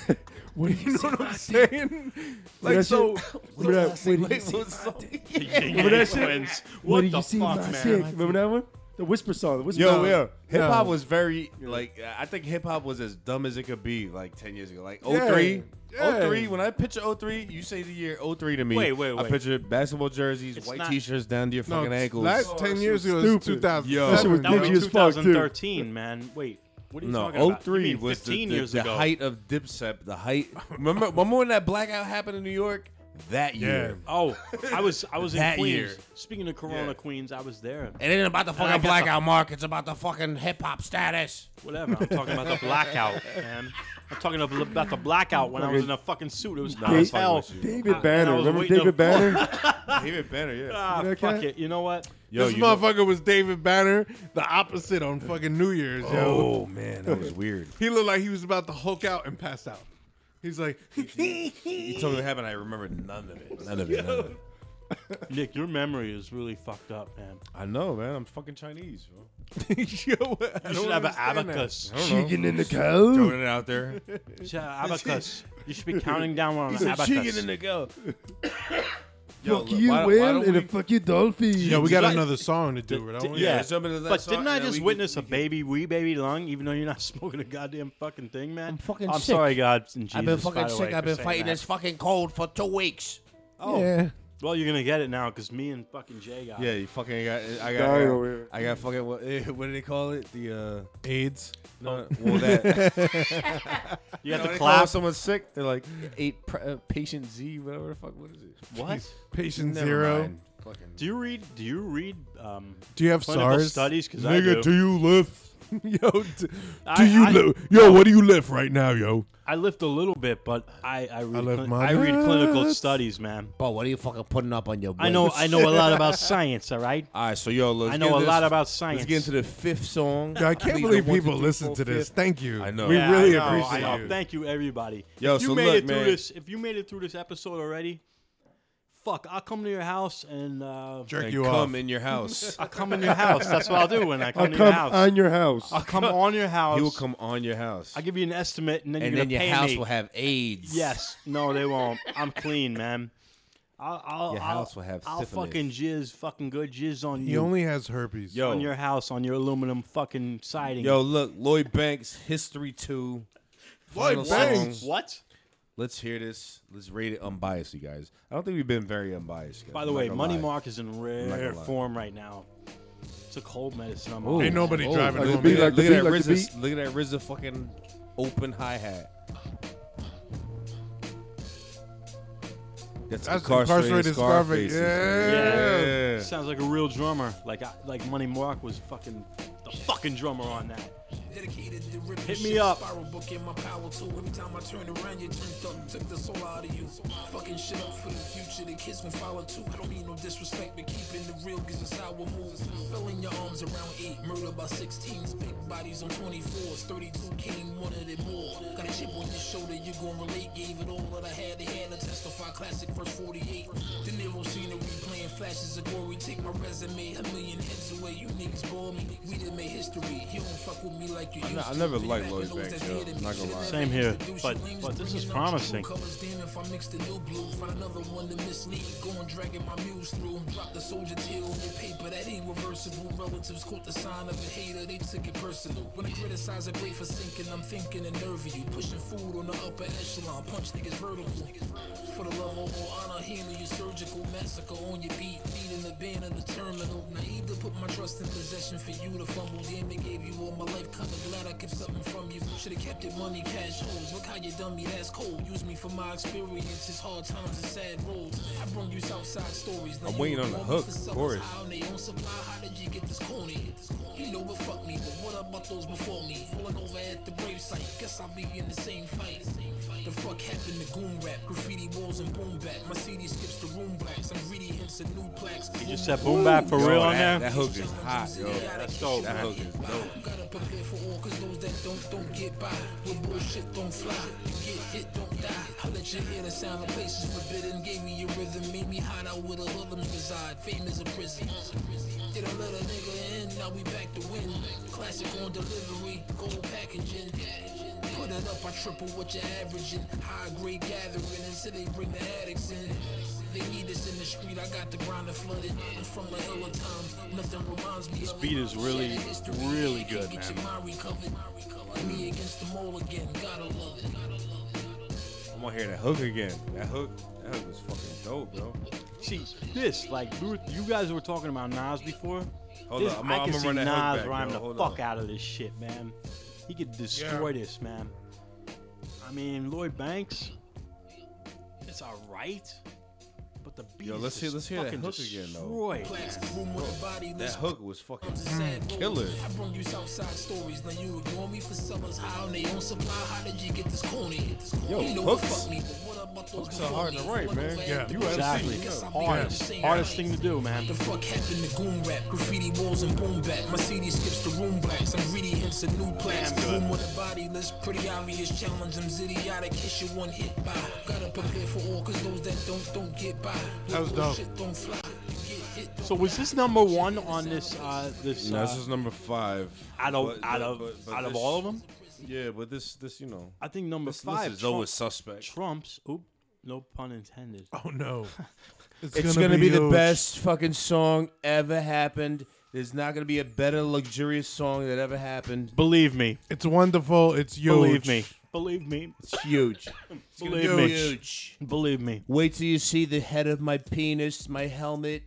[SPEAKER 3] What do
[SPEAKER 2] [laughs] you know what I'm saying? Like
[SPEAKER 3] that
[SPEAKER 2] so.
[SPEAKER 3] shit- remember that- wait, did you see
[SPEAKER 4] [laughs]
[SPEAKER 1] Remember that shit?
[SPEAKER 3] What
[SPEAKER 1] What
[SPEAKER 3] did
[SPEAKER 1] the
[SPEAKER 3] you see
[SPEAKER 1] fuck,
[SPEAKER 3] my
[SPEAKER 1] man?
[SPEAKER 3] dick? Remember that one? The whisper song. The whisper
[SPEAKER 4] Yo,
[SPEAKER 3] song.
[SPEAKER 4] yeah. Hip hop was very like I think hip hop was as dumb as it could be like ten years ago. Like
[SPEAKER 3] Yeah.
[SPEAKER 4] 03.
[SPEAKER 3] Yeah.
[SPEAKER 4] 03. When I picture 03, you say the year 03 to me.
[SPEAKER 1] Wait, wait,
[SPEAKER 4] I
[SPEAKER 1] wait.
[SPEAKER 4] picture basketball jerseys,
[SPEAKER 1] It's
[SPEAKER 4] white
[SPEAKER 1] not-
[SPEAKER 4] t-shirts down to your
[SPEAKER 2] No,
[SPEAKER 4] fucking ankles.
[SPEAKER 2] last 10 years ago, it Oh, was 2000.
[SPEAKER 4] Yo,
[SPEAKER 2] That shit was
[SPEAKER 1] That was
[SPEAKER 2] Dingy as fuck, too.
[SPEAKER 1] 2013, man. Wait, what are you talking
[SPEAKER 4] no,
[SPEAKER 1] about? You
[SPEAKER 4] 03
[SPEAKER 1] mean
[SPEAKER 4] was the,
[SPEAKER 1] 15
[SPEAKER 4] the-
[SPEAKER 1] years
[SPEAKER 4] the
[SPEAKER 1] ago.
[SPEAKER 4] height of Dipset. The [laughs] height. Remember, remember when that blackout happened in New York? That year.
[SPEAKER 1] Oh, I was I
[SPEAKER 2] [laughs]
[SPEAKER 1] was in
[SPEAKER 4] That
[SPEAKER 1] Queens.
[SPEAKER 4] year.
[SPEAKER 1] Speaking of Corona
[SPEAKER 4] Yeah.
[SPEAKER 1] Queens, I was there.
[SPEAKER 9] It ain't about the
[SPEAKER 1] And I
[SPEAKER 9] fucking
[SPEAKER 1] got the-
[SPEAKER 9] blackout mark. It's about the fucking hip
[SPEAKER 4] [laughs]
[SPEAKER 9] hop status.
[SPEAKER 1] Whatever. I'm talking about the
[SPEAKER 9] [laughs]
[SPEAKER 1] blackout, man. I'm talking ab- about the blackout when I was in a fucking suit. It was hot as hell.
[SPEAKER 3] David
[SPEAKER 1] I- and
[SPEAKER 3] Banner.
[SPEAKER 1] I was
[SPEAKER 3] Remember
[SPEAKER 1] waiting to-
[SPEAKER 3] David Banner?
[SPEAKER 4] David Banner, yeah.
[SPEAKER 1] Ah,
[SPEAKER 3] That
[SPEAKER 1] fuck
[SPEAKER 3] cat?
[SPEAKER 1] it. You know what?
[SPEAKER 4] Yo,
[SPEAKER 2] this
[SPEAKER 4] you know-
[SPEAKER 2] motherfucker was David Banner, the opposite on fucking New Year's.
[SPEAKER 4] Oh
[SPEAKER 2] yo.
[SPEAKER 4] man, that was weird.
[SPEAKER 2] He looked like he was about to Hulk out and pass out. He's like, [laughs]
[SPEAKER 4] [laughs] You told me that happened. I remember none of it. None of it. None of it.
[SPEAKER 1] Nick, your memory is really fucked up, man.
[SPEAKER 4] [laughs] I know, man. I'm fucking Chinese. [laughs] Bro.
[SPEAKER 2] yo, I
[SPEAKER 1] You
[SPEAKER 2] don't
[SPEAKER 1] should have an
[SPEAKER 2] understand that.
[SPEAKER 1] abacus.
[SPEAKER 4] I don't know.
[SPEAKER 3] Chicken in the
[SPEAKER 4] Throwing
[SPEAKER 3] code.
[SPEAKER 4] it out there.
[SPEAKER 1] You should have an abacus. You should be counting down on an abacus.
[SPEAKER 4] the go.
[SPEAKER 3] Fuck you, Will, and a fuck you, Dolphin.
[SPEAKER 2] Yo, we got
[SPEAKER 1] Did I-
[SPEAKER 2] another song to
[SPEAKER 1] Di-
[SPEAKER 2] do. Don't we?
[SPEAKER 1] yeah,
[SPEAKER 4] Yeah, jump into that
[SPEAKER 1] but
[SPEAKER 4] song
[SPEAKER 1] didn't
[SPEAKER 4] and
[SPEAKER 1] I
[SPEAKER 4] then
[SPEAKER 1] just
[SPEAKER 4] we can-
[SPEAKER 1] witness a baby wee baby lung? Even though you're not [laughs] smoking a goddamn fucking thing, man. I'm
[SPEAKER 9] fucking
[SPEAKER 1] I'm
[SPEAKER 9] sick.
[SPEAKER 1] sorry, God. And Jesus,
[SPEAKER 9] I've been
[SPEAKER 1] by
[SPEAKER 9] fucking
[SPEAKER 1] the
[SPEAKER 9] sick.
[SPEAKER 1] way,
[SPEAKER 9] I've
[SPEAKER 1] for
[SPEAKER 9] been
[SPEAKER 1] saying
[SPEAKER 9] fighting
[SPEAKER 1] that.
[SPEAKER 9] this fucking cold for two weeks.
[SPEAKER 1] Oh,
[SPEAKER 2] Yeah.
[SPEAKER 1] well, you're gonna get it now because me and fucking Jay got.
[SPEAKER 4] Yeah,
[SPEAKER 1] it.
[SPEAKER 4] you fucking got. I got.
[SPEAKER 3] Dying over here.
[SPEAKER 4] I got fucking. What, eh, what [laughs] do they call it? The uh,
[SPEAKER 2] AIDS.
[SPEAKER 4] no, well that.
[SPEAKER 1] you got the
[SPEAKER 4] know, they call
[SPEAKER 1] clap.
[SPEAKER 4] Someone's sick. They're like eight pre- uh, patient Z, whatever the fuck. What is it?
[SPEAKER 1] What?
[SPEAKER 2] Patient
[SPEAKER 4] Never
[SPEAKER 2] zero.
[SPEAKER 4] mind. Fucking.
[SPEAKER 1] Do you read? Do you read? Um,
[SPEAKER 2] Do you have
[SPEAKER 1] clinical
[SPEAKER 2] SARS?
[SPEAKER 1] studies? Because I
[SPEAKER 2] Nigga,
[SPEAKER 1] do.
[SPEAKER 2] do you lift? [laughs] yo, do,
[SPEAKER 1] I-
[SPEAKER 2] do you
[SPEAKER 1] I-
[SPEAKER 2] lift? Yo, what do you lift right now, yo?
[SPEAKER 1] I lift a little bit, but I I read,
[SPEAKER 2] lift
[SPEAKER 1] clin-
[SPEAKER 2] my
[SPEAKER 1] I read clinical
[SPEAKER 2] nuts.
[SPEAKER 1] studies, man.
[SPEAKER 9] But what are you fucking putting up on your?
[SPEAKER 1] I know I know a lot about
[SPEAKER 9] waist?
[SPEAKER 1] science. All right.
[SPEAKER 4] All right, so yo, let's
[SPEAKER 1] I know
[SPEAKER 4] get
[SPEAKER 1] a
[SPEAKER 4] this-
[SPEAKER 1] lot about
[SPEAKER 4] Let's
[SPEAKER 1] science.
[SPEAKER 4] get into the fifth song.
[SPEAKER 2] Yo, I can't
[SPEAKER 4] Lead
[SPEAKER 2] believe
[SPEAKER 4] the one, two,
[SPEAKER 2] people
[SPEAKER 4] three,
[SPEAKER 2] listen
[SPEAKER 4] four,
[SPEAKER 2] to this.
[SPEAKER 4] fifth.
[SPEAKER 2] Thank you.
[SPEAKER 4] I know.
[SPEAKER 2] We
[SPEAKER 1] Yeah,
[SPEAKER 2] really
[SPEAKER 1] I know,
[SPEAKER 2] appreciate
[SPEAKER 1] I know.
[SPEAKER 2] you.
[SPEAKER 1] Thank you, everybody.
[SPEAKER 4] Yo,
[SPEAKER 1] if you
[SPEAKER 4] so
[SPEAKER 1] made
[SPEAKER 4] look,
[SPEAKER 1] it through
[SPEAKER 4] man.
[SPEAKER 1] this, if you made it through this episode already, fuck, I'll come to your house and uh,
[SPEAKER 2] Jerk
[SPEAKER 4] and
[SPEAKER 2] you
[SPEAKER 4] come
[SPEAKER 2] off.
[SPEAKER 4] in
[SPEAKER 1] [laughs]
[SPEAKER 4] your house.
[SPEAKER 1] I'll come in your house. That's what I'll do when I come
[SPEAKER 3] I'll
[SPEAKER 1] to your
[SPEAKER 3] come
[SPEAKER 1] house.
[SPEAKER 3] on your house.
[SPEAKER 1] I'll come on your house.
[SPEAKER 4] he will come on your house.
[SPEAKER 1] I'll give you an estimate, and then
[SPEAKER 9] And
[SPEAKER 1] you're
[SPEAKER 9] then
[SPEAKER 1] gonna
[SPEAKER 9] your
[SPEAKER 1] pay
[SPEAKER 9] house
[SPEAKER 1] me.
[SPEAKER 9] will have AIDS.
[SPEAKER 1] Yes. No, they won't. I'm clean, man. I'll, I'll,
[SPEAKER 4] Your
[SPEAKER 1] I'll-
[SPEAKER 4] house will have
[SPEAKER 1] I'll
[SPEAKER 4] syphilis.
[SPEAKER 1] fucking jizz, fucking good jizz on
[SPEAKER 2] He
[SPEAKER 1] you,
[SPEAKER 2] only has herpes.
[SPEAKER 4] Yo,
[SPEAKER 1] on your house, on your aluminum fucking siding.
[SPEAKER 4] yo, look, Lloyd Banks, History Two. final
[SPEAKER 2] Banks.
[SPEAKER 4] song.
[SPEAKER 1] what?
[SPEAKER 4] Let's hear this. Let's rate it unbiased, you guys. I don't think we've been very unbiased. guys.
[SPEAKER 1] By
[SPEAKER 4] I'm
[SPEAKER 1] the
[SPEAKER 4] not
[SPEAKER 1] way,
[SPEAKER 4] gonna
[SPEAKER 1] Money
[SPEAKER 4] lie.
[SPEAKER 1] Mark is in rare
[SPEAKER 4] gonna lie.
[SPEAKER 1] form right now. It's a cold medicine. I'm
[SPEAKER 2] Ain't
[SPEAKER 1] on.
[SPEAKER 2] nobody
[SPEAKER 4] Oh,
[SPEAKER 2] driving
[SPEAKER 4] look,
[SPEAKER 3] like
[SPEAKER 2] on
[SPEAKER 4] look,
[SPEAKER 3] the
[SPEAKER 2] me.
[SPEAKER 3] beat, like
[SPEAKER 4] at
[SPEAKER 3] the
[SPEAKER 4] that
[SPEAKER 3] beat, like the
[SPEAKER 4] RZA. Look at that RZA fucking open hi hat.
[SPEAKER 2] That's incarcerated Scarface.
[SPEAKER 4] Scarface.
[SPEAKER 1] Yeah.
[SPEAKER 4] Yeah.
[SPEAKER 1] Sounds like a real drummer. Like I, like Money Mark was fucking the fucking drummer on that.
[SPEAKER 11] Dedicated to ripping
[SPEAKER 1] Hit me
[SPEAKER 11] shit,
[SPEAKER 1] up.
[SPEAKER 11] Spiral book in my power tool. Every time I turn around, you turned up. Took the soul out of you. Fucking shit up for the future. The kids gon' follow too. I don't mean no disrespect, but keeping the real gives us our moves. Filling your arms around eight. Murder by 16s. Big bodies on 24s. 32 came, wanted it more. Got a chip on your shoulder, you gon' relate. Gave it all that I had to hand. I testify classic first 48. De Niro scenery playing flashes of glory. Take my resume a million heads away. You niggas bore me. We done made history. You don't fuck with me like you
[SPEAKER 4] I
[SPEAKER 11] used
[SPEAKER 4] ne-
[SPEAKER 11] to.
[SPEAKER 4] I never
[SPEAKER 11] Think
[SPEAKER 4] liked
[SPEAKER 11] back
[SPEAKER 4] Lloyd
[SPEAKER 11] to those
[SPEAKER 4] Banks,
[SPEAKER 11] that
[SPEAKER 4] yo.
[SPEAKER 11] hated me.
[SPEAKER 4] Not gonna lie.
[SPEAKER 1] Same here,
[SPEAKER 11] Introduce
[SPEAKER 1] but-
[SPEAKER 11] your lanes,
[SPEAKER 1] but this is
[SPEAKER 11] bringing out your
[SPEAKER 1] promising.
[SPEAKER 11] true colors. Damn, if I mix the new blue, find another one to mislead. Go and dragging my muse through. Drop the soldier tail on your paper. That ain't reversible. Relatives caught the sign of a hater. They took it personal. When I criticize a great for sinking, I'm thinking and nervy. You pushing food on the upper echelon. Punch niggas vertical. For the love of all honor, handle your surgical massacre on your beat. Beating the band of the terminal. Naive to put my trust in possession for you to fumble. Damn, it gave you all my life. Kinda glad I kept something from you. Should've kept it money, cash holes. Look how you done me, that's cold. Use me for my experiences, hard times and sad roads. I brought you Southside stories. Now
[SPEAKER 4] I'm
[SPEAKER 11] you
[SPEAKER 4] waiting on
[SPEAKER 11] want
[SPEAKER 4] the
[SPEAKER 11] me
[SPEAKER 4] hook,
[SPEAKER 11] for
[SPEAKER 4] of
[SPEAKER 11] suckers
[SPEAKER 4] course.
[SPEAKER 11] high on their own supply. How did you get this corny? You know what fuck me, but what about those before me? Pulling over at the brave site. Guess I'll be in the same fight. The fuck happened to goon rap? Graffiti walls and boom back. My CD skips the room blacks. I'm greedy hints and new plaques.
[SPEAKER 1] He just said boom bap for real on
[SPEAKER 4] that,
[SPEAKER 1] there.
[SPEAKER 4] that hook is hot, yo.
[SPEAKER 1] That's dope.
[SPEAKER 4] That hook is dope.
[SPEAKER 11] Gotta prepare for all, cause those that don't, don't get by. When bullshit don't fly, you get hit, don't die. I let you hear the sound of places forbidden. Gave me your rhythm, made me hide out where the hoodlums reside. Fame is a prison. Did I let a nigga in? Now we back to win. Classic on delivery, gold packaging. Put it up, I triple what you're averaging. High grade gathering until they bring the addicts in. They need us in the street, I got the grind and flooded. I'm from the hell of time, nothing reminds me of it.
[SPEAKER 1] beat is really,
[SPEAKER 11] Shattered history,
[SPEAKER 1] really
[SPEAKER 11] yeah, can't
[SPEAKER 1] good,
[SPEAKER 11] get your
[SPEAKER 1] man.
[SPEAKER 11] mind recovered. Me against the mole again, gotta love it.
[SPEAKER 4] I'm gonna hear that hook again. That hook, that hook was fucking dope, bro.
[SPEAKER 1] See this, like we were, you guys were talking about Nas before.
[SPEAKER 4] Hold
[SPEAKER 1] this,
[SPEAKER 4] up, I'm-
[SPEAKER 1] I
[SPEAKER 4] I'm
[SPEAKER 1] can
[SPEAKER 4] gonna
[SPEAKER 1] see
[SPEAKER 4] run that hook
[SPEAKER 1] Nas
[SPEAKER 4] back,
[SPEAKER 1] rhyme
[SPEAKER 4] yo.
[SPEAKER 1] the
[SPEAKER 4] Hold
[SPEAKER 1] fuck
[SPEAKER 4] up.
[SPEAKER 1] out of this shit, man. He could destroy this, man. I mean, Lloyd Banks, it's alright, but the beat
[SPEAKER 4] Yo,
[SPEAKER 1] is
[SPEAKER 4] let's hear-
[SPEAKER 1] just
[SPEAKER 4] let's hear that
[SPEAKER 1] fucking
[SPEAKER 4] hook again, though.
[SPEAKER 1] destroyed.
[SPEAKER 11] Plastic room with a body
[SPEAKER 4] That
[SPEAKER 11] list.
[SPEAKER 4] hook was fucking
[SPEAKER 11] Comes in sad
[SPEAKER 4] killer.
[SPEAKER 11] roads. I bring you Southside stories. Now you ignore me for summers high on their own supply. How did you get this corny?
[SPEAKER 4] Yo,
[SPEAKER 11] you know what
[SPEAKER 4] hooks-
[SPEAKER 11] fuck me, but what about those
[SPEAKER 4] hooks are
[SPEAKER 11] before
[SPEAKER 4] hard
[SPEAKER 11] me?
[SPEAKER 4] to write,
[SPEAKER 11] What
[SPEAKER 4] man.
[SPEAKER 11] about
[SPEAKER 2] Yeah,
[SPEAKER 11] the
[SPEAKER 2] you
[SPEAKER 11] boys
[SPEAKER 2] have
[SPEAKER 11] that
[SPEAKER 1] Exactly.
[SPEAKER 11] think it's something
[SPEAKER 1] Hardest,
[SPEAKER 11] I'm saying?
[SPEAKER 1] hardest thing to do, man.
[SPEAKER 11] The fuck happened to goon rap? Graffiti walls and boom back. My CD skips the room blacks. I'm greedy, hence a new plaques. Room with a body list, pretty obvious challenge. I'm idiotic, kiss you one hit by. Gotta prepare for all, cause those that don't, don't get by.
[SPEAKER 2] That was dope.
[SPEAKER 11] Shit don't fly. You get hit, don't
[SPEAKER 1] So was this number one on this? Uh, this,
[SPEAKER 4] No,
[SPEAKER 1] uh,
[SPEAKER 4] this is number five.
[SPEAKER 1] out of
[SPEAKER 4] But-
[SPEAKER 1] out
[SPEAKER 4] but-
[SPEAKER 1] of
[SPEAKER 4] but- but
[SPEAKER 1] out of
[SPEAKER 4] this-
[SPEAKER 1] all of them,
[SPEAKER 4] Yeah, but this this you know
[SPEAKER 1] I think number
[SPEAKER 4] this,
[SPEAKER 1] five
[SPEAKER 4] this is always
[SPEAKER 1] trump-
[SPEAKER 4] suspect.
[SPEAKER 1] trumps. Oop, no pun intended.
[SPEAKER 2] Oh
[SPEAKER 4] [laughs]
[SPEAKER 2] no.
[SPEAKER 4] It's gonna, be, the
[SPEAKER 2] huge.
[SPEAKER 4] best fucking song ever happened. There's not gonna be a better luxurious song that ever happened.
[SPEAKER 1] Believe me,
[SPEAKER 2] It's wonderful. It's huge.
[SPEAKER 1] believe me, believe me,
[SPEAKER 4] It's huge. It's
[SPEAKER 1] [coughs]
[SPEAKER 4] gonna
[SPEAKER 1] Believe
[SPEAKER 4] be
[SPEAKER 1] me.
[SPEAKER 4] huge.
[SPEAKER 1] believe me.
[SPEAKER 9] Wait till you see the head of my penis, my helmet,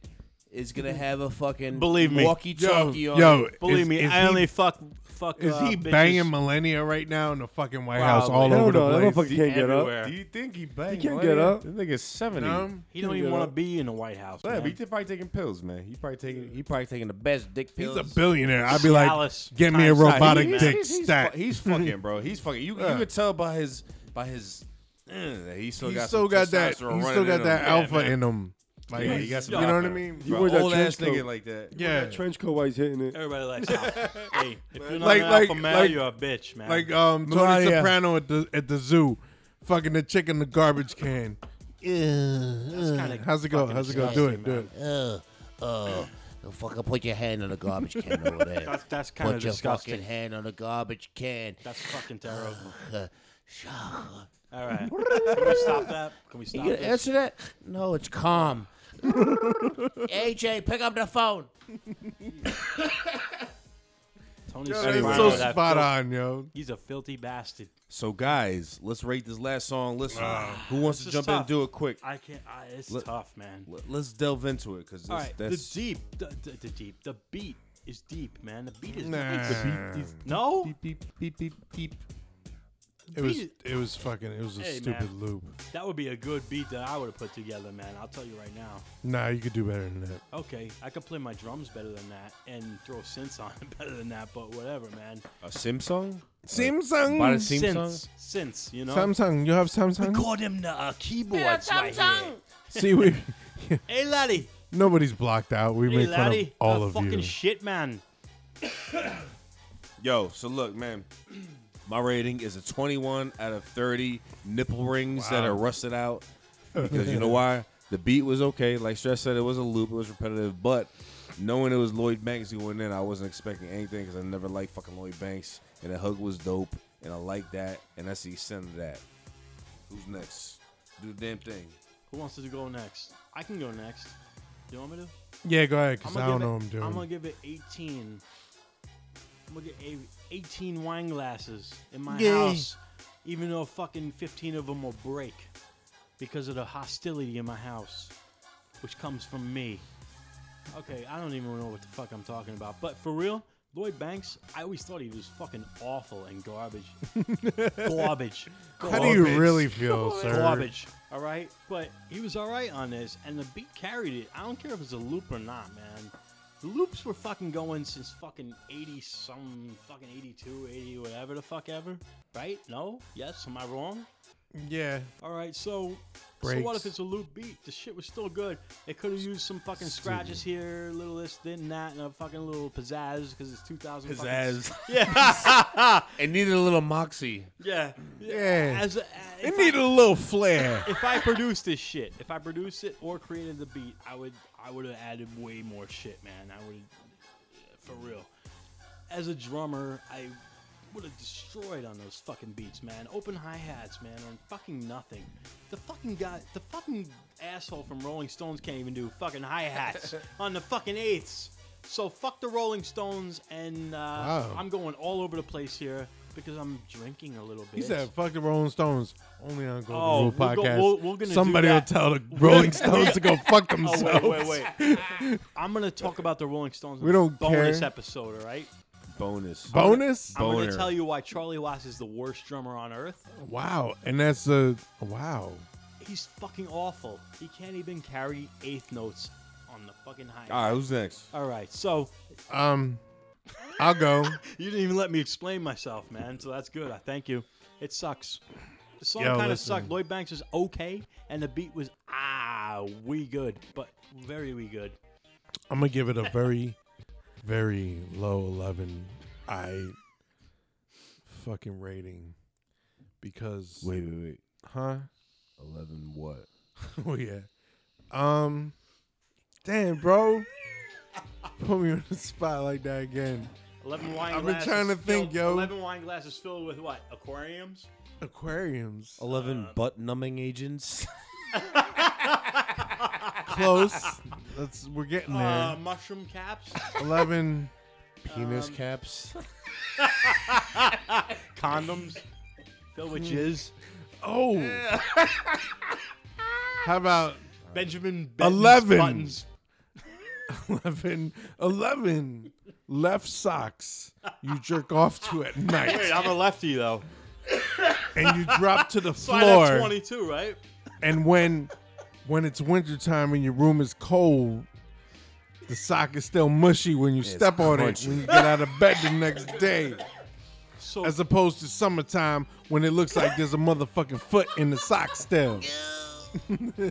[SPEAKER 9] is gonna have a fucking
[SPEAKER 4] Mm-hmm. Believe me.
[SPEAKER 9] walkie-talkie
[SPEAKER 4] Yo,
[SPEAKER 9] on.
[SPEAKER 4] yo,
[SPEAKER 9] it.
[SPEAKER 1] Believe
[SPEAKER 4] Is-
[SPEAKER 1] me,
[SPEAKER 4] is
[SPEAKER 1] I
[SPEAKER 4] he-
[SPEAKER 1] only fuck fuck.
[SPEAKER 4] is
[SPEAKER 1] uh,
[SPEAKER 4] he
[SPEAKER 1] bitches.
[SPEAKER 4] banging millennia right now in the fucking White
[SPEAKER 1] Wow,
[SPEAKER 4] House all
[SPEAKER 1] man.
[SPEAKER 4] over
[SPEAKER 1] Hell no,
[SPEAKER 4] the
[SPEAKER 1] that
[SPEAKER 4] place?
[SPEAKER 1] motherfucker can't get up.
[SPEAKER 4] Everywhere.
[SPEAKER 1] Do you
[SPEAKER 4] think he
[SPEAKER 1] banged
[SPEAKER 4] can't
[SPEAKER 1] millennia?
[SPEAKER 4] get up. That nigga's seventy.
[SPEAKER 1] He don't even want to be in the White House.
[SPEAKER 4] Yeah, but
[SPEAKER 1] man.
[SPEAKER 4] he probably taking pills, man. He probably taking he probably taking the
[SPEAKER 9] best dick
[SPEAKER 4] pills.
[SPEAKER 1] pills.
[SPEAKER 4] He's a billionaire. I'd be like,
[SPEAKER 1] Cialis
[SPEAKER 4] get me a
[SPEAKER 1] times nine.
[SPEAKER 4] robotic
[SPEAKER 1] He's-
[SPEAKER 4] dick
[SPEAKER 1] he's- he's
[SPEAKER 4] stack.
[SPEAKER 1] fu- he's fucking,
[SPEAKER 4] bro. He's fucking.
[SPEAKER 1] you
[SPEAKER 4] could tell by his by his. that he still
[SPEAKER 2] He's
[SPEAKER 4] got
[SPEAKER 2] still
[SPEAKER 4] some
[SPEAKER 2] got that. He's
[SPEAKER 4] testosterone
[SPEAKER 2] still
[SPEAKER 4] running in
[SPEAKER 2] got that
[SPEAKER 4] him. Yeah,
[SPEAKER 2] alpha
[SPEAKER 4] man.
[SPEAKER 2] in him. Like,
[SPEAKER 4] yeah,
[SPEAKER 2] he's-
[SPEAKER 4] he got some
[SPEAKER 2] you know what I mean?
[SPEAKER 3] You wear that
[SPEAKER 4] old
[SPEAKER 3] trench
[SPEAKER 4] ass
[SPEAKER 3] coat.
[SPEAKER 4] nigga like that.
[SPEAKER 3] You wear that trench coat while he's hitting it.
[SPEAKER 1] Everybody
[SPEAKER 4] [laughs]
[SPEAKER 1] likes Alpha. hey, if you're not
[SPEAKER 2] Like-
[SPEAKER 1] an
[SPEAKER 2] like-
[SPEAKER 1] alpha male,
[SPEAKER 2] like-
[SPEAKER 1] you're a bitch, man.
[SPEAKER 4] uh,
[SPEAKER 2] Like um, Tony
[SPEAKER 1] Melania.
[SPEAKER 2] Soprano at the at the zoo, fucking the chick in the garbage can.
[SPEAKER 9] That's
[SPEAKER 2] kinda How's it go?
[SPEAKER 9] fucking
[SPEAKER 2] How's it go? Do
[SPEAKER 9] disgusting,
[SPEAKER 2] it. Do it.
[SPEAKER 9] man. Uh, uh, don't fucking put your hand on the garbage can over there.
[SPEAKER 1] That's- that's kinda
[SPEAKER 9] Put your
[SPEAKER 1] disgusting.
[SPEAKER 9] fucking hand on the garbage can.
[SPEAKER 1] That's fucking terrible.
[SPEAKER 4] [laughs]
[SPEAKER 9] All
[SPEAKER 1] right. Can we stop that? Can we
[SPEAKER 9] You
[SPEAKER 1] stop
[SPEAKER 9] gonna
[SPEAKER 1] this?
[SPEAKER 9] answer that? No, it's calm. [laughs] AJ, pick up the phone.
[SPEAKER 1] Tony
[SPEAKER 2] Yo,
[SPEAKER 1] Soprano,
[SPEAKER 4] that's so
[SPEAKER 1] that
[SPEAKER 4] spot
[SPEAKER 1] fil-
[SPEAKER 4] on, yo.
[SPEAKER 1] He's a filthy bastard.
[SPEAKER 4] So guys, let's rate this last song. Listen, who wants
[SPEAKER 1] This
[SPEAKER 4] to
[SPEAKER 1] is
[SPEAKER 4] jump in and
[SPEAKER 1] tough.
[SPEAKER 4] do it quick?
[SPEAKER 1] I can't. I, it's
[SPEAKER 4] Let-
[SPEAKER 1] tough, man.
[SPEAKER 4] let- Let's delve into it because
[SPEAKER 1] All right, the
[SPEAKER 4] that's
[SPEAKER 1] deep, the, the, the deep, the beat is deep, man. The beat is
[SPEAKER 2] Nah.
[SPEAKER 1] nice.
[SPEAKER 2] The beat is
[SPEAKER 1] no.
[SPEAKER 2] It was
[SPEAKER 1] Beat
[SPEAKER 2] it was fucking it was a
[SPEAKER 1] Hey,
[SPEAKER 2] stupid
[SPEAKER 1] man,
[SPEAKER 2] loop.
[SPEAKER 1] That would be a good beat that I would have put together, man. I'll tell you right now.
[SPEAKER 2] Nah, you could do better than that.
[SPEAKER 1] Okay, I could play my drums better than that and throw synths on [laughs] it better than that, but whatever, man.
[SPEAKER 4] a Sim song.
[SPEAKER 2] Sim
[SPEAKER 4] song. By the Sim song.
[SPEAKER 1] synths, synths, you know.
[SPEAKER 2] Samsung, you have Samsung.
[SPEAKER 1] Call them the uh, keyboards right here.
[SPEAKER 2] See, we
[SPEAKER 1] Hey, laddie.
[SPEAKER 2] nobody's blocked out. We
[SPEAKER 1] Hey,
[SPEAKER 2] make fun of
[SPEAKER 1] laddie.
[SPEAKER 2] all
[SPEAKER 1] Uh,
[SPEAKER 2] of
[SPEAKER 1] fucking
[SPEAKER 2] you.
[SPEAKER 1] shit, man.
[SPEAKER 4] Yo, so look, man. [clears throat] My rating is a 21 out of 30 nipple rings that
[SPEAKER 2] Wow.
[SPEAKER 4] are rusted out. Because [laughs] you know why? The beat was okay. Like Stress said, it was a loop, it was repetitive. But knowing it was Lloyd Banks going in, I wasn't expecting anything because I never liked fucking Lloyd Banks. And the hug was dope. And I like that. And that's the extent of that. Who's next? Do the damn thing.
[SPEAKER 1] Who wants to go next? I can go next. You want me to?
[SPEAKER 2] Yeah, go ahead, 'cause
[SPEAKER 1] I'ma
[SPEAKER 2] I don't
[SPEAKER 1] give
[SPEAKER 2] know
[SPEAKER 1] it-
[SPEAKER 2] what I'm doing.
[SPEAKER 1] I'm gonna give it 18. I'm gonna get a- 18 wine glasses in my
[SPEAKER 9] Yeah.
[SPEAKER 1] house, even though fucking 15 of them will break because of the hostility in my house, which comes from me. Okay, I don't even know what the fuck I'm talking about, but for real, Lloyd Banks, I always thought he was fucking awful and
[SPEAKER 2] [laughs]
[SPEAKER 1] garbage, garbage.
[SPEAKER 2] How do you
[SPEAKER 1] Garbage.
[SPEAKER 2] really feel, sir?
[SPEAKER 1] Garbage. All right, but he was all right on this, and the beat carried it. I don't care if it's a loop or not, man. The loops were fucking going since fucking 80 some, fucking 82, 80, whatever the fuck ever. Right? No? Yes? Am I wrong?
[SPEAKER 2] Yeah.
[SPEAKER 1] All right, so so what
[SPEAKER 2] Breaks.
[SPEAKER 1] if it's a loop beat? The shit was still good. They could have used some fucking scratches here, little this, then that, and a fucking little pizzazz because it's 2000. fucking-
[SPEAKER 4] Pizzazz.
[SPEAKER 1] Yeah.
[SPEAKER 9] It needed a little moxie.
[SPEAKER 1] Yeah.
[SPEAKER 2] Yeah.
[SPEAKER 1] As a,
[SPEAKER 2] It
[SPEAKER 1] if
[SPEAKER 2] needed
[SPEAKER 1] I-
[SPEAKER 2] a little flair.
[SPEAKER 1] If I produced this shit, if I produced it or created the beat, I would I would have added way more shit, man. I would for real. As a drummer, I would have destroyed on those fucking beats, man. Open hi hats, man, on fucking nothing. The fucking guy, the fucking asshole from Rolling Stones can't even do fucking hi hats on the fucking eighths. So fuck the Rolling Stones, and uh,
[SPEAKER 2] Wow.
[SPEAKER 1] I'm going all over the place here because I'm drinking a little bit.
[SPEAKER 2] He said, "Fuck the Rolling Stones." Only on
[SPEAKER 1] Oh,
[SPEAKER 2] Golden
[SPEAKER 1] we'll
[SPEAKER 2] Rule
[SPEAKER 1] go-
[SPEAKER 2] podcast.
[SPEAKER 1] we'll- we're gonna do
[SPEAKER 2] Somebody will
[SPEAKER 1] that.
[SPEAKER 2] tell the Rolling Stones to go fuck
[SPEAKER 1] Oh,
[SPEAKER 2] themselves.
[SPEAKER 1] wait, wait, wait. [laughs] I'm gonna talk about the Rolling Stones. in
[SPEAKER 2] We
[SPEAKER 1] the
[SPEAKER 2] don't
[SPEAKER 1] bonus
[SPEAKER 2] care.
[SPEAKER 1] episode, all right?
[SPEAKER 4] [laughs] Bonus.
[SPEAKER 2] Bonus?
[SPEAKER 1] I'm gonna, I'm
[SPEAKER 4] Boner.
[SPEAKER 1] gonna tell you why Charlie Watts is the worst drummer on earth.
[SPEAKER 2] Wow, and that's a wow.
[SPEAKER 1] He's fucking awful. He can't even carry eighth notes on the fucking high.
[SPEAKER 4] All right, who's next?
[SPEAKER 1] All right, so
[SPEAKER 2] Um, I'll go.
[SPEAKER 1] you didn't even let me explain myself, man. So that's good. I thank you. It sucks. The song
[SPEAKER 2] Yo,
[SPEAKER 1] kind of
[SPEAKER 2] listen.
[SPEAKER 1] sucked. Lloyd Banks was okay, and the beat was ah, we good, but very we good.
[SPEAKER 2] I'm gonna give it a very, very low eleven. I fucking rating because
[SPEAKER 4] Wait, wait, wait.
[SPEAKER 2] huh? [laughs]
[SPEAKER 4] 11 what?
[SPEAKER 2] Oh yeah. Um, damn, bro, put me on the spot like that again.
[SPEAKER 1] Eleven wine.
[SPEAKER 2] I've been
[SPEAKER 1] glasses
[SPEAKER 2] trying to think,
[SPEAKER 1] filled-
[SPEAKER 2] yo.
[SPEAKER 1] Eleven wine glasses filled with what? Aquariums.
[SPEAKER 2] Aquariums.
[SPEAKER 4] 11 butt numbing agents.
[SPEAKER 2] Close. That's we're getting there.
[SPEAKER 1] Uh, mushroom caps.
[SPEAKER 2] Eleven.
[SPEAKER 4] Penis caps.
[SPEAKER 1] [laughs] Condoms. Hmm. Filled with jizz.
[SPEAKER 2] Oh. How about
[SPEAKER 1] Benjamin Benton's
[SPEAKER 2] eleven?
[SPEAKER 1] buttons.
[SPEAKER 2] 11, 11 left socks you jerk off to
[SPEAKER 1] [laughs]
[SPEAKER 2] at night.
[SPEAKER 1] Wait, I'm a lefty though.
[SPEAKER 2] and you drop
[SPEAKER 1] [laughs]
[SPEAKER 2] to the
[SPEAKER 1] So I'd have
[SPEAKER 2] floor.
[SPEAKER 1] 22, right?
[SPEAKER 2] And when when it's wintertime and your room is cold, the sock is still mushy when you step on
[SPEAKER 4] crunchy.
[SPEAKER 2] it when you get out of bed the next day. As opposed to summertime when it looks like there's a motherfucking foot in the sock still.
[SPEAKER 1] I'm gonna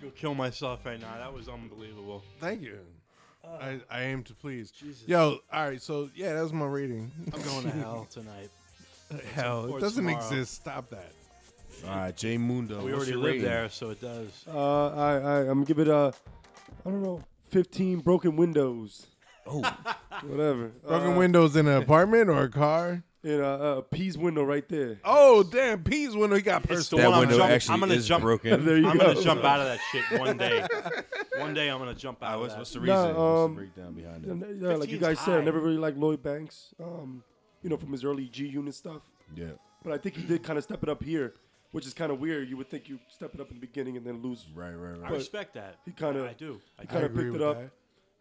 [SPEAKER 1] go kill myself right now. That was unbelievable.
[SPEAKER 2] Thank you. I, I aim to please. Yo, all right, so yeah, that was my rating.
[SPEAKER 1] I'm going to hell tonight.
[SPEAKER 2] hell,
[SPEAKER 1] Or
[SPEAKER 2] it doesn't
[SPEAKER 1] tomorrow.
[SPEAKER 2] exist. Stop that.
[SPEAKER 4] All right, Jay Mundo.
[SPEAKER 1] We
[SPEAKER 4] what's
[SPEAKER 1] already
[SPEAKER 4] your
[SPEAKER 1] lived
[SPEAKER 4] rating?
[SPEAKER 1] there, so it does.
[SPEAKER 3] Uh, I, I, I'm gonna give it a, I don't know, 15 broken windows.
[SPEAKER 4] Oh,
[SPEAKER 3] whatever.
[SPEAKER 2] Broken
[SPEAKER 3] Uh,
[SPEAKER 2] windows in an apartment or a car?
[SPEAKER 3] In a, a peas window right there.
[SPEAKER 2] Oh damn, P's window he got
[SPEAKER 1] It's the
[SPEAKER 2] personal.
[SPEAKER 1] one I'm, jump- I'm gonna jump.
[SPEAKER 3] There you
[SPEAKER 1] I'm
[SPEAKER 3] go.
[SPEAKER 1] gonna jump out of that shit one day. one day I'm gonna jump out. of that.
[SPEAKER 4] what's the
[SPEAKER 3] Nah,
[SPEAKER 4] reason?
[SPEAKER 3] um,
[SPEAKER 4] what's the breakdown behind
[SPEAKER 3] yeah,
[SPEAKER 4] it?
[SPEAKER 3] yeah, like you
[SPEAKER 1] 15's
[SPEAKER 3] guys said, I
[SPEAKER 1] high.
[SPEAKER 3] never really liked Lloyd Banks. Um, you know, from his early G Unit stuff.
[SPEAKER 4] Yeah.
[SPEAKER 3] But I think he did kind of step it up here, which is kind of weird. You would think you step it up in the beginning and then lose.
[SPEAKER 4] Right, right, right.
[SPEAKER 1] I
[SPEAKER 3] But
[SPEAKER 1] respect that.
[SPEAKER 3] He kind of.
[SPEAKER 1] I do. I
[SPEAKER 3] He
[SPEAKER 1] do.
[SPEAKER 3] kind
[SPEAKER 2] I
[SPEAKER 3] of
[SPEAKER 2] agree
[SPEAKER 3] picked it
[SPEAKER 2] with
[SPEAKER 3] up.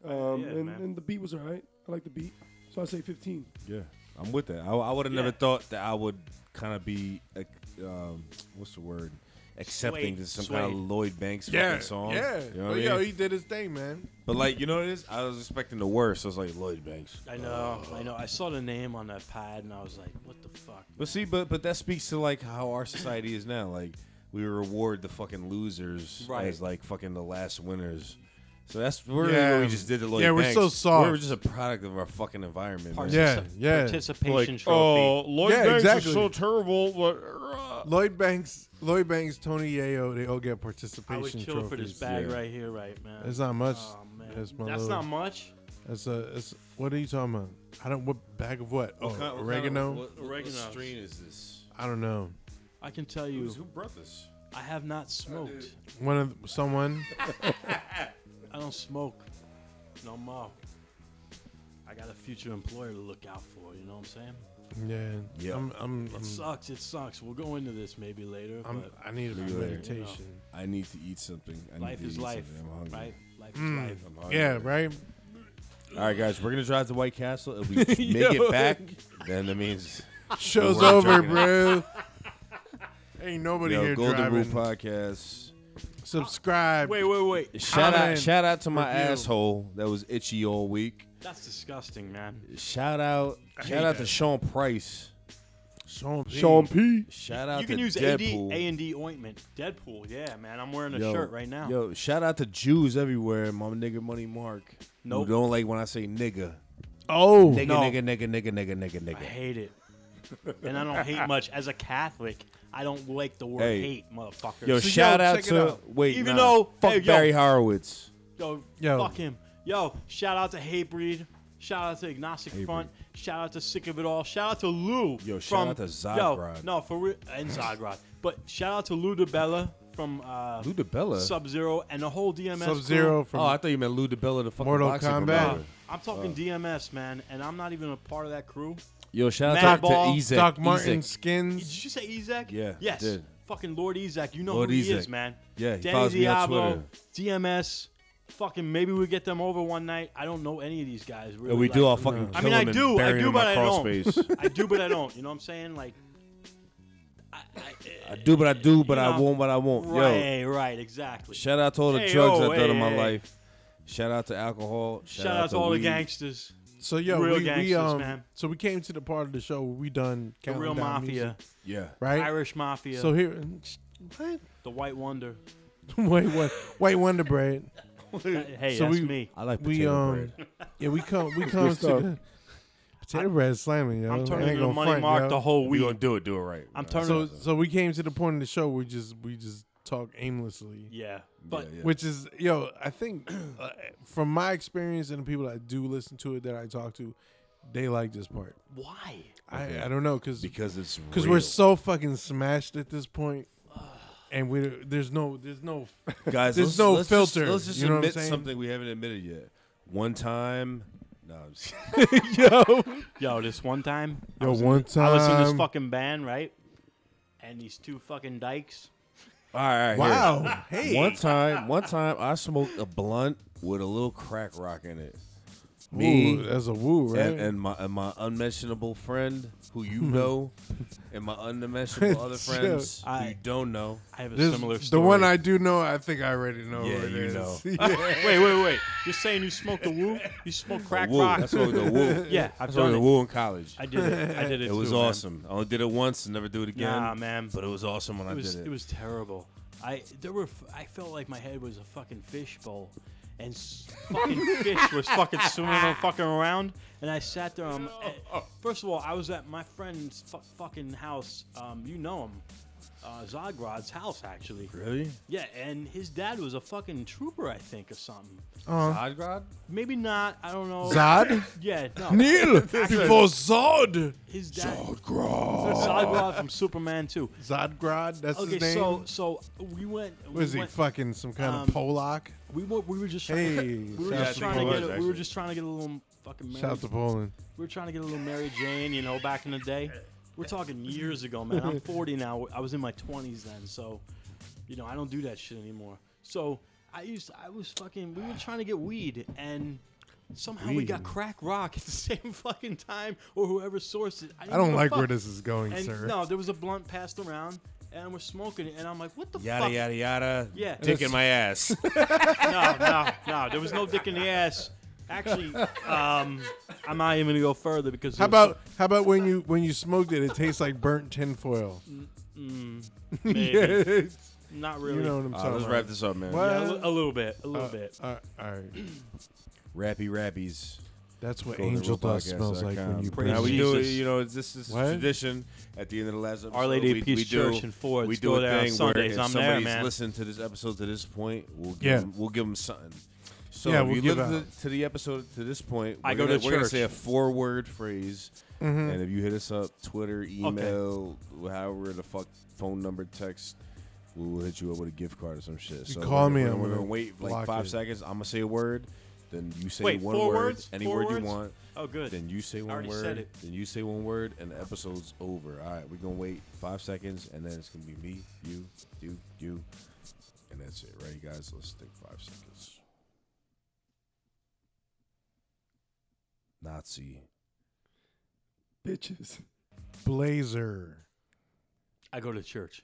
[SPEAKER 3] Um,
[SPEAKER 1] Yeah,
[SPEAKER 3] and,
[SPEAKER 1] man.
[SPEAKER 3] and the beat was alright. I like the beat, so I say 15.
[SPEAKER 4] Yeah, I'm with that. I, I would have
[SPEAKER 1] Yeah.
[SPEAKER 4] never thought that I would kind of be, uh, um, what's the word, accepting
[SPEAKER 1] Swayed.
[SPEAKER 4] to some kind of
[SPEAKER 1] Swayed.
[SPEAKER 4] Lloyd Banks
[SPEAKER 2] Yeah,
[SPEAKER 4] fucking song.
[SPEAKER 2] yeah.
[SPEAKER 4] you know what
[SPEAKER 2] But
[SPEAKER 4] I mean?
[SPEAKER 2] yo, he did his thing, man.
[SPEAKER 4] But like, you know what it is? I was expecting the worst. I was like Lloyd Banks.
[SPEAKER 1] I know. I know. I saw the name on that pad and I was like, what the fuck?
[SPEAKER 4] But see, but but that speaks to like how our society is now. Like we reward the fucking losers
[SPEAKER 1] Right.
[SPEAKER 4] as like fucking the last winners. So that's we're
[SPEAKER 2] Yeah.
[SPEAKER 4] we just did the Lloyd
[SPEAKER 2] Yeah, we're
[SPEAKER 4] Banks.
[SPEAKER 2] so soft.
[SPEAKER 4] We're just a product of our fucking environment. man.
[SPEAKER 2] Yeah, yeah.
[SPEAKER 1] Participation
[SPEAKER 4] Like,
[SPEAKER 1] trophy.
[SPEAKER 2] Oh,
[SPEAKER 4] Lloyd
[SPEAKER 2] Yeah, exactly.
[SPEAKER 4] terrible. But,
[SPEAKER 2] Lloyd Banks, Lloyd Banks, Tony Yayo, they all get
[SPEAKER 1] I
[SPEAKER 2] participation
[SPEAKER 1] would kill
[SPEAKER 2] trophies.
[SPEAKER 1] for this bag
[SPEAKER 4] yeah.
[SPEAKER 1] right here, right, man.
[SPEAKER 2] It's not much.
[SPEAKER 1] Oh, man.
[SPEAKER 2] That's
[SPEAKER 1] That's,
[SPEAKER 2] my little-
[SPEAKER 1] not much.
[SPEAKER 2] It's a, it's, what are you talking about? I don't. What bag of what? Oh, oregano.
[SPEAKER 1] Oregano.
[SPEAKER 4] What strain is this?
[SPEAKER 2] I don't know.
[SPEAKER 1] I can tell you,
[SPEAKER 4] Who's- Who brought this?
[SPEAKER 1] I have not smoked.
[SPEAKER 2] One of someone.
[SPEAKER 1] I don't smoke no more. I got a future employer to look out for. You know what I'm saying?
[SPEAKER 2] Yeah.
[SPEAKER 4] Yeah.
[SPEAKER 2] I'm. I'm.
[SPEAKER 4] Mm-hmm.
[SPEAKER 1] It
[SPEAKER 2] I'm,
[SPEAKER 1] sucks. It sucks. We'll go into this maybe later.
[SPEAKER 2] I'm
[SPEAKER 1] but
[SPEAKER 2] I need a
[SPEAKER 4] Look at that.
[SPEAKER 2] meditation.
[SPEAKER 4] I need to eat something. I need
[SPEAKER 1] life
[SPEAKER 4] to
[SPEAKER 1] is
[SPEAKER 4] eat
[SPEAKER 1] life,
[SPEAKER 4] something. I'm hungry.
[SPEAKER 1] right? Life is
[SPEAKER 2] Mm.
[SPEAKER 1] life.
[SPEAKER 4] I'm hungry.
[SPEAKER 2] Yeah. Right.
[SPEAKER 4] All right, guys, we're gonna drive to White Castle. If we make it back, then that means
[SPEAKER 2] Show's
[SPEAKER 4] We're
[SPEAKER 2] over,
[SPEAKER 1] [laughs]
[SPEAKER 4] joking.
[SPEAKER 2] bro. Ain't nobody
[SPEAKER 4] yo,
[SPEAKER 2] here
[SPEAKER 4] Golden Rule
[SPEAKER 2] driving.
[SPEAKER 4] Podcast.
[SPEAKER 2] Subscribe.
[SPEAKER 1] Wait, wait, wait.
[SPEAKER 4] Shout out,
[SPEAKER 2] Comment,
[SPEAKER 4] shout out to my
[SPEAKER 2] review.
[SPEAKER 4] asshole that was itchy all week.
[SPEAKER 1] That's disgusting, man.
[SPEAKER 4] Shout out, shout
[SPEAKER 2] hate
[SPEAKER 4] out to
[SPEAKER 2] that.
[SPEAKER 4] Sean Price.
[SPEAKER 2] Sean P.
[SPEAKER 3] Sean P.
[SPEAKER 4] Shout out
[SPEAKER 1] you can
[SPEAKER 4] to
[SPEAKER 1] use AD,
[SPEAKER 4] Deadpool.
[SPEAKER 1] A and D ointment. Deadpool. Yeah, man. I'm wearing a shirt right now.
[SPEAKER 4] Yo, shout out to Jews everywhere, my nigga Money Mark. No,
[SPEAKER 1] Nope.
[SPEAKER 4] Who don't like when I say nigga.
[SPEAKER 2] Oh.
[SPEAKER 4] Nigga,
[SPEAKER 1] No.
[SPEAKER 4] nigga, nigga, nigga, nigga, nigga,
[SPEAKER 1] I
[SPEAKER 4] nigga.
[SPEAKER 1] hate
[SPEAKER 4] [laughs]
[SPEAKER 1] it, and I don't hate much. As a Catholic, I don't like the word
[SPEAKER 4] Hey.
[SPEAKER 1] hate, motherfucker.
[SPEAKER 4] Yo,
[SPEAKER 2] So, yo,
[SPEAKER 4] shout out
[SPEAKER 2] check it
[SPEAKER 4] to
[SPEAKER 2] out.
[SPEAKER 4] wait,
[SPEAKER 1] Even
[SPEAKER 4] nah.
[SPEAKER 1] though-
[SPEAKER 4] fuck
[SPEAKER 1] hey, yo.
[SPEAKER 4] Barry Horowitz.
[SPEAKER 1] Yo,
[SPEAKER 2] Yo.
[SPEAKER 1] fuck him. Yo, shout out to Hatebreed. Shout out to Agnostic
[SPEAKER 4] Hatebreed.
[SPEAKER 1] Front. Shout out to Sick of It All. Shout out to Lou.
[SPEAKER 4] Yo, shout
[SPEAKER 1] from-
[SPEAKER 4] out to
[SPEAKER 1] Yo,
[SPEAKER 4] Zagrod.
[SPEAKER 1] no, for real. And Zagrod. But shout out to Lou DiBella from uh,
[SPEAKER 4] Lou DiBella?
[SPEAKER 1] Sub Zero, and the whole DMS. crew.
[SPEAKER 2] Sub Zero
[SPEAKER 4] oh, I
[SPEAKER 2] from.
[SPEAKER 4] thought you meant Lou DiBella, the fucking
[SPEAKER 2] Mortal
[SPEAKER 4] boxing
[SPEAKER 2] Kombat.
[SPEAKER 4] promoter.
[SPEAKER 1] I'm talking DMS, man, and I'm not even a part of that crew.
[SPEAKER 4] Yo, shout
[SPEAKER 1] Matt
[SPEAKER 4] out to
[SPEAKER 1] Ball.
[SPEAKER 4] Ezek.
[SPEAKER 2] Doc Martin
[SPEAKER 4] Ezek.
[SPEAKER 2] skins.
[SPEAKER 1] Did you say Ezek?
[SPEAKER 4] Yeah,
[SPEAKER 1] Yes.
[SPEAKER 4] I did.
[SPEAKER 1] Fucking Lord Ezek. You know
[SPEAKER 4] Lord
[SPEAKER 1] who he
[SPEAKER 4] Ezek.
[SPEAKER 1] is, man.
[SPEAKER 4] Yeah, he
[SPEAKER 1] Danny
[SPEAKER 4] follows me on
[SPEAKER 1] Diablo,
[SPEAKER 4] Twitter.
[SPEAKER 1] DMS. Fucking maybe we get them over one night. I don't know any of these guys. Really.
[SPEAKER 4] Yo, we
[SPEAKER 1] like-
[SPEAKER 4] do. I'll fucking.
[SPEAKER 1] I
[SPEAKER 4] kill
[SPEAKER 1] mean, I
[SPEAKER 4] him and
[SPEAKER 1] do,
[SPEAKER 4] bury
[SPEAKER 1] I
[SPEAKER 4] him
[SPEAKER 1] do,
[SPEAKER 4] in
[SPEAKER 1] but
[SPEAKER 4] my
[SPEAKER 1] I
[SPEAKER 4] crawl
[SPEAKER 1] don't.
[SPEAKER 4] space.
[SPEAKER 1] [laughs] I do, but I don't. You know what I'm saying? Like,
[SPEAKER 4] I do, but I do, but
[SPEAKER 1] You
[SPEAKER 4] I
[SPEAKER 1] know,
[SPEAKER 4] won't, but I won't. Yo,
[SPEAKER 1] right, right, exactly.
[SPEAKER 4] shout out to all the
[SPEAKER 1] Hey,
[SPEAKER 4] drugs
[SPEAKER 1] yo,
[SPEAKER 4] I've done in
[SPEAKER 1] hey,
[SPEAKER 4] my
[SPEAKER 1] hey.
[SPEAKER 4] life. Shout out to alcohol.
[SPEAKER 1] Shout out to all the
[SPEAKER 4] weed.
[SPEAKER 1] gangsters,
[SPEAKER 2] So yo,
[SPEAKER 1] Real
[SPEAKER 2] we, we
[SPEAKER 1] gangsters,
[SPEAKER 2] um,
[SPEAKER 1] man.
[SPEAKER 2] so we came to the part of the show where we done
[SPEAKER 1] the
[SPEAKER 2] counting
[SPEAKER 1] real
[SPEAKER 2] down
[SPEAKER 1] mafia,
[SPEAKER 2] music,
[SPEAKER 4] Yeah.
[SPEAKER 2] right?
[SPEAKER 1] Irish mafia,
[SPEAKER 2] So here, [laughs] what?
[SPEAKER 1] the White
[SPEAKER 2] [laughs]
[SPEAKER 1] Wonder.
[SPEAKER 2] Wait, what? White Wonder
[SPEAKER 4] [laughs]
[SPEAKER 2] Bread.
[SPEAKER 1] Hey,
[SPEAKER 2] so
[SPEAKER 1] that's
[SPEAKER 2] we,
[SPEAKER 1] me.
[SPEAKER 4] I like
[SPEAKER 2] we
[SPEAKER 4] potato
[SPEAKER 2] um,
[SPEAKER 4] bread.
[SPEAKER 2] yeah, we come,
[SPEAKER 4] [laughs]
[SPEAKER 2] we come to
[SPEAKER 3] stuff.
[SPEAKER 2] the [laughs] potato bread slamming. Yo.
[SPEAKER 1] I'm
[SPEAKER 2] I
[SPEAKER 1] turning
[SPEAKER 2] ain't
[SPEAKER 1] into
[SPEAKER 2] gonna
[SPEAKER 1] Money
[SPEAKER 2] front,
[SPEAKER 1] Mark
[SPEAKER 2] yo.
[SPEAKER 1] the whole
[SPEAKER 4] We
[SPEAKER 1] week.
[SPEAKER 4] gonna do it. Do it right.
[SPEAKER 1] I'm
[SPEAKER 4] Right.
[SPEAKER 1] turning.
[SPEAKER 2] So so we came to the point of the show where just we just talk aimlessly.
[SPEAKER 1] yeah, but
[SPEAKER 4] yeah.
[SPEAKER 2] Which is yo, I think [clears throat] uh, from my experience and the people that do listen to it that I talk to, they like this part.
[SPEAKER 1] why?
[SPEAKER 2] I I don't know cause
[SPEAKER 4] because it's
[SPEAKER 2] because we're so fucking smashed at this point, and we there's no there's no
[SPEAKER 4] guys.
[SPEAKER 2] there's
[SPEAKER 4] let's,
[SPEAKER 2] no
[SPEAKER 4] let's
[SPEAKER 2] filter,
[SPEAKER 4] Just, let's just
[SPEAKER 2] you know what I'm
[SPEAKER 4] admit
[SPEAKER 2] saying?
[SPEAKER 4] something we haven't admitted yet. One time. No, I'm just kidding. [laughs]
[SPEAKER 1] Yo, this one time, I
[SPEAKER 2] [laughs] yo
[SPEAKER 1] was in
[SPEAKER 2] [laughs] one
[SPEAKER 1] th- I was in this
[SPEAKER 2] time-
[SPEAKER 1] fucking band, right? And these two fucking dykes.
[SPEAKER 4] all right. all right, here.
[SPEAKER 2] wow hey
[SPEAKER 4] [laughs] One time, one time, I smoked a blunt with a little crack rock in it.
[SPEAKER 2] Ooh,
[SPEAKER 4] Me
[SPEAKER 2] that's a woo, right? Hmm.
[SPEAKER 4] And, and my and my unmentionable friend who you know, and my
[SPEAKER 2] [laughs]
[SPEAKER 4] unmentionable other
[SPEAKER 2] Sure.
[SPEAKER 4] friends who
[SPEAKER 2] I-
[SPEAKER 4] you don't know.
[SPEAKER 1] I have
[SPEAKER 2] This- The one I do know, I think I already know.
[SPEAKER 4] Yeah,
[SPEAKER 2] who it
[SPEAKER 4] you
[SPEAKER 2] is.
[SPEAKER 4] know.
[SPEAKER 2] [laughs] Yeah.
[SPEAKER 1] [laughs] wait, wait, wait. You're saying you smoked the woo? You smoked crack
[SPEAKER 4] woo.
[SPEAKER 1] rock? [laughs]
[SPEAKER 4] That's what we go [laughs] woo.
[SPEAKER 1] Yeah, I've
[SPEAKER 4] That's what
[SPEAKER 1] done
[SPEAKER 4] we
[SPEAKER 1] it.
[SPEAKER 4] go woo in college.
[SPEAKER 1] I did it. I
[SPEAKER 4] [laughs]
[SPEAKER 1] did it.
[SPEAKER 4] It was
[SPEAKER 1] too, man.
[SPEAKER 4] awesome. I only did it once and never do it again.
[SPEAKER 1] Nah, man.
[SPEAKER 4] But it was awesome when
[SPEAKER 1] it
[SPEAKER 4] I
[SPEAKER 1] was,
[SPEAKER 4] did it.
[SPEAKER 1] was terrible. I there were f- I felt like my head was a fucking fishbowl, and s- fucking
[SPEAKER 4] [laughs]
[SPEAKER 1] fish was fucking swimming on fucking around. And I sat there.
[SPEAKER 4] [laughs]
[SPEAKER 1] Um, eh, first of all, I was at my friend's fu- fucking house. Um, you know him, uh, Zagrod's house actually.
[SPEAKER 4] Really?
[SPEAKER 1] Yeah, and his dad was a fucking trooper, I think, or something.
[SPEAKER 4] [laughs]
[SPEAKER 2] Uh-huh.
[SPEAKER 4] Zodgrod?
[SPEAKER 1] Maybe not. I don't know.
[SPEAKER 2] Zod?
[SPEAKER 1] Yeah. No.
[SPEAKER 2] Kneel
[SPEAKER 4] [laughs]
[SPEAKER 1] Actually,
[SPEAKER 2] before Zod.
[SPEAKER 1] His dad. Zodgrod. Zodgrod from Superman 2.
[SPEAKER 2] Zodgrod, that's
[SPEAKER 1] okay,
[SPEAKER 2] his name.
[SPEAKER 1] so so we went. we
[SPEAKER 2] Was he
[SPEAKER 1] went-
[SPEAKER 2] fucking some kind
[SPEAKER 1] um,
[SPEAKER 2] of Polak?
[SPEAKER 1] We were we were just
[SPEAKER 2] Hey,
[SPEAKER 1] trying, we were
[SPEAKER 2] shout out
[SPEAKER 1] just
[SPEAKER 2] to
[SPEAKER 1] trying to
[SPEAKER 2] Poland,
[SPEAKER 1] get a, we were
[SPEAKER 2] actually.
[SPEAKER 1] just trying to get a little fucking Mary,
[SPEAKER 2] Shout out to Poland.
[SPEAKER 1] We were trying to get a little Mary Jane, you know, back in the day. We're talking years ago, man.
[SPEAKER 2] [laughs]
[SPEAKER 1] I'm 40 now. I was in my 20s then, so you know I don't do that shit anymore. So I used I was fucking. We were trying to get weed and. Somehow we got
[SPEAKER 2] Weed.
[SPEAKER 1] crack rock at the [laughs] same fucking time, or whoever sourced it. I, didn't
[SPEAKER 2] I don't
[SPEAKER 1] give a
[SPEAKER 2] like where
[SPEAKER 1] fuck.
[SPEAKER 2] this is going,
[SPEAKER 1] And
[SPEAKER 2] sir.
[SPEAKER 1] No, there was a blunt passed around, and we're smoking it, and I'm like, "What the
[SPEAKER 4] Yada
[SPEAKER 1] fuck?"
[SPEAKER 4] yada yada.
[SPEAKER 1] Yeah.
[SPEAKER 4] Dick in my [laughs] ass.
[SPEAKER 1] no, no, no. There was no dick in the ass.
[SPEAKER 2] [laughs]
[SPEAKER 1] Actually, um, I'm not even gonna go further because
[SPEAKER 2] How
[SPEAKER 1] it was-
[SPEAKER 2] about how about when you when you smoked it, it tastes like burnt tinfoil.
[SPEAKER 1] Mm,
[SPEAKER 2] Yeah.
[SPEAKER 1] maybe. Not really.
[SPEAKER 2] You know what I'm
[SPEAKER 4] Uh,
[SPEAKER 2] talking
[SPEAKER 4] let's
[SPEAKER 2] about.
[SPEAKER 4] wrap this up, man.
[SPEAKER 1] Yeah, a li- a little bit, a little
[SPEAKER 2] Uh,
[SPEAKER 1] bit.
[SPEAKER 2] uh, all right.
[SPEAKER 4] Rappy rappies.
[SPEAKER 2] That's what
[SPEAKER 4] Go to
[SPEAKER 2] angel dust smells like when you
[SPEAKER 4] realpodcast.com.
[SPEAKER 2] breathe.
[SPEAKER 4] Now we do it.
[SPEAKER 1] Jesus.
[SPEAKER 4] You know, this is
[SPEAKER 2] What?
[SPEAKER 4] tradition. At the end of the last episode,
[SPEAKER 1] Lady of
[SPEAKER 4] we,
[SPEAKER 1] Peace
[SPEAKER 4] we do,
[SPEAKER 1] Church in Ford's.
[SPEAKER 4] We do
[SPEAKER 1] Go
[SPEAKER 4] a
[SPEAKER 1] there on
[SPEAKER 4] thing where
[SPEAKER 1] Sundays.
[SPEAKER 4] if
[SPEAKER 1] I'm there,
[SPEAKER 4] somebody's
[SPEAKER 1] man.
[SPEAKER 4] listened to this episode to this point, we'll give
[SPEAKER 2] Yeah.
[SPEAKER 4] them, we'll give them something. So
[SPEAKER 2] Yeah,
[SPEAKER 4] if
[SPEAKER 2] we'll
[SPEAKER 4] you
[SPEAKER 2] give
[SPEAKER 4] listen
[SPEAKER 2] out.
[SPEAKER 4] to, to the episode to this point,
[SPEAKER 1] I
[SPEAKER 4] we're
[SPEAKER 1] go to
[SPEAKER 4] gonna- We're gonna
[SPEAKER 1] church.
[SPEAKER 4] say a four word phrase,
[SPEAKER 2] Mhm.
[SPEAKER 4] and if you hit us up, Twitter, email, however the fuck, phone number, text. We will hit you up with a gift card or some shit. So
[SPEAKER 2] call
[SPEAKER 4] we're,
[SPEAKER 2] me,
[SPEAKER 4] We're,
[SPEAKER 2] I'm
[SPEAKER 4] we're
[SPEAKER 2] gonna
[SPEAKER 4] gonna wait like
[SPEAKER 2] block
[SPEAKER 4] five
[SPEAKER 2] it.
[SPEAKER 4] seconds. I'm gonna say a word, then you say
[SPEAKER 1] Wait,
[SPEAKER 4] one
[SPEAKER 1] four
[SPEAKER 4] word,
[SPEAKER 1] words?
[SPEAKER 4] any
[SPEAKER 1] Four
[SPEAKER 4] word
[SPEAKER 1] words?
[SPEAKER 4] you want.
[SPEAKER 1] Oh, good.
[SPEAKER 4] Then you say
[SPEAKER 1] I
[SPEAKER 4] one
[SPEAKER 1] already
[SPEAKER 4] word.
[SPEAKER 1] said it.
[SPEAKER 4] Then you say one word, and the episode's over. All right, we're gonna wait five seconds, and then it's gonna be me, you, you, you, and that's it. Ready, guys? Let's take five seconds. Nazi.
[SPEAKER 3] Bitches.
[SPEAKER 2] Blazer.
[SPEAKER 1] I go to church.